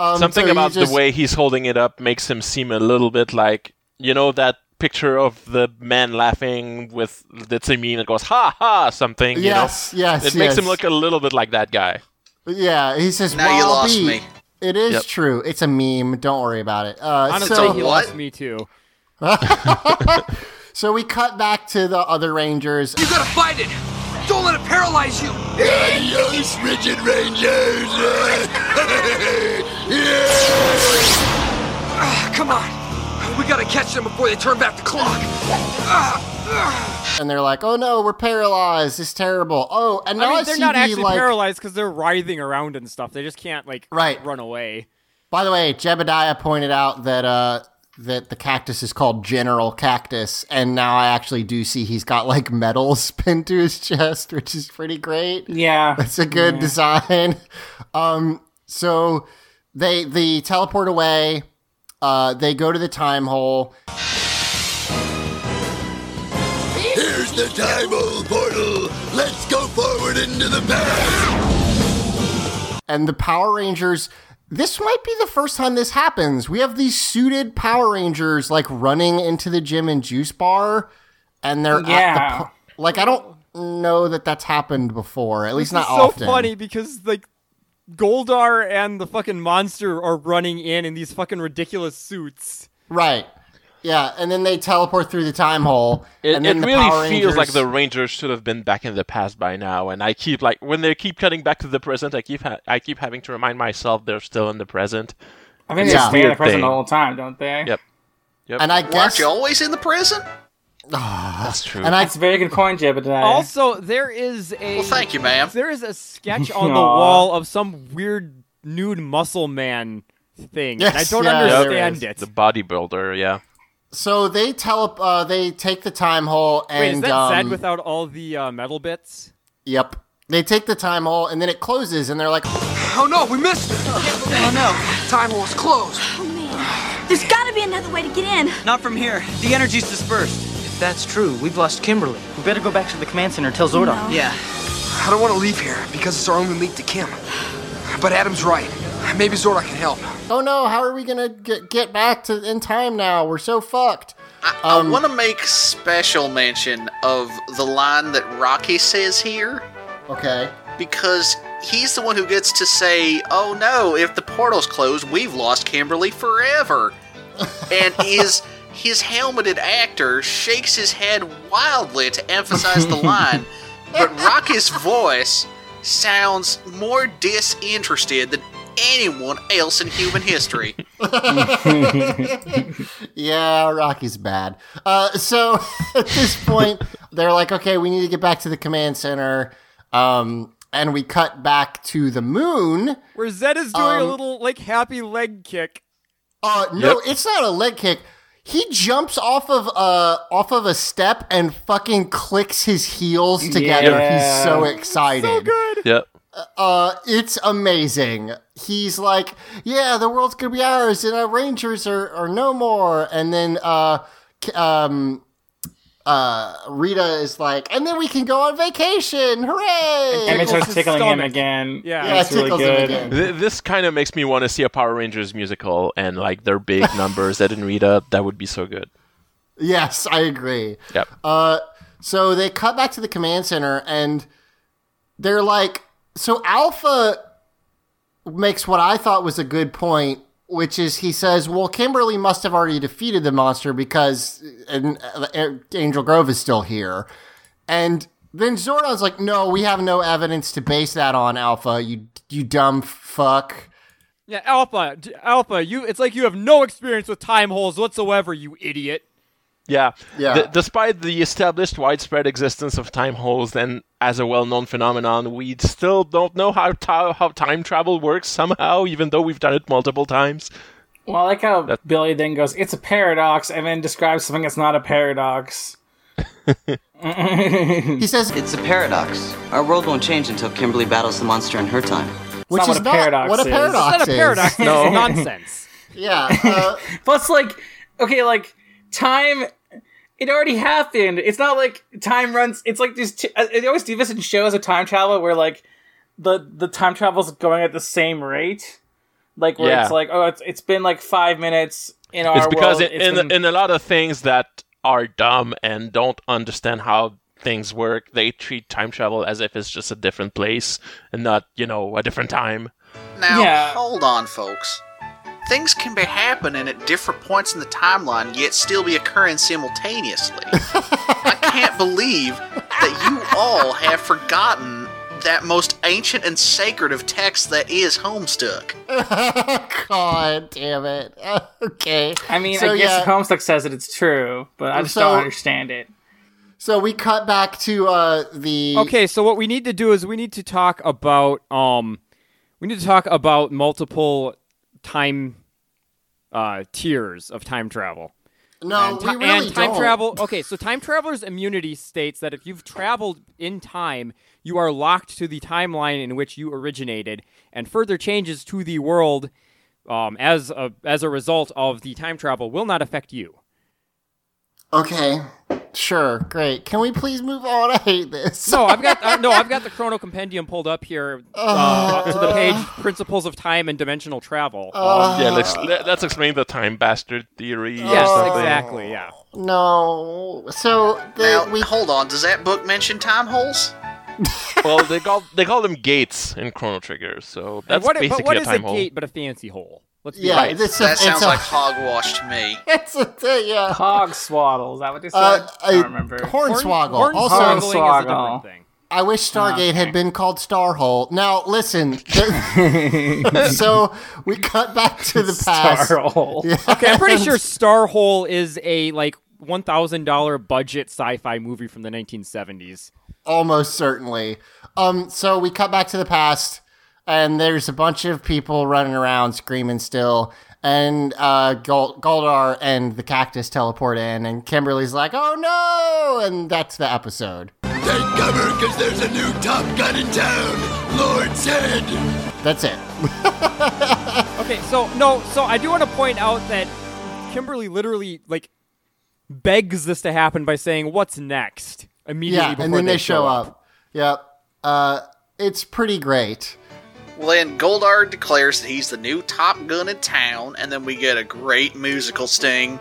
[SPEAKER 3] um,
[SPEAKER 7] Something
[SPEAKER 3] so you
[SPEAKER 7] about
[SPEAKER 3] just-
[SPEAKER 7] the way he's holding it up makes him seem a little bit like you know that picture of the man laughing with that's a mean and goes ha ha something. you know?
[SPEAKER 3] Yes, yes,
[SPEAKER 7] It makes him
[SPEAKER 3] yes.
[SPEAKER 7] look a little bit like that guy.
[SPEAKER 3] Yeah, he says,
[SPEAKER 5] Now you
[SPEAKER 3] "Well, I'll
[SPEAKER 5] lost
[SPEAKER 3] be."
[SPEAKER 5] me.
[SPEAKER 3] It is
[SPEAKER 7] Yep.
[SPEAKER 3] true. It's a meme. Don't worry about it. Uh,
[SPEAKER 4] Honestly,
[SPEAKER 3] so,
[SPEAKER 4] he
[SPEAKER 5] What?
[SPEAKER 4] lost me too.
[SPEAKER 3] so we cut back to the other Rangers.
[SPEAKER 2] You gotta fight it! Don't let it paralyze you! Yes, Rigid Rangers! *laughs* Ah, Come on! We gotta catch them before they turn back the clock! Ah,
[SPEAKER 3] and they're like, "Oh no, we're paralyzed. It's terrible." Oh, and now I,
[SPEAKER 4] I mean, they're
[SPEAKER 3] see
[SPEAKER 4] not
[SPEAKER 3] the,
[SPEAKER 4] actually
[SPEAKER 3] like.
[SPEAKER 4] paralyzed because they're writhing around and stuff. They just can't like
[SPEAKER 3] Right.
[SPEAKER 4] run away.
[SPEAKER 3] By the way, Jebediah pointed out that uh that the cactus is called General Cactus, and now I actually do see he's got like *laughs* medals pinned to his chest, which is pretty great.
[SPEAKER 6] *laughs* Yeah.
[SPEAKER 3] It's a good design. *laughs* Um, so they they teleport away. Uh, they go to the time hole.
[SPEAKER 2] Here's the time old portal! Let's go forward into the past!
[SPEAKER 3] and the Power Rangers. This might be the first time this happens. We have these suited Power Rangers like running into the gym and juice bar, and they're at
[SPEAKER 6] Yeah.
[SPEAKER 3] the po- like I don't know that that's happened before. At least not
[SPEAKER 4] it's so
[SPEAKER 3] often.
[SPEAKER 4] funny because like Goldar and the fucking monster are running in in these fucking ridiculous suits.
[SPEAKER 3] right? Yeah, and then they teleport through the time hole.
[SPEAKER 7] It,
[SPEAKER 3] and
[SPEAKER 7] it
[SPEAKER 3] then the
[SPEAKER 7] really
[SPEAKER 3] Power
[SPEAKER 7] feels like
[SPEAKER 3] Rangers-
[SPEAKER 7] the Rangers should have been back in the past by now, and I keep like when they keep cutting back to the present, I keep ha- I keep having to remind myself they're still in the present.
[SPEAKER 6] I think
[SPEAKER 7] It's
[SPEAKER 6] they
[SPEAKER 7] a
[SPEAKER 6] stay in the
[SPEAKER 7] weird
[SPEAKER 6] present the
[SPEAKER 7] thing.
[SPEAKER 6] whole time, don't they?
[SPEAKER 7] Yep. Yep.
[SPEAKER 3] And I
[SPEAKER 5] Aren't
[SPEAKER 3] guess
[SPEAKER 5] you always in the present?
[SPEAKER 7] that's true.
[SPEAKER 3] and I
[SPEAKER 6] That's a very good point, Jebediah.
[SPEAKER 4] Also, there is a
[SPEAKER 5] Well, thank you, ma'am.
[SPEAKER 4] there is a sketch on the
[SPEAKER 6] Aw.
[SPEAKER 4] wall of some weird nude muscle man thing. and I
[SPEAKER 3] Yes,
[SPEAKER 4] don't
[SPEAKER 3] yeah, there
[SPEAKER 4] understand
[SPEAKER 3] is.
[SPEAKER 4] it.
[SPEAKER 7] The bodybuilder, yeah.
[SPEAKER 3] so they tele uh, they take the time hole and
[SPEAKER 4] Wait, is that
[SPEAKER 3] um,
[SPEAKER 4] Zed without all the uh, metal bits?
[SPEAKER 3] Yep. They take the time hole and then it closes and they're like,
[SPEAKER 8] Oh no, we missed it! Oh no, time hole's closed.
[SPEAKER 10] Oh man, there's gotta be another way to get in.
[SPEAKER 12] Not from here. The energy's dispersed.
[SPEAKER 11] If that's true, we've lost Kimberly. We better go back to the command center and tell Zordon.
[SPEAKER 12] Yeah.
[SPEAKER 8] I don't want to leave here because it's our only leak to Kim. But Adam's right. Maybe Zordon can help.
[SPEAKER 3] "Oh no, how are we gonna get get back to in time now? We're so fucked."
[SPEAKER 5] I, I want to make special mention of the line that Rocky says here
[SPEAKER 3] Okay.
[SPEAKER 5] because he's the one who gets to say, "Oh no, if the portal's closed, we've lost Kimberly forever." And his his helmeted actor shakes his head wildly to emphasize the line, but Rocky's voice sounds more disinterested than anyone else in human history.
[SPEAKER 3] Yeah, Rocky's bad. Uh, so *laughs* at this point, they're like, okay, we need to get back to the command center. Um, and we cut back to the moon.
[SPEAKER 4] Where Zed is doing a
[SPEAKER 3] Um,
[SPEAKER 4] little like happy leg kick.
[SPEAKER 3] Uh, no, it's not a leg kick. He jumps off of uh off of a step and fucking clicks his heels together. He's
[SPEAKER 6] Yeah.
[SPEAKER 3] so excited.
[SPEAKER 4] So good.
[SPEAKER 7] Yep.
[SPEAKER 3] Uh, it's amazing. He's like, yeah, the world's gonna be ours, and our rangers are, are no more. And then, uh, K- um, uh, Rita is like, and then we can go on vacation. Hooray!
[SPEAKER 6] and it starts
[SPEAKER 4] his
[SPEAKER 6] tickling him
[SPEAKER 4] stomach.
[SPEAKER 6] again.
[SPEAKER 4] Yeah.
[SPEAKER 3] yeah,
[SPEAKER 6] it's really
[SPEAKER 3] tickles him
[SPEAKER 6] good.
[SPEAKER 3] again.
[SPEAKER 7] Th- This kind of makes me want to see a Power Rangers musical and like their big *laughs* numbers that in Rita that would be so good.
[SPEAKER 3] Yes, I agree.
[SPEAKER 7] Yep.
[SPEAKER 3] Uh, so they cut back to the command center, and they're like, so Alpha makes what I thought was a good point, which is he says, well, Kimberly must have already defeated the monster because and, uh, Angel Grove is still here, and then Zordon's like, no, we have no evidence to base that on, Alpha. You you dumb fuck.
[SPEAKER 4] Yeah, Alpha, d- Alpha, you. It's like you have no experience with time holes whatsoever, you idiot.
[SPEAKER 7] Yeah.
[SPEAKER 3] Yeah.
[SPEAKER 7] D- despite the established widespread existence of time holes and as a well-known phenomenon, we still don't know how ta- how time travel works somehow even though we've done it multiple times.
[SPEAKER 6] Well, I like how
[SPEAKER 7] That-
[SPEAKER 6] Billy then goes, "It's a paradox," and then describes something that's not a paradox.
[SPEAKER 3] He says,
[SPEAKER 12] It's a paradox. Our world won't change until Kimberly battles the monster in her time.
[SPEAKER 3] which is
[SPEAKER 6] not what a
[SPEAKER 3] not
[SPEAKER 6] paradox
[SPEAKER 3] what a
[SPEAKER 6] is.
[SPEAKER 3] paradox
[SPEAKER 4] It's not a
[SPEAKER 3] is.
[SPEAKER 4] paradox. It's nonsense.
[SPEAKER 3] Yeah. *laughs*
[SPEAKER 4] *laughs*
[SPEAKER 3] Uh,
[SPEAKER 6] Plus, like, okay, like time. It already happened. It's not like time runs. It's like these. T- uh, they always do this in shows of time travel, where like the the time travel's going at the same rate. Like where
[SPEAKER 7] Yeah.
[SPEAKER 6] it's like, oh, it's, it's been like five minutes in our
[SPEAKER 7] it's because
[SPEAKER 6] world.
[SPEAKER 7] in, in,
[SPEAKER 6] been-
[SPEAKER 7] in a lot of things that are dumb and don't understand how things work, they treat time travel as if it's just a different place and not, you know, a different time.
[SPEAKER 5] Now,
[SPEAKER 6] Yeah.
[SPEAKER 5] hold on, folks. Things can be happening at different points in the timeline, yet still be occurring simultaneously. I can't believe that you all have forgotten that most ancient and sacred of texts that is Homestuck.
[SPEAKER 3] God damn it. *laughs* Okay.
[SPEAKER 6] I mean,
[SPEAKER 3] so
[SPEAKER 6] I guess
[SPEAKER 3] yeah.
[SPEAKER 6] if Homestuck says it, it's true, but I just
[SPEAKER 3] So-
[SPEAKER 6] don't understand it.
[SPEAKER 3] So we cut back to uh the
[SPEAKER 4] Okay, so what we need to do is we need to talk about um, we need to talk about multiple time uh tiers of time travel.
[SPEAKER 3] No,
[SPEAKER 4] and,
[SPEAKER 3] we
[SPEAKER 4] ti-
[SPEAKER 3] really
[SPEAKER 4] and time
[SPEAKER 3] don't.
[SPEAKER 4] travel. Okay, so time traveler's immunity states that if you've traveled in time, you are locked to the timeline in which you originated, and further changes to the world um, as a as a result of the time travel will not
[SPEAKER 3] *laughs*
[SPEAKER 4] affect you.
[SPEAKER 3] Okay. Sure. Great. Can we please move on? *laughs* I hate this.
[SPEAKER 4] No, I've got uh, no, I've got the Chrono Compendium pulled up here uh, up to
[SPEAKER 3] *sighs*
[SPEAKER 4] the page Principles of Time and Dimensional Travel.
[SPEAKER 3] Uh,
[SPEAKER 4] Um,
[SPEAKER 7] yeah, let's let, let's explain the time bastard theory. or
[SPEAKER 4] yes,
[SPEAKER 3] uh,
[SPEAKER 7] something.
[SPEAKER 4] exactly. Yeah.
[SPEAKER 7] Oh,
[SPEAKER 3] No. So the,
[SPEAKER 5] Now,
[SPEAKER 3] we
[SPEAKER 5] hold on, does that book mention time holes?
[SPEAKER 7] Well, they call they call them gates in Chrono Trigger, so that's
[SPEAKER 4] what, i-
[SPEAKER 7] basically
[SPEAKER 4] but what
[SPEAKER 7] a
[SPEAKER 4] is
[SPEAKER 7] time
[SPEAKER 4] a
[SPEAKER 7] hole.
[SPEAKER 4] gate but a fancy hole? Let's be
[SPEAKER 3] Yeah,
[SPEAKER 4] right.
[SPEAKER 3] it's a-
[SPEAKER 5] that
[SPEAKER 3] it's
[SPEAKER 5] sounds
[SPEAKER 3] a- *laughs*
[SPEAKER 5] like hogwash to me.
[SPEAKER 3] It's a thing, yeah.
[SPEAKER 6] Hog swaddle. Is that what they said?
[SPEAKER 3] Uh,
[SPEAKER 6] I don't remember.
[SPEAKER 3] Hornswoggle.
[SPEAKER 6] Horn-
[SPEAKER 3] also,
[SPEAKER 6] hornswoggle is a different thing.
[SPEAKER 3] I wish Stargate had been called Starhole. Now,
[SPEAKER 4] *laughs*
[SPEAKER 3] listen. *laughs* so we cut back to the past.
[SPEAKER 6] Starhole.
[SPEAKER 4] Okay, I'm *laughs* pretty sure Starhole is a like one thousand dollar budget sci-fi movie from the 1970s.
[SPEAKER 3] Almost certainly. Um, so we cut back to the past, and there's a bunch of people running around screaming still. And uh, Gol- Goldar and the cactus teleport in, and Kimberly's like, "Oh no!" And that's the episode.
[SPEAKER 2] Take cover, because there's a new Top Gun in town! Lord's Head!
[SPEAKER 3] That's it.
[SPEAKER 4] Okay, so no, so I do want to point out that Kimberly literally like begs this to happen by saying, "What's next?" Immediately,
[SPEAKER 3] yeah,
[SPEAKER 4] before
[SPEAKER 3] and then
[SPEAKER 4] they,
[SPEAKER 3] they, show up. Yep. Uh, it's pretty great.
[SPEAKER 5] Well, then Goldar declares that he's the new Top Gun in town, and then we get a great musical sting.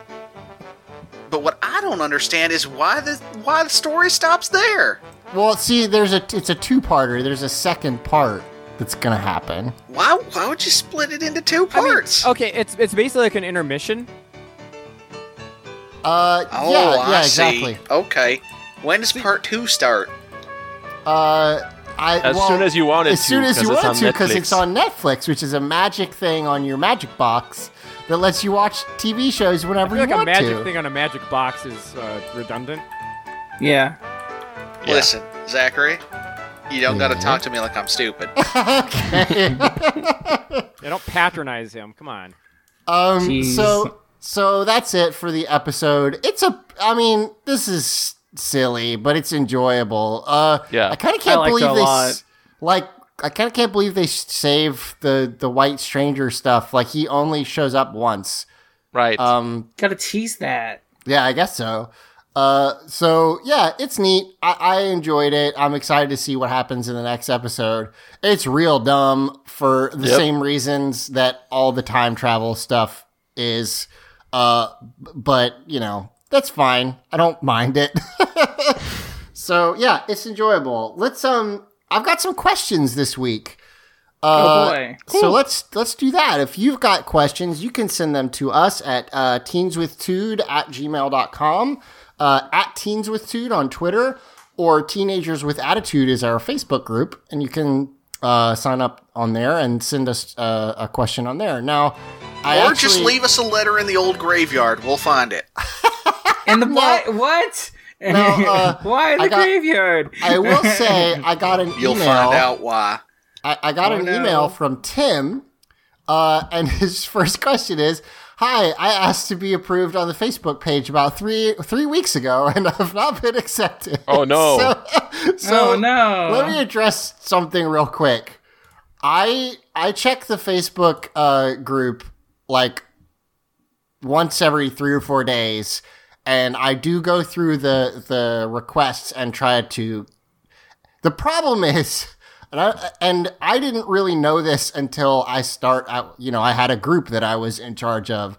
[SPEAKER 5] But what I don't understand is why the why the story stops there.
[SPEAKER 3] Well, see, there's a it's a two-parter. There's a second part that's gonna happen.
[SPEAKER 5] Why why would you split it into two
[SPEAKER 4] I mean,
[SPEAKER 5] parts?
[SPEAKER 3] oh,
[SPEAKER 4] okay, it's it's basically like an intermission.
[SPEAKER 3] Uh,
[SPEAKER 5] oh,
[SPEAKER 3] yeah,
[SPEAKER 5] I
[SPEAKER 3] yeah,
[SPEAKER 5] see.
[SPEAKER 3] exactly.
[SPEAKER 5] Okay, when does part two start?
[SPEAKER 3] Uh, I
[SPEAKER 7] As
[SPEAKER 3] well,
[SPEAKER 7] soon as you want it
[SPEAKER 3] as
[SPEAKER 7] to,
[SPEAKER 3] soon as
[SPEAKER 7] 'cause
[SPEAKER 3] you
[SPEAKER 7] it's
[SPEAKER 3] want
[SPEAKER 7] on
[SPEAKER 3] to, because
[SPEAKER 7] Netflix.
[SPEAKER 3] it's on Netflix, which is a magic thing on your magic box that lets you watch TV shows
[SPEAKER 4] I
[SPEAKER 3] whenever
[SPEAKER 4] feel like
[SPEAKER 3] you
[SPEAKER 4] a
[SPEAKER 3] want
[SPEAKER 4] magic
[SPEAKER 3] to.
[SPEAKER 4] thing on a magic box is uh, redundant.
[SPEAKER 6] Yeah.
[SPEAKER 5] Listen, Zachary, you don't gotta talk to me like I'm stupid.
[SPEAKER 4] They don't patronize him. Come on.
[SPEAKER 3] Um,
[SPEAKER 6] Jeez.
[SPEAKER 3] so so that's it for the episode. It's a, I mean, this is silly, but it's enjoyable. Uh,
[SPEAKER 7] Yeah.
[SPEAKER 3] I kind of can't
[SPEAKER 6] liked it
[SPEAKER 3] believe
[SPEAKER 6] a
[SPEAKER 3] they
[SPEAKER 6] lot.
[SPEAKER 3] s- like. I kind of can't believe they s- save the the white stranger stuff. Like he only shows up once.
[SPEAKER 7] Right.
[SPEAKER 3] Um,
[SPEAKER 6] Gotta tease that.
[SPEAKER 3] yeah, I guess so. Uh, so yeah, it's neat. I, I enjoyed it. I'm excited to see what happens in the next episode. It's real dumb for the
[SPEAKER 7] Yep.
[SPEAKER 3] same reasons that all the time travel stuff is. Uh, b- but you know, that's fine. I don't mind it. *laughs* so yeah, it's enjoyable. Let's um, I've got some questions this week. Uh,
[SPEAKER 6] oh boy.
[SPEAKER 3] so let's let's do that. If you've got questions, you can send them to us at uh, teenswithtude at gmail.com, uh, at teenswithtude on Twitter, or Teenagers with Attitude is our Facebook group, and you can uh, sign up on there and send us uh, a question on there. Now, I
[SPEAKER 5] or
[SPEAKER 3] actually,
[SPEAKER 5] just leave us a letter in the old graveyard. We'll find it.
[SPEAKER 3] *laughs*
[SPEAKER 6] And the why? What?
[SPEAKER 3] uh,
[SPEAKER 6] *laughs* why
[SPEAKER 3] I
[SPEAKER 6] the
[SPEAKER 3] got-
[SPEAKER 6] graveyard? Oh,
[SPEAKER 3] I will
[SPEAKER 5] *laughs*
[SPEAKER 3] say I got an
[SPEAKER 5] You'll
[SPEAKER 3] email.
[SPEAKER 5] find out why.
[SPEAKER 3] I, I got
[SPEAKER 6] Oh,
[SPEAKER 3] an
[SPEAKER 6] no.
[SPEAKER 3] email from Tim, uh, and *laughs* his first question is, "Hi, I asked to be approved on the Facebook page about three three weeks ago, *laughs* and I've not been accepted." *laughs*
[SPEAKER 7] Oh, no.
[SPEAKER 3] So, so
[SPEAKER 6] oh no.
[SPEAKER 3] let me address something real quick. I I check the Facebook uh, group like once every three or four days, and I do go through the the requests and try to. The problem *laughs* is, and I, and I didn't really know this until I start. I, you know, I had a group that I was in charge of.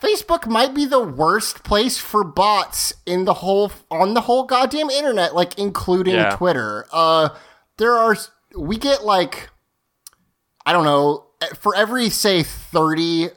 [SPEAKER 3] Facebook might be the worst place for bots in the whole on the whole goddamn internet, like including
[SPEAKER 7] Yeah.
[SPEAKER 3] Twitter. Uh, there are s- we get like I don't know for every say thirty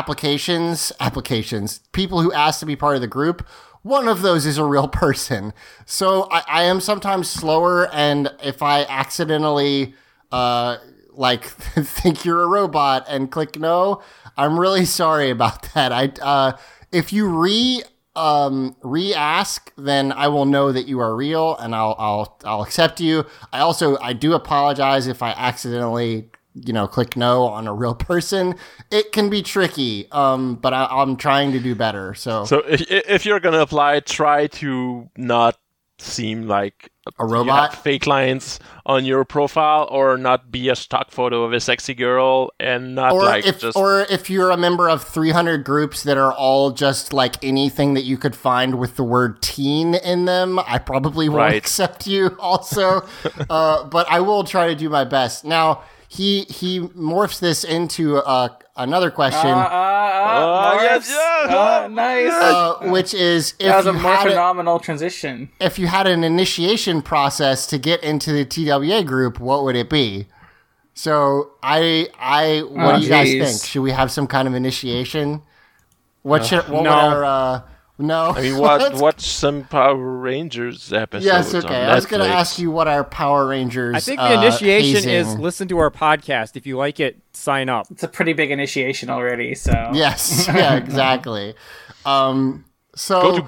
[SPEAKER 3] applications applications people who ask to be part of the group. One of those is a real *laughs* person, so I, I am sometimes slower, and if I accidentally uh like *laughs* think you're a robot and click no i'm really *laughs* sorry about that i uh if you re um re-ask then i will know that you are real and i'll i'll i'll accept you i also i do apologize if i accidentally you know click no on a real *laughs* person it can be tricky um but I, i'm trying to do better so,
[SPEAKER 7] So if, if you're gonna apply, try to not seem like
[SPEAKER 3] a
[SPEAKER 7] you have
[SPEAKER 3] robot
[SPEAKER 7] fake lines on your profile, or not be a stock photo of a sexy girl, and not
[SPEAKER 3] or
[SPEAKER 7] like
[SPEAKER 3] if
[SPEAKER 7] just
[SPEAKER 3] or if you're a member of 300 groups that are all just like anything that you could find with the word teen in them i probably won't
[SPEAKER 7] Right.
[SPEAKER 3] accept you *laughs*
[SPEAKER 7] *laughs*
[SPEAKER 3] also uh, but i will try to do my best now he he morphs this into uh, another question
[SPEAKER 6] Uh, uh, uh,
[SPEAKER 7] Oh, yes,
[SPEAKER 6] Morris.
[SPEAKER 7] yes,
[SPEAKER 6] Uh,
[SPEAKER 7] oh,
[SPEAKER 6] nice.
[SPEAKER 3] uh, which is if
[SPEAKER 6] that was a
[SPEAKER 3] you
[SPEAKER 6] more
[SPEAKER 3] had a-
[SPEAKER 6] phenomenal transition.
[SPEAKER 3] if you had an initiation process to get into the TWA group, what would it be? So I I what
[SPEAKER 6] Oh,
[SPEAKER 3] do you guys
[SPEAKER 6] jeez.
[SPEAKER 3] think? Should we have some kind of initiation? What
[SPEAKER 7] Uh,
[SPEAKER 3] should what
[SPEAKER 7] no.
[SPEAKER 3] would our uh, no?
[SPEAKER 7] I mean,
[SPEAKER 3] *laughs*
[SPEAKER 7] what
[SPEAKER 3] Let's-
[SPEAKER 7] watch some Power Rangers episodes.
[SPEAKER 3] Yes,
[SPEAKER 7] on
[SPEAKER 3] okay. I was going
[SPEAKER 7] Netflix.
[SPEAKER 3] to ask you what our Power Rangers.
[SPEAKER 4] I think
[SPEAKER 3] uh,
[SPEAKER 4] the initiation
[SPEAKER 3] hazing-
[SPEAKER 4] is listen to our podcast. If you like it, sign up.
[SPEAKER 6] It's a pretty big initiation already, so
[SPEAKER 3] Yes, yeah, exactly. Um, so
[SPEAKER 7] Go to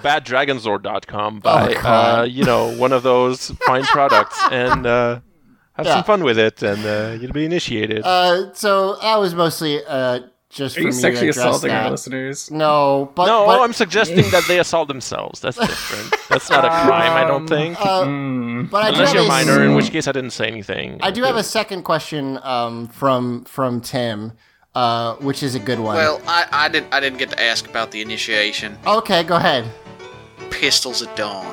[SPEAKER 7] baddragonzord.com, buy uh,
[SPEAKER 3] Oh, God.
[SPEAKER 7] you know one of those fine products, and uh, have
[SPEAKER 3] Yeah.
[SPEAKER 7] some fun with it, and uh, you'll be initiated.
[SPEAKER 3] Uh, so that was mostly uh, just for
[SPEAKER 7] Are you
[SPEAKER 3] me
[SPEAKER 7] sexually
[SPEAKER 3] to address
[SPEAKER 7] assaulting
[SPEAKER 3] that.
[SPEAKER 7] our
[SPEAKER 6] listeners.
[SPEAKER 3] No, but
[SPEAKER 7] no,
[SPEAKER 3] but-
[SPEAKER 7] I'm suggesting that they assault themselves. That's different.
[SPEAKER 3] *laughs*
[SPEAKER 7] That's not a crime, I don't think.
[SPEAKER 3] but I do
[SPEAKER 7] Unless
[SPEAKER 3] Um, have
[SPEAKER 7] you're
[SPEAKER 3] a-
[SPEAKER 7] minor, in which case I didn't say anything.
[SPEAKER 3] I do have a second question um, from from Tim, uh, which is a good one.
[SPEAKER 5] Well, I, I didn't I didn't get to ask about the initiation.
[SPEAKER 3] okay, go ahead.
[SPEAKER 5] Pistols at dawn.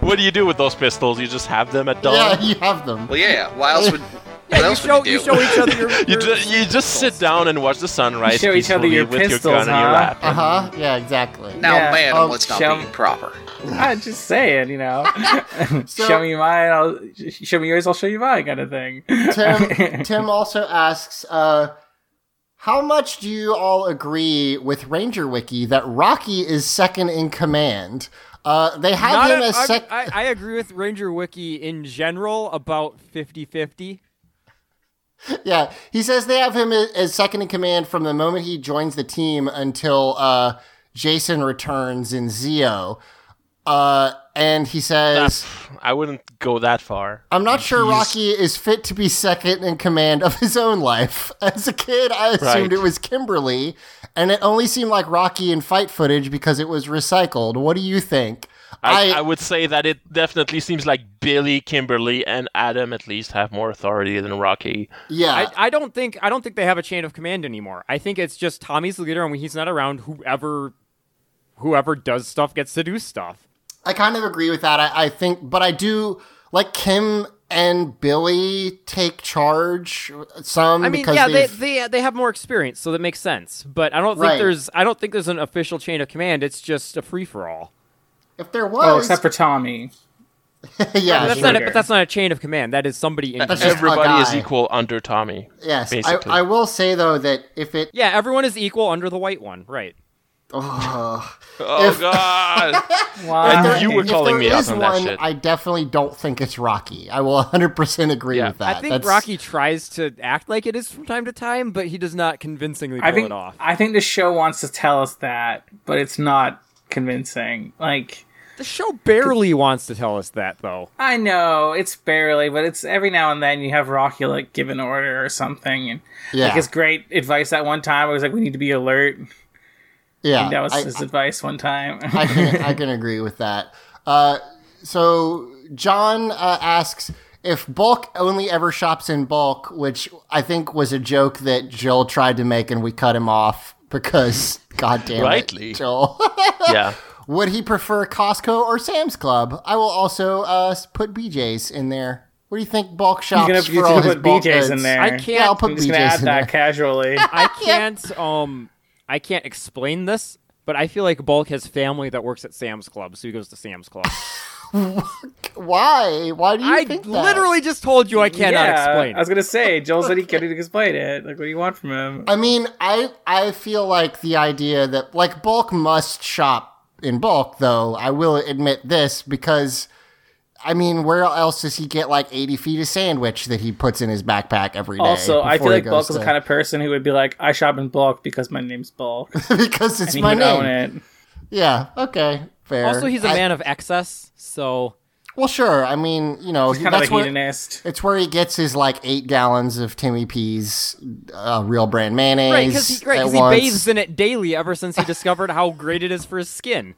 [SPEAKER 7] what do you do with those pistols? You just have them at dawn.
[SPEAKER 3] Yeah, you have them.
[SPEAKER 5] Well, yeah. Why else would?
[SPEAKER 4] *laughs* Yeah,
[SPEAKER 5] what
[SPEAKER 4] you
[SPEAKER 5] else
[SPEAKER 4] show,
[SPEAKER 5] would you
[SPEAKER 4] you
[SPEAKER 5] do?
[SPEAKER 4] show each other your.
[SPEAKER 7] You, ju- you just sit down and watch the sunrise
[SPEAKER 6] You show each other
[SPEAKER 7] peacefully
[SPEAKER 6] your
[SPEAKER 7] with
[SPEAKER 6] pistols,
[SPEAKER 7] your gun in your
[SPEAKER 6] huh?
[SPEAKER 7] lap.
[SPEAKER 3] Uh huh. Yeah, exactly.
[SPEAKER 5] *laughs* Now,
[SPEAKER 6] Yeah.
[SPEAKER 5] madam,
[SPEAKER 6] Oh,
[SPEAKER 5] let's not
[SPEAKER 6] shall-
[SPEAKER 5] be improper.
[SPEAKER 6] I'm just saying,
[SPEAKER 3] *laughs*
[SPEAKER 6] you know, show me mine, I'll sh- show me yours, I'll show you mine, kind of thing.
[SPEAKER 3] Tim, Tim also asks, uh, how much do you all agree with Ranger Wiki that Rocky is second in command? Uh, they have
[SPEAKER 4] Not
[SPEAKER 3] him
[SPEAKER 4] a-
[SPEAKER 3] as
[SPEAKER 4] I'm-
[SPEAKER 3] second.
[SPEAKER 4] I, I agree with Ranger Wiki in general about 50 50.
[SPEAKER 3] Yeah, he says they have him a- as second in command from the moment he joins the team until uh, Jason returns in Zeo. Uh, and he says,
[SPEAKER 7] I wouldn't go that far.
[SPEAKER 3] I'm not sure
[SPEAKER 7] He's-
[SPEAKER 3] Rocky is fit to be second in command of his own life. *laughs* As a kid, I assumed
[SPEAKER 7] Right.
[SPEAKER 3] it was Kimberly, and it only seemed like Rocky in fight footage because it was recycled. What do you think?
[SPEAKER 7] I, I would say that it definitely seems like Billy, Kimberly, and Adam at least have more authority than Rocky.
[SPEAKER 3] Yeah.
[SPEAKER 4] I, I don't think I don't think they have a chain of command anymore. I think it's just Tommy's the leader, and when he's not around, whoever whoever does stuff gets to do stuff.
[SPEAKER 3] I kind of agree with that. I, I think, but I do like Kim and Billy take charge some
[SPEAKER 4] I mean,
[SPEAKER 3] because
[SPEAKER 4] yeah, they,
[SPEAKER 3] they've-
[SPEAKER 4] they they have more experience, so that makes sense. But I don't think
[SPEAKER 3] Right.
[SPEAKER 4] there's I don't think there's an official chain of command. It's just a free for all.
[SPEAKER 3] if there was,
[SPEAKER 6] *laughs*
[SPEAKER 3] *laughs*
[SPEAKER 6] oh, except for Tommy.
[SPEAKER 3] yeah,
[SPEAKER 4] that's not a, but that's not a chain of command. That is somebody in.
[SPEAKER 3] That's
[SPEAKER 4] command.
[SPEAKER 3] just a
[SPEAKER 7] Everybody is
[SPEAKER 3] guy.
[SPEAKER 7] equal under Tommy.
[SPEAKER 3] yes. I, *laughs*
[SPEAKER 7] basically.
[SPEAKER 3] I will say though that if it,
[SPEAKER 4] Yeah, everyone is equal under the white one, right?
[SPEAKER 3] Ugh.
[SPEAKER 7] oh
[SPEAKER 3] If-
[SPEAKER 7] God!
[SPEAKER 3] *sighs* If there-
[SPEAKER 7] and you were
[SPEAKER 3] if
[SPEAKER 7] calling
[SPEAKER 3] there
[SPEAKER 7] me out
[SPEAKER 3] is
[SPEAKER 7] on that
[SPEAKER 3] one,
[SPEAKER 7] shit.
[SPEAKER 3] I definitely don't think it's Rocky. I will *laughs* 100% agree with that.
[SPEAKER 4] I think
[SPEAKER 3] That's-
[SPEAKER 4] Rocky tries to act like it is from time to time, but he does not convincingly pull
[SPEAKER 6] I think
[SPEAKER 4] it off.
[SPEAKER 6] I think the show wants to tell us that, but it's not convincing. Like
[SPEAKER 4] The show barely wants to tell us that, though.
[SPEAKER 6] I know it's barely, but it's every now and then you have Rocky like give an order or something, and
[SPEAKER 3] Yeah.
[SPEAKER 6] like his great advice that one time. I was like, we need to be alert.
[SPEAKER 3] Yeah,
[SPEAKER 6] And that was
[SPEAKER 3] I-
[SPEAKER 6] his advice one time.
[SPEAKER 3] I can, I can agree with that. Uh, so John uh, asks if Bulk only ever shops in bulk, which I think was a joke that Joel tried to make, and we cut him off because, *laughs* goddamn
[SPEAKER 7] Rightly.
[SPEAKER 3] it, Joel. *laughs*
[SPEAKER 7] yeah.
[SPEAKER 3] Would he prefer Costco or Sam's Club? I will also uh, s- put BJ's in there. What do you think bulk shops
[SPEAKER 6] gonna-
[SPEAKER 3] for
[SPEAKER 6] you're
[SPEAKER 3] all
[SPEAKER 6] gonna
[SPEAKER 3] his
[SPEAKER 6] put
[SPEAKER 3] bulk
[SPEAKER 6] BJ's in
[SPEAKER 3] goods?
[SPEAKER 6] there.
[SPEAKER 4] I can't.
[SPEAKER 3] Yeah, I'll put
[SPEAKER 6] *laughs* I'm
[SPEAKER 3] BJ's
[SPEAKER 6] just gonna add
[SPEAKER 3] in
[SPEAKER 6] that
[SPEAKER 3] there. *laughs*
[SPEAKER 6] casually.
[SPEAKER 4] *laughs* I can't. Um, I can't explain this, but I feel like Bulk has family that works at Sam's Club, so he goes to Sam's Club.
[SPEAKER 3] Why? Why do you
[SPEAKER 4] I
[SPEAKER 3] think that?
[SPEAKER 4] literally just told you I cannot
[SPEAKER 6] yeah,
[SPEAKER 4] explain.
[SPEAKER 6] I was gonna say Joel said he couldn't explain it. Like, what do you want from him?
[SPEAKER 3] I mean, I I feel like the idea that like bulk must shop in bulk, though. I will admit this because, I mean, where else does he get like eighty feet of sandwich that he puts in his backpack every day?
[SPEAKER 6] Also, I feel
[SPEAKER 3] before he
[SPEAKER 6] like Bulk
[SPEAKER 3] goes
[SPEAKER 6] is the
[SPEAKER 3] to-
[SPEAKER 6] kind of person who would be like, I shop in Bulk because my name's
[SPEAKER 3] *laughs*
[SPEAKER 6] Bulk.
[SPEAKER 3] because it's
[SPEAKER 6] and he
[SPEAKER 3] my
[SPEAKER 6] would
[SPEAKER 3] name.
[SPEAKER 6] own it.
[SPEAKER 3] Yeah. Okay. Fair.
[SPEAKER 4] also, he's a
[SPEAKER 3] I-
[SPEAKER 4] man of excess, so
[SPEAKER 3] well, sure. I mean, you know,
[SPEAKER 6] He's kind
[SPEAKER 3] that's
[SPEAKER 6] of a
[SPEAKER 3] where,
[SPEAKER 6] hedonist.
[SPEAKER 3] it's where he gets his like eight gallons of Timmy P's uh, real brand mayonnaise.
[SPEAKER 4] right because he, right,
[SPEAKER 3] at
[SPEAKER 4] 'cause he
[SPEAKER 3] once.
[SPEAKER 4] bathes in it daily ever since he discovered how great it is for his skin.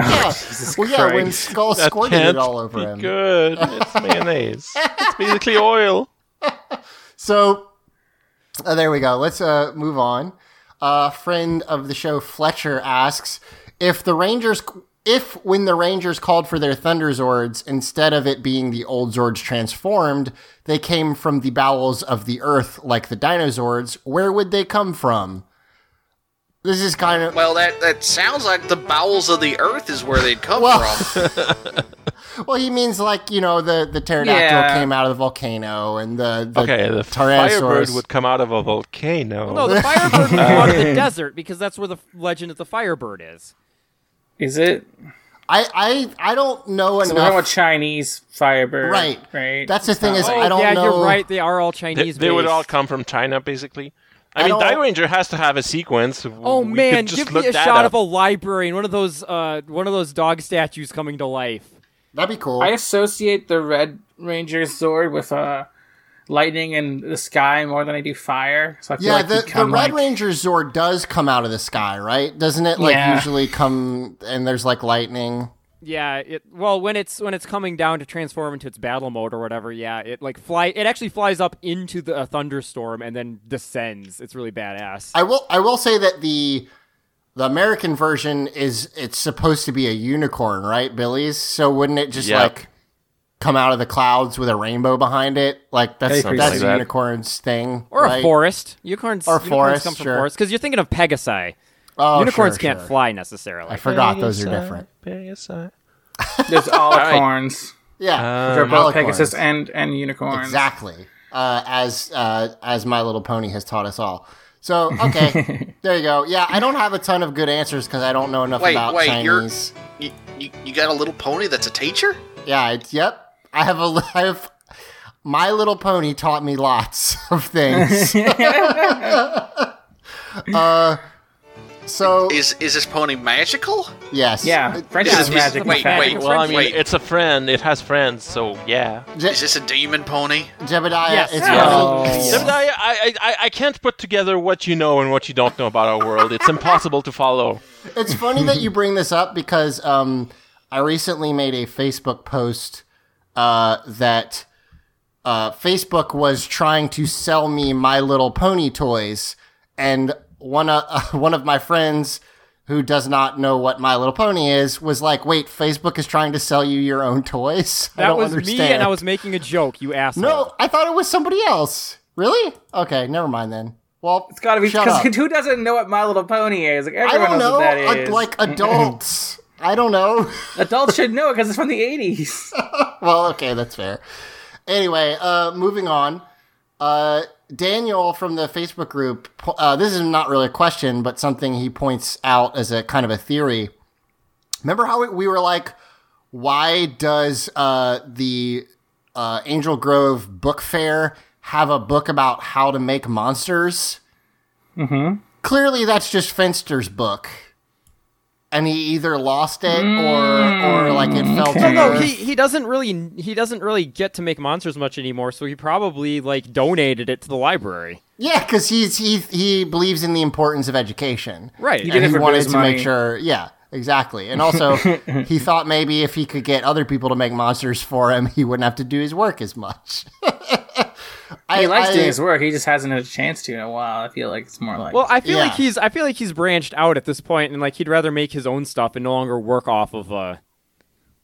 [SPEAKER 3] Yeah. well, yeah, when
[SPEAKER 6] Christ.
[SPEAKER 3] Skull
[SPEAKER 7] That
[SPEAKER 3] squirted it
[SPEAKER 7] can't
[SPEAKER 3] all over
[SPEAKER 7] be
[SPEAKER 3] him. *laughs*
[SPEAKER 7] Good. It's mayonnaise. it's basically oil.
[SPEAKER 3] So uh, there we go. Let's uh, move on. Uh, friend of the show Fletcher asks if the Rangers, if when the Rangers called for their Thunder Zords, instead of it being the old Zords transformed, they came from the bowels of the earth like the Dinozords. Where would they come from? This is kind of
[SPEAKER 5] Well, that that sounds like the bowels of the earth is where they'd come
[SPEAKER 3] Well-
[SPEAKER 5] from.
[SPEAKER 3] Well, he means like you know the the pterodactyl
[SPEAKER 7] Yeah.
[SPEAKER 3] came out of the volcano and the, the
[SPEAKER 7] okay, the
[SPEAKER 3] Tyrannosaurus-
[SPEAKER 7] Firebird would come out of a volcano.
[SPEAKER 3] *laughs*
[SPEAKER 4] No, the Firebird would go out of the desert because that's where the f- legend of the Firebird is.
[SPEAKER 6] Is it?
[SPEAKER 3] I I I don't know
[SPEAKER 6] So we're
[SPEAKER 3] enough.
[SPEAKER 6] talking about Chinese Firebird,
[SPEAKER 3] Right.
[SPEAKER 6] Right.
[SPEAKER 3] That's the thing is,
[SPEAKER 6] Oh,
[SPEAKER 3] I don't
[SPEAKER 6] yeah,
[SPEAKER 3] know.
[SPEAKER 6] you're
[SPEAKER 4] right, they are all
[SPEAKER 7] They-
[SPEAKER 4] Chinese.
[SPEAKER 7] They, would
[SPEAKER 4] based.
[SPEAKER 7] all come from China, basically. I,
[SPEAKER 4] I
[SPEAKER 7] mean,
[SPEAKER 4] don't-
[SPEAKER 7] Die Ranger has to have a sequence.
[SPEAKER 4] Oh
[SPEAKER 7] We could
[SPEAKER 4] man,
[SPEAKER 7] just
[SPEAKER 4] give
[SPEAKER 7] look
[SPEAKER 4] me a
[SPEAKER 7] that
[SPEAKER 4] shot
[SPEAKER 7] up.
[SPEAKER 4] of a library and one of those uh, one of those dog statues coming to life.
[SPEAKER 3] That'd be cool.
[SPEAKER 6] I associate the Red Ranger Zord with uh, lightning and the sky more than I do fire. So I feel
[SPEAKER 3] yeah,
[SPEAKER 6] like
[SPEAKER 3] the,
[SPEAKER 6] he'd
[SPEAKER 3] the
[SPEAKER 6] come,
[SPEAKER 3] Red
[SPEAKER 6] like-
[SPEAKER 3] Ranger Zord does come out of the sky, right? Doesn't it like
[SPEAKER 6] Yeah.
[SPEAKER 3] usually come and there's like lightning?
[SPEAKER 4] Yeah, it well when it's when it's coming down to transform into its battle mode or whatever. Yeah, it like fly it actually flies up into the a thunderstorm and then descends. It's really badass.
[SPEAKER 3] I will I will say that the the American version is it's supposed to be a unicorn, right, Billy's? So wouldn't it just
[SPEAKER 7] Yep.
[SPEAKER 3] like come out of the clouds with a rainbow behind it? Like that's
[SPEAKER 7] Something
[SPEAKER 3] that's
[SPEAKER 7] like
[SPEAKER 3] a
[SPEAKER 7] that.
[SPEAKER 3] unicorn's thing.
[SPEAKER 4] Or
[SPEAKER 3] right?
[SPEAKER 4] a forest. Unicorns
[SPEAKER 3] Or
[SPEAKER 4] unicorns
[SPEAKER 3] forest,
[SPEAKER 4] come from
[SPEAKER 3] sure.
[SPEAKER 4] forests because you're thinking of Pegasi.
[SPEAKER 3] Oh,
[SPEAKER 4] unicorns
[SPEAKER 3] sure,
[SPEAKER 4] can't
[SPEAKER 3] sure.
[SPEAKER 4] fly necessarily.
[SPEAKER 3] I forgot those are different.
[SPEAKER 6] There's *laughs*
[SPEAKER 3] Alright.
[SPEAKER 6] alicorns.
[SPEAKER 3] Yeah.
[SPEAKER 7] Uh,
[SPEAKER 6] Which are
[SPEAKER 3] Alicorns.
[SPEAKER 6] both Pegasus and, and unicorns.
[SPEAKER 3] Exactly. Uh, as uh, as My Little Pony has taught us all. So
[SPEAKER 5] *laughs*
[SPEAKER 3] okay, there you go. Yeah, I don't have a ton of good answers because I don't know enough
[SPEAKER 5] Wait,
[SPEAKER 3] about
[SPEAKER 5] wait, you're,
[SPEAKER 3] Chinese.
[SPEAKER 5] you, you you got a little pony that's a teacher?
[SPEAKER 3] Yeah, I, yep. I have a li- *laughs* I have My Little Pony taught me lots *laughs* of
[SPEAKER 5] *laughs*
[SPEAKER 3] things. uh, so
[SPEAKER 5] Is is this pony magical?
[SPEAKER 3] yes, Uh,
[SPEAKER 5] Is this- Wait, wait,
[SPEAKER 7] Well, I mean,
[SPEAKER 5] wait.
[SPEAKER 7] it's a friend. It has friends, so yeah.
[SPEAKER 5] Is this a demon pony?
[SPEAKER 3] Jebediah,
[SPEAKER 5] Yes.
[SPEAKER 3] *laughs*
[SPEAKER 5] Oh.
[SPEAKER 3] it's
[SPEAKER 5] Yeah.
[SPEAKER 3] funny.
[SPEAKER 5] Yes.
[SPEAKER 7] Zebediah, I, I, I- I can't put together what you know and what you don't know about our world. It's impossible to follow.
[SPEAKER 3] it's funny that you bring this up because um, I recently made a Facebook post uh, that uh, Facebook was trying to sell me My Little Pony toys, and one of uh, *laughs* one of my friends who does not know what My Little Pony is was like, "Wait, Facebook is trying to sell you your own toys." *laughs* I
[SPEAKER 4] That
[SPEAKER 3] don't
[SPEAKER 4] was
[SPEAKER 3] understand.
[SPEAKER 4] me, and I was making a joke. You
[SPEAKER 3] *laughs*
[SPEAKER 4] asshole.
[SPEAKER 3] no, I thought it was somebody else. Really? Okay, never mind then. Well, it's
[SPEAKER 6] gotta be
[SPEAKER 3] shut
[SPEAKER 6] because
[SPEAKER 3] up.
[SPEAKER 6] *laughs* who doesn't know what My Little Pony is? Like everyone
[SPEAKER 3] I don't
[SPEAKER 6] knows
[SPEAKER 3] know.
[SPEAKER 6] what that
[SPEAKER 3] ad-
[SPEAKER 6] is.
[SPEAKER 3] like adults. I don't know. *laughs*
[SPEAKER 6] adults should know because it's from the '80s.
[SPEAKER 3] well, okay, that's fair. Anyway, uh, moving on. Uh, Daniel from the Facebook group. po- Uh, this is not really a question, but something he points out as a kind of a theory. Remember how we- we were like, why does uh, the uh, Angel Grove Book Fair have a book about how to make monsters?
[SPEAKER 6] Mm-hmm.
[SPEAKER 3] Clearly, that's just Fenster's book, and he either lost it or or like it fell to
[SPEAKER 4] Well, Oh, no,
[SPEAKER 3] earth.
[SPEAKER 4] he, he doesn't really he doesn't really get to make monsters much anymore, so he probably like donated it to the library.
[SPEAKER 3] Yeah, because he's he he believes in the importance of education,
[SPEAKER 4] Right.
[SPEAKER 3] And
[SPEAKER 4] He
[SPEAKER 3] he,
[SPEAKER 4] did it for
[SPEAKER 3] wanted to
[SPEAKER 4] his money.
[SPEAKER 3] make sure, yeah, exactly. And
[SPEAKER 6] *laughs*
[SPEAKER 3] also, he thought maybe if he could get other people to make monsters for him, he wouldn't have to do his work as much. *laughs*
[SPEAKER 6] he
[SPEAKER 3] *laughs*
[SPEAKER 6] likes
[SPEAKER 3] I-
[SPEAKER 6] doing his work. He just hasn't had a chance to in a while. I feel like it's more like
[SPEAKER 4] Well, I feel like
[SPEAKER 6] Yeah.
[SPEAKER 4] he's I feel like he's branched out at this point, and like he'd rather make his own stuff and no longer work off of uh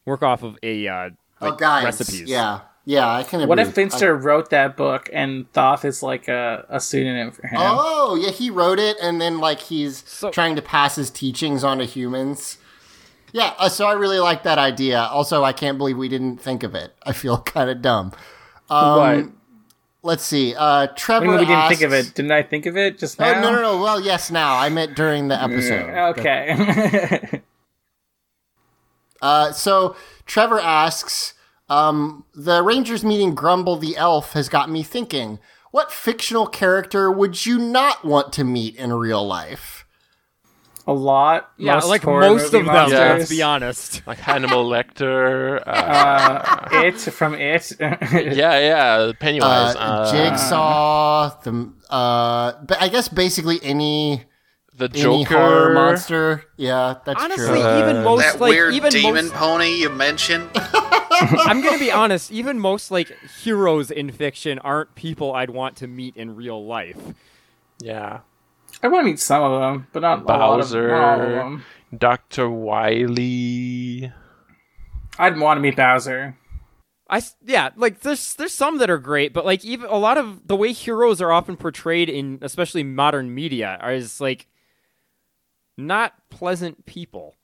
[SPEAKER 4] work off of a uh
[SPEAKER 3] Oh,
[SPEAKER 4] like,
[SPEAKER 3] guys,
[SPEAKER 4] recipes.
[SPEAKER 3] yeah, yeah, I can.
[SPEAKER 6] What if
[SPEAKER 3] agree.
[SPEAKER 6] Finster wrote that book and Thoth is like a, a pseudonym for him?
[SPEAKER 3] Oh, yeah, he wrote it, and then like he's trying to pass his teachings on to humans. Yeah, uh, so I really like that idea. Also, I can't believe we didn't think of it. I feel *laughs* kind of dumb. Um,
[SPEAKER 6] What?
[SPEAKER 3] Let's see. Uh,
[SPEAKER 6] What
[SPEAKER 3] Trevor.
[SPEAKER 6] do you mean we didn't think of
[SPEAKER 3] asks-
[SPEAKER 6] it. Didn't I think of it just
[SPEAKER 3] Oh,
[SPEAKER 6] now?
[SPEAKER 3] no, no, no. Well, yes, now. I meant during the episode.
[SPEAKER 6] Okay.
[SPEAKER 3] Uh, so Trevor asks, um, the Rangers meeting Grumble the Elf has got me thinking. What fictional character would you not want to meet in real life?
[SPEAKER 6] *laughs* a lot.
[SPEAKER 4] Yeah, like most of them, let's be honest.
[SPEAKER 7] Like Hannibal Lecter. Uh,
[SPEAKER 3] *laughs*
[SPEAKER 6] Uh, it from it. *laughs*
[SPEAKER 7] yeah, yeah, Pennywise.
[SPEAKER 3] Uh,
[SPEAKER 7] Uh,
[SPEAKER 3] Jigsaw, the uh, but I guess basically any
[SPEAKER 7] the
[SPEAKER 3] any
[SPEAKER 7] Joker.
[SPEAKER 3] horror monster. Yeah, that's
[SPEAKER 4] Honestly,
[SPEAKER 3] true.
[SPEAKER 4] even most
[SPEAKER 5] that
[SPEAKER 4] like
[SPEAKER 5] weird
[SPEAKER 4] even
[SPEAKER 5] demon
[SPEAKER 4] most,
[SPEAKER 5] pony you mentioned.
[SPEAKER 4] *laughs* I'm gonna be honest. Even most like heroes in fiction aren't people I'd want to meet in real life.
[SPEAKER 7] Yeah,
[SPEAKER 6] I want to meet some of them, but not a lot of,
[SPEAKER 7] Bowser.
[SPEAKER 6] not all of them.
[SPEAKER 7] Dr. Wiley.
[SPEAKER 6] I'd want to meet Bowser.
[SPEAKER 4] I s- yeah, like there's there's some that are great, but like even a lot of the way heroes are often portrayed in especially modern media are is like not pleasant people.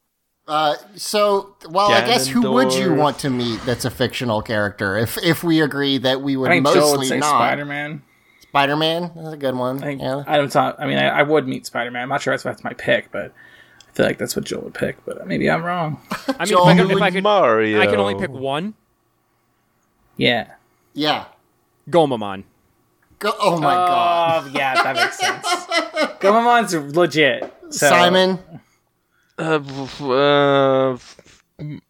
[SPEAKER 3] Uh, so, well, I guess who would you
[SPEAKER 7] Ganondorf.
[SPEAKER 3] want to meet? That's a fictional character. If if we agree that we would
[SPEAKER 6] I think Joe would
[SPEAKER 3] mostly
[SPEAKER 6] say
[SPEAKER 3] not
[SPEAKER 6] Spider-Man.
[SPEAKER 3] Spider-Man? That's a good one.
[SPEAKER 6] I think
[SPEAKER 3] yeah.
[SPEAKER 6] I don't talk, I mean, I, I would meet Spider Man. I'm not sure if that's my pick, but I feel like that's what Joel would pick. But maybe I'm wrong.
[SPEAKER 4] I mean, if I could, if I could, I can only
[SPEAKER 6] Mario.
[SPEAKER 4] pick one.
[SPEAKER 6] Yeah.
[SPEAKER 3] Yeah.
[SPEAKER 4] Gomamon.
[SPEAKER 3] Go- oh my
[SPEAKER 6] Uh,
[SPEAKER 3] god.
[SPEAKER 6] yeah, that makes *laughs* sense. Gomamon's legit. So.
[SPEAKER 3] Simon.
[SPEAKER 7] Uh, f- uh, f-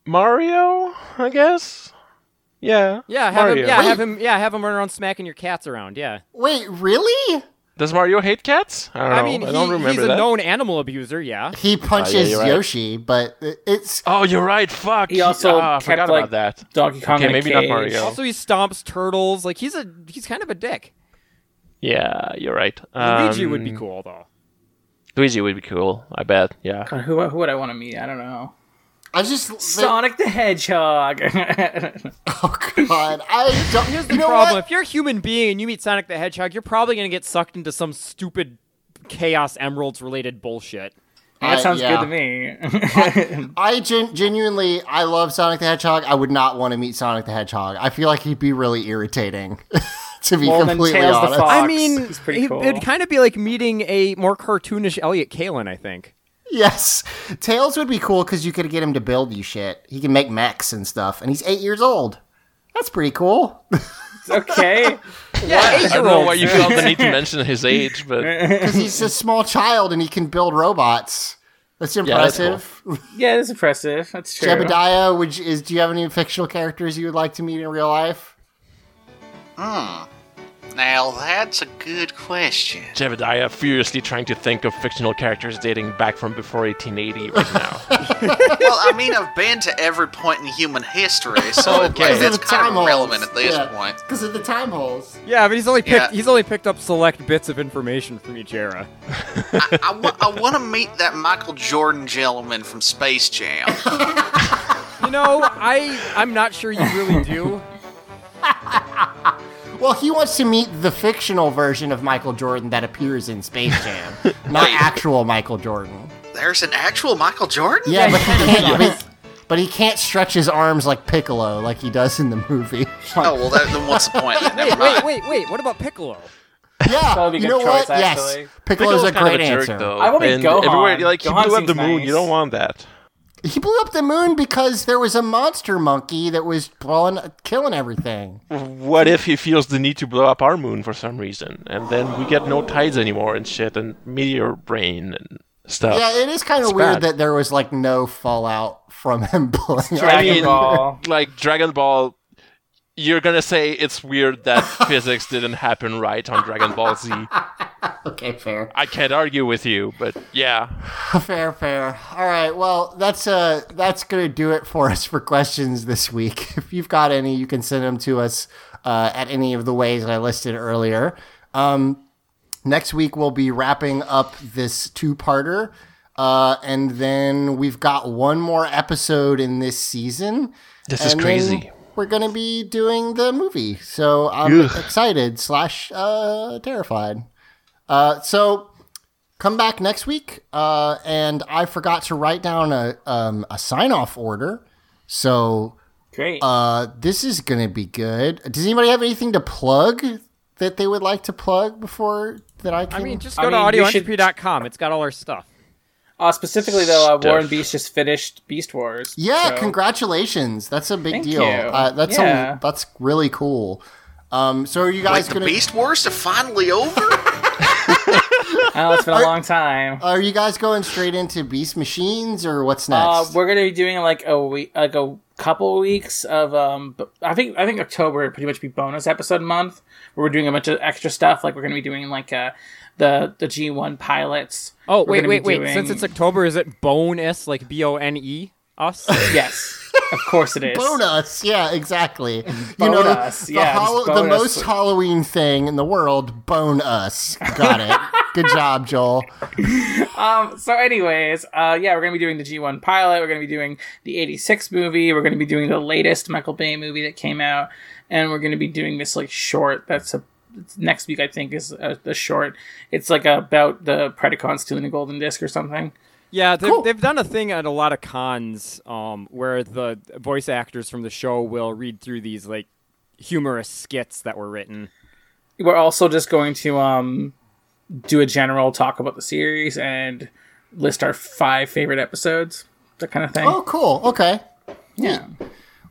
[SPEAKER 7] Mario, I guess. Yeah.
[SPEAKER 4] Yeah, have
[SPEAKER 7] Mario.
[SPEAKER 4] him. Yeah, have him. Yeah, have him run around smacking your cats around. Yeah.
[SPEAKER 3] Wait, really?
[SPEAKER 7] Does Mario hate cats? I don't know.
[SPEAKER 4] mean,
[SPEAKER 7] I don't
[SPEAKER 4] he-
[SPEAKER 7] remember
[SPEAKER 4] he's a
[SPEAKER 7] that.
[SPEAKER 4] known animal abuser. Yeah.
[SPEAKER 3] He punches
[SPEAKER 7] you're right.
[SPEAKER 3] Yoshi, but it- it's
[SPEAKER 7] Oh, you're right. Fuck.
[SPEAKER 6] He also
[SPEAKER 7] Ah, I
[SPEAKER 6] kept,
[SPEAKER 7] forgot
[SPEAKER 6] like,
[SPEAKER 7] about that.
[SPEAKER 6] Donkey Kong
[SPEAKER 7] Okay,
[SPEAKER 6] in a
[SPEAKER 7] maybe not
[SPEAKER 6] cage.
[SPEAKER 7] Mario.
[SPEAKER 4] Also, he stomps turtles. Like he's a he's kind of a dick.
[SPEAKER 7] Yeah, you're right.
[SPEAKER 4] Luigi would be
[SPEAKER 7] Um,
[SPEAKER 4] cool though.
[SPEAKER 7] Luigi would be cool. I bet. Yeah.
[SPEAKER 6] God, who, who would I want to meet? I don't know.
[SPEAKER 3] I just
[SPEAKER 6] Sonic the Hedgehog. *laughs*
[SPEAKER 3] *laughs* oh God, I don't.
[SPEAKER 4] Here's the
[SPEAKER 3] you know
[SPEAKER 4] problem:
[SPEAKER 3] what?
[SPEAKER 4] if you're a human being and you meet Sonic the Hedgehog, you're probably gonna get sucked into some stupid Chaos Emeralds related bullshit.
[SPEAKER 6] that
[SPEAKER 3] I-
[SPEAKER 6] sounds
[SPEAKER 3] yeah.
[SPEAKER 6] good to me.
[SPEAKER 3] *laughs*
[SPEAKER 6] *laughs*
[SPEAKER 3] I gen- genuinely, I love Sonic the Hedgehog. I would not want to meet Sonic the Hedgehog. I feel like he'd be really irritating. *laughs* to be
[SPEAKER 6] Well, then
[SPEAKER 3] completely
[SPEAKER 6] Tails the
[SPEAKER 3] honest,
[SPEAKER 6] Fox.
[SPEAKER 4] I mean,
[SPEAKER 6] He's pretty
[SPEAKER 4] he-
[SPEAKER 6] cool.
[SPEAKER 4] it'd kind of be like meeting a more cartoonish Elliot Kalin, I think.
[SPEAKER 3] yes, Tails would be cool because you could get him to build you shit. He can make mechs and stuff, and he's eight years old. That's pretty cool.
[SPEAKER 6] okay.
[SPEAKER 4] Yeah,
[SPEAKER 7] I don't know why you felt the need to mention his age, but
[SPEAKER 6] *laughs*
[SPEAKER 3] Because he's a small child and he can build robots. That's
[SPEAKER 7] that's cool.
[SPEAKER 3] impressive.
[SPEAKER 6] Yeah, that's impressive. That's true.
[SPEAKER 3] Jebediah, would you, is do you have any fictional characters you would like to meet in real life?
[SPEAKER 5] Hmm. Now that's a good question.
[SPEAKER 7] Jebediah furiously trying to think of fictional characters dating back from before 1880 right now.
[SPEAKER 5] well, I mean, I've been to every point in human history,
[SPEAKER 7] Okay.
[SPEAKER 5] so like, that's
[SPEAKER 3] Because of the
[SPEAKER 5] kind of
[SPEAKER 3] time
[SPEAKER 5] relevant
[SPEAKER 3] holes.
[SPEAKER 5] at this
[SPEAKER 3] Yeah.
[SPEAKER 5] point.
[SPEAKER 3] Because of the time holes.
[SPEAKER 4] Yeah, but he's only picked
[SPEAKER 5] Yeah.
[SPEAKER 4] he's only picked up select bits of information from each era.
[SPEAKER 5] I, I, wa- I want to meet that Michael Jordan gentleman from Space Jam.
[SPEAKER 4] You know, I I'm not sure you
[SPEAKER 6] *laughs*
[SPEAKER 4] really do.
[SPEAKER 3] Well, he wants to meet the fictional version of Michael Jordan that appears in Space
[SPEAKER 5] *laughs*
[SPEAKER 3] Jam, not actual Michael Jordan.
[SPEAKER 5] There's an actual Michael
[SPEAKER 3] *laughs*
[SPEAKER 5] Jordan?
[SPEAKER 3] Yeah, but he can't.
[SPEAKER 7] *laughs*
[SPEAKER 3] but- But he can't stretch his arms like Piccolo, like he does in the
[SPEAKER 6] *laughs*
[SPEAKER 3] movie.
[SPEAKER 5] Oh, well, that, then what's the point?
[SPEAKER 4] Wait,
[SPEAKER 5] Then Never
[SPEAKER 4] wait,
[SPEAKER 5] mind.
[SPEAKER 4] wait, wait. What about Piccolo?
[SPEAKER 3] yeah,
[SPEAKER 6] be
[SPEAKER 3] you
[SPEAKER 6] good
[SPEAKER 3] know
[SPEAKER 6] choice,
[SPEAKER 3] what? Yes,
[SPEAKER 6] actually.
[SPEAKER 3] Piccolo's, a
[SPEAKER 7] kind of
[SPEAKER 3] great
[SPEAKER 7] jerk,
[SPEAKER 3] answer.
[SPEAKER 7] though.
[SPEAKER 6] I wanna
[SPEAKER 7] and
[SPEAKER 6] Gohan.
[SPEAKER 7] Everywhere, like he
[SPEAKER 6] Gohan
[SPEAKER 7] blew up the
[SPEAKER 6] seems
[SPEAKER 7] moon.
[SPEAKER 6] nice.
[SPEAKER 7] You don't want that.
[SPEAKER 3] He blew up the moon because there was a monster monkey that was blowing, killing everything.
[SPEAKER 7] What if he feels the need to blow up our moon for some reason, and then we get no tides anymore and shit, and meteor brain and stuff?
[SPEAKER 3] Yeah, it is kind
[SPEAKER 7] It's
[SPEAKER 3] of weird
[SPEAKER 7] bad.
[SPEAKER 3] that there was like no fallout from him *laughs* blowing up.
[SPEAKER 7] I
[SPEAKER 6] Dragon
[SPEAKER 7] mean,
[SPEAKER 3] uh,
[SPEAKER 6] Ball.
[SPEAKER 7] like Dragon Ball. You're gonna say it's
[SPEAKER 3] *laughs*
[SPEAKER 7] weird that physics didn't happen right on Dragon Ball Z.
[SPEAKER 3] Okay, fair.
[SPEAKER 7] I can't argue with you, but yeah,
[SPEAKER 3] *laughs* Fair, fair. All right. Well, that's uh that's gonna do it for *laughs* us for questions this week. *laughs* If you've got any, you can send them to us uh, at any of the ways I listed earlier. Um, next week we'll be wrapping up this two-parter, uh, and then we've got one more episode in this season.
[SPEAKER 7] This is
[SPEAKER 3] and then
[SPEAKER 7] crazy.
[SPEAKER 3] We're gonna be doing the movie, so I'm
[SPEAKER 7] Ugh.
[SPEAKER 3] excited slash uh, terrified. Uh, so come back next week. Uh, and I forgot to write down a um, a sign off order, so
[SPEAKER 6] Great.
[SPEAKER 3] uh, this is gonna be good. Does anybody have anything to plug that they would like to plug before that I can?
[SPEAKER 4] I mean, just
[SPEAKER 6] I
[SPEAKER 4] go
[SPEAKER 6] mean,
[SPEAKER 4] to
[SPEAKER 6] you should-
[SPEAKER 4] audioentropy.com. It's got all our stuff.
[SPEAKER 6] Uh, specifically, though, uh,
[SPEAKER 7] Stuff.
[SPEAKER 6] Warren Beast just finished Beast Wars.
[SPEAKER 3] yeah,
[SPEAKER 6] so-
[SPEAKER 3] congratulations. That's a big
[SPEAKER 6] Thank
[SPEAKER 3] deal.
[SPEAKER 6] you.
[SPEAKER 3] Uh, that's a-
[SPEAKER 6] Yeah.
[SPEAKER 3] that's really cool. Um, so are you guys
[SPEAKER 5] Wait, the
[SPEAKER 3] gonna
[SPEAKER 5] Beast Wars are finally over?
[SPEAKER 6] Oh, it's been a long time.
[SPEAKER 3] are you guys going straight into Beast Machines or what's next?
[SPEAKER 6] Uh, we're gonna be doing like a week, like a couple weeks of um. b- I think I think October would pretty much be bonus episode month where we're doing a bunch of extra stuff. Like we're gonna be doing like uh the the G one pilots.
[SPEAKER 4] Oh,
[SPEAKER 6] We're
[SPEAKER 4] wait,
[SPEAKER 6] gonna be
[SPEAKER 4] wait, wait. Since
[SPEAKER 6] doing-
[SPEAKER 4] it's October, is it bonus like B O N E
[SPEAKER 6] *laughs*
[SPEAKER 4] us?
[SPEAKER 6] yes, of
[SPEAKER 3] *laughs*
[SPEAKER 6] course it is.
[SPEAKER 3] bonus. Yeah, exactly. you know,
[SPEAKER 6] Bonus,
[SPEAKER 3] the,
[SPEAKER 6] yeah,
[SPEAKER 3] hol-
[SPEAKER 6] just
[SPEAKER 3] the
[SPEAKER 6] bonus.
[SPEAKER 3] most Halloween thing in the world, bone us. Got
[SPEAKER 6] *laughs*
[SPEAKER 3] it. Good job, Joel.
[SPEAKER 6] Um, so, anyways, uh, yeah, we're gonna be doing the G1 pilot. We're gonna be doing the '86 movie. We're gonna be doing the latest Michael Bay movie that came out, and we're gonna be doing this like short. That's a next week, I think, is a, a short. It's like about the Predacons stealing the golden disc or something.
[SPEAKER 4] Yeah, they've, they've done a thing at a lot of cons um, where the voice actors from the show will read through these like humorous skits that were written.
[SPEAKER 6] We're also just going to um, do a general talk about the series and list our five favorite episodes, that kind of thing.
[SPEAKER 3] Oh, cool. Okay.
[SPEAKER 6] Yeah.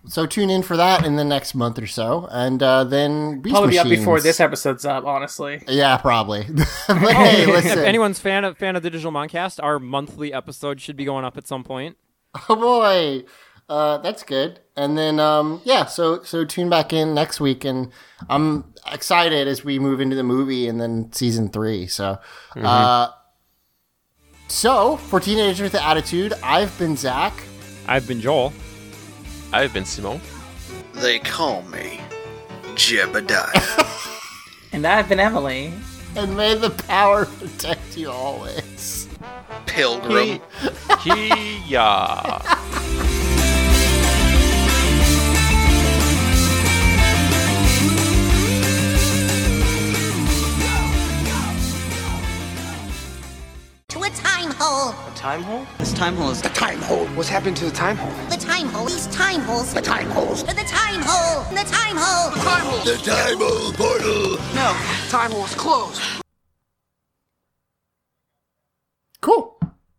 [SPEAKER 3] So tune in for that in the next month or so, and uh, then Beast
[SPEAKER 6] Probably be up
[SPEAKER 3] Machines.
[SPEAKER 6] before this Oh, episode's up, honestly.
[SPEAKER 3] Yeah, probably. *laughs* but hey,
[SPEAKER 4] if
[SPEAKER 3] listen.
[SPEAKER 4] anyone's fan of fan of the Digital Moncast, our monthly episode should be going up at some point.
[SPEAKER 3] Oh boy, uh, that's good. And then um, yeah, so so tune back in next week, and I'm excited as we move into the movie and then season three. So, uh, so for teenagers with the attitude, I've been Zach.
[SPEAKER 4] I've been Joel.
[SPEAKER 7] I've
[SPEAKER 3] *laughs*
[SPEAKER 7] been Simone.
[SPEAKER 5] They call me Jebediah.
[SPEAKER 6] And I've been Emily.
[SPEAKER 3] And may the power protect you always.
[SPEAKER 5] Pilgrim.
[SPEAKER 7] Yeah.
[SPEAKER 13] To a time hole.
[SPEAKER 12] A time hole? This time hole is a
[SPEAKER 2] time hole.
[SPEAKER 12] What's happened to the time hole?
[SPEAKER 13] The time hole. These time holes.
[SPEAKER 2] The time holes.
[SPEAKER 13] The time hole. The time hole. The time hole.
[SPEAKER 2] The time hole portal.
[SPEAKER 12] No, time hole's closed.
[SPEAKER 3] Cool.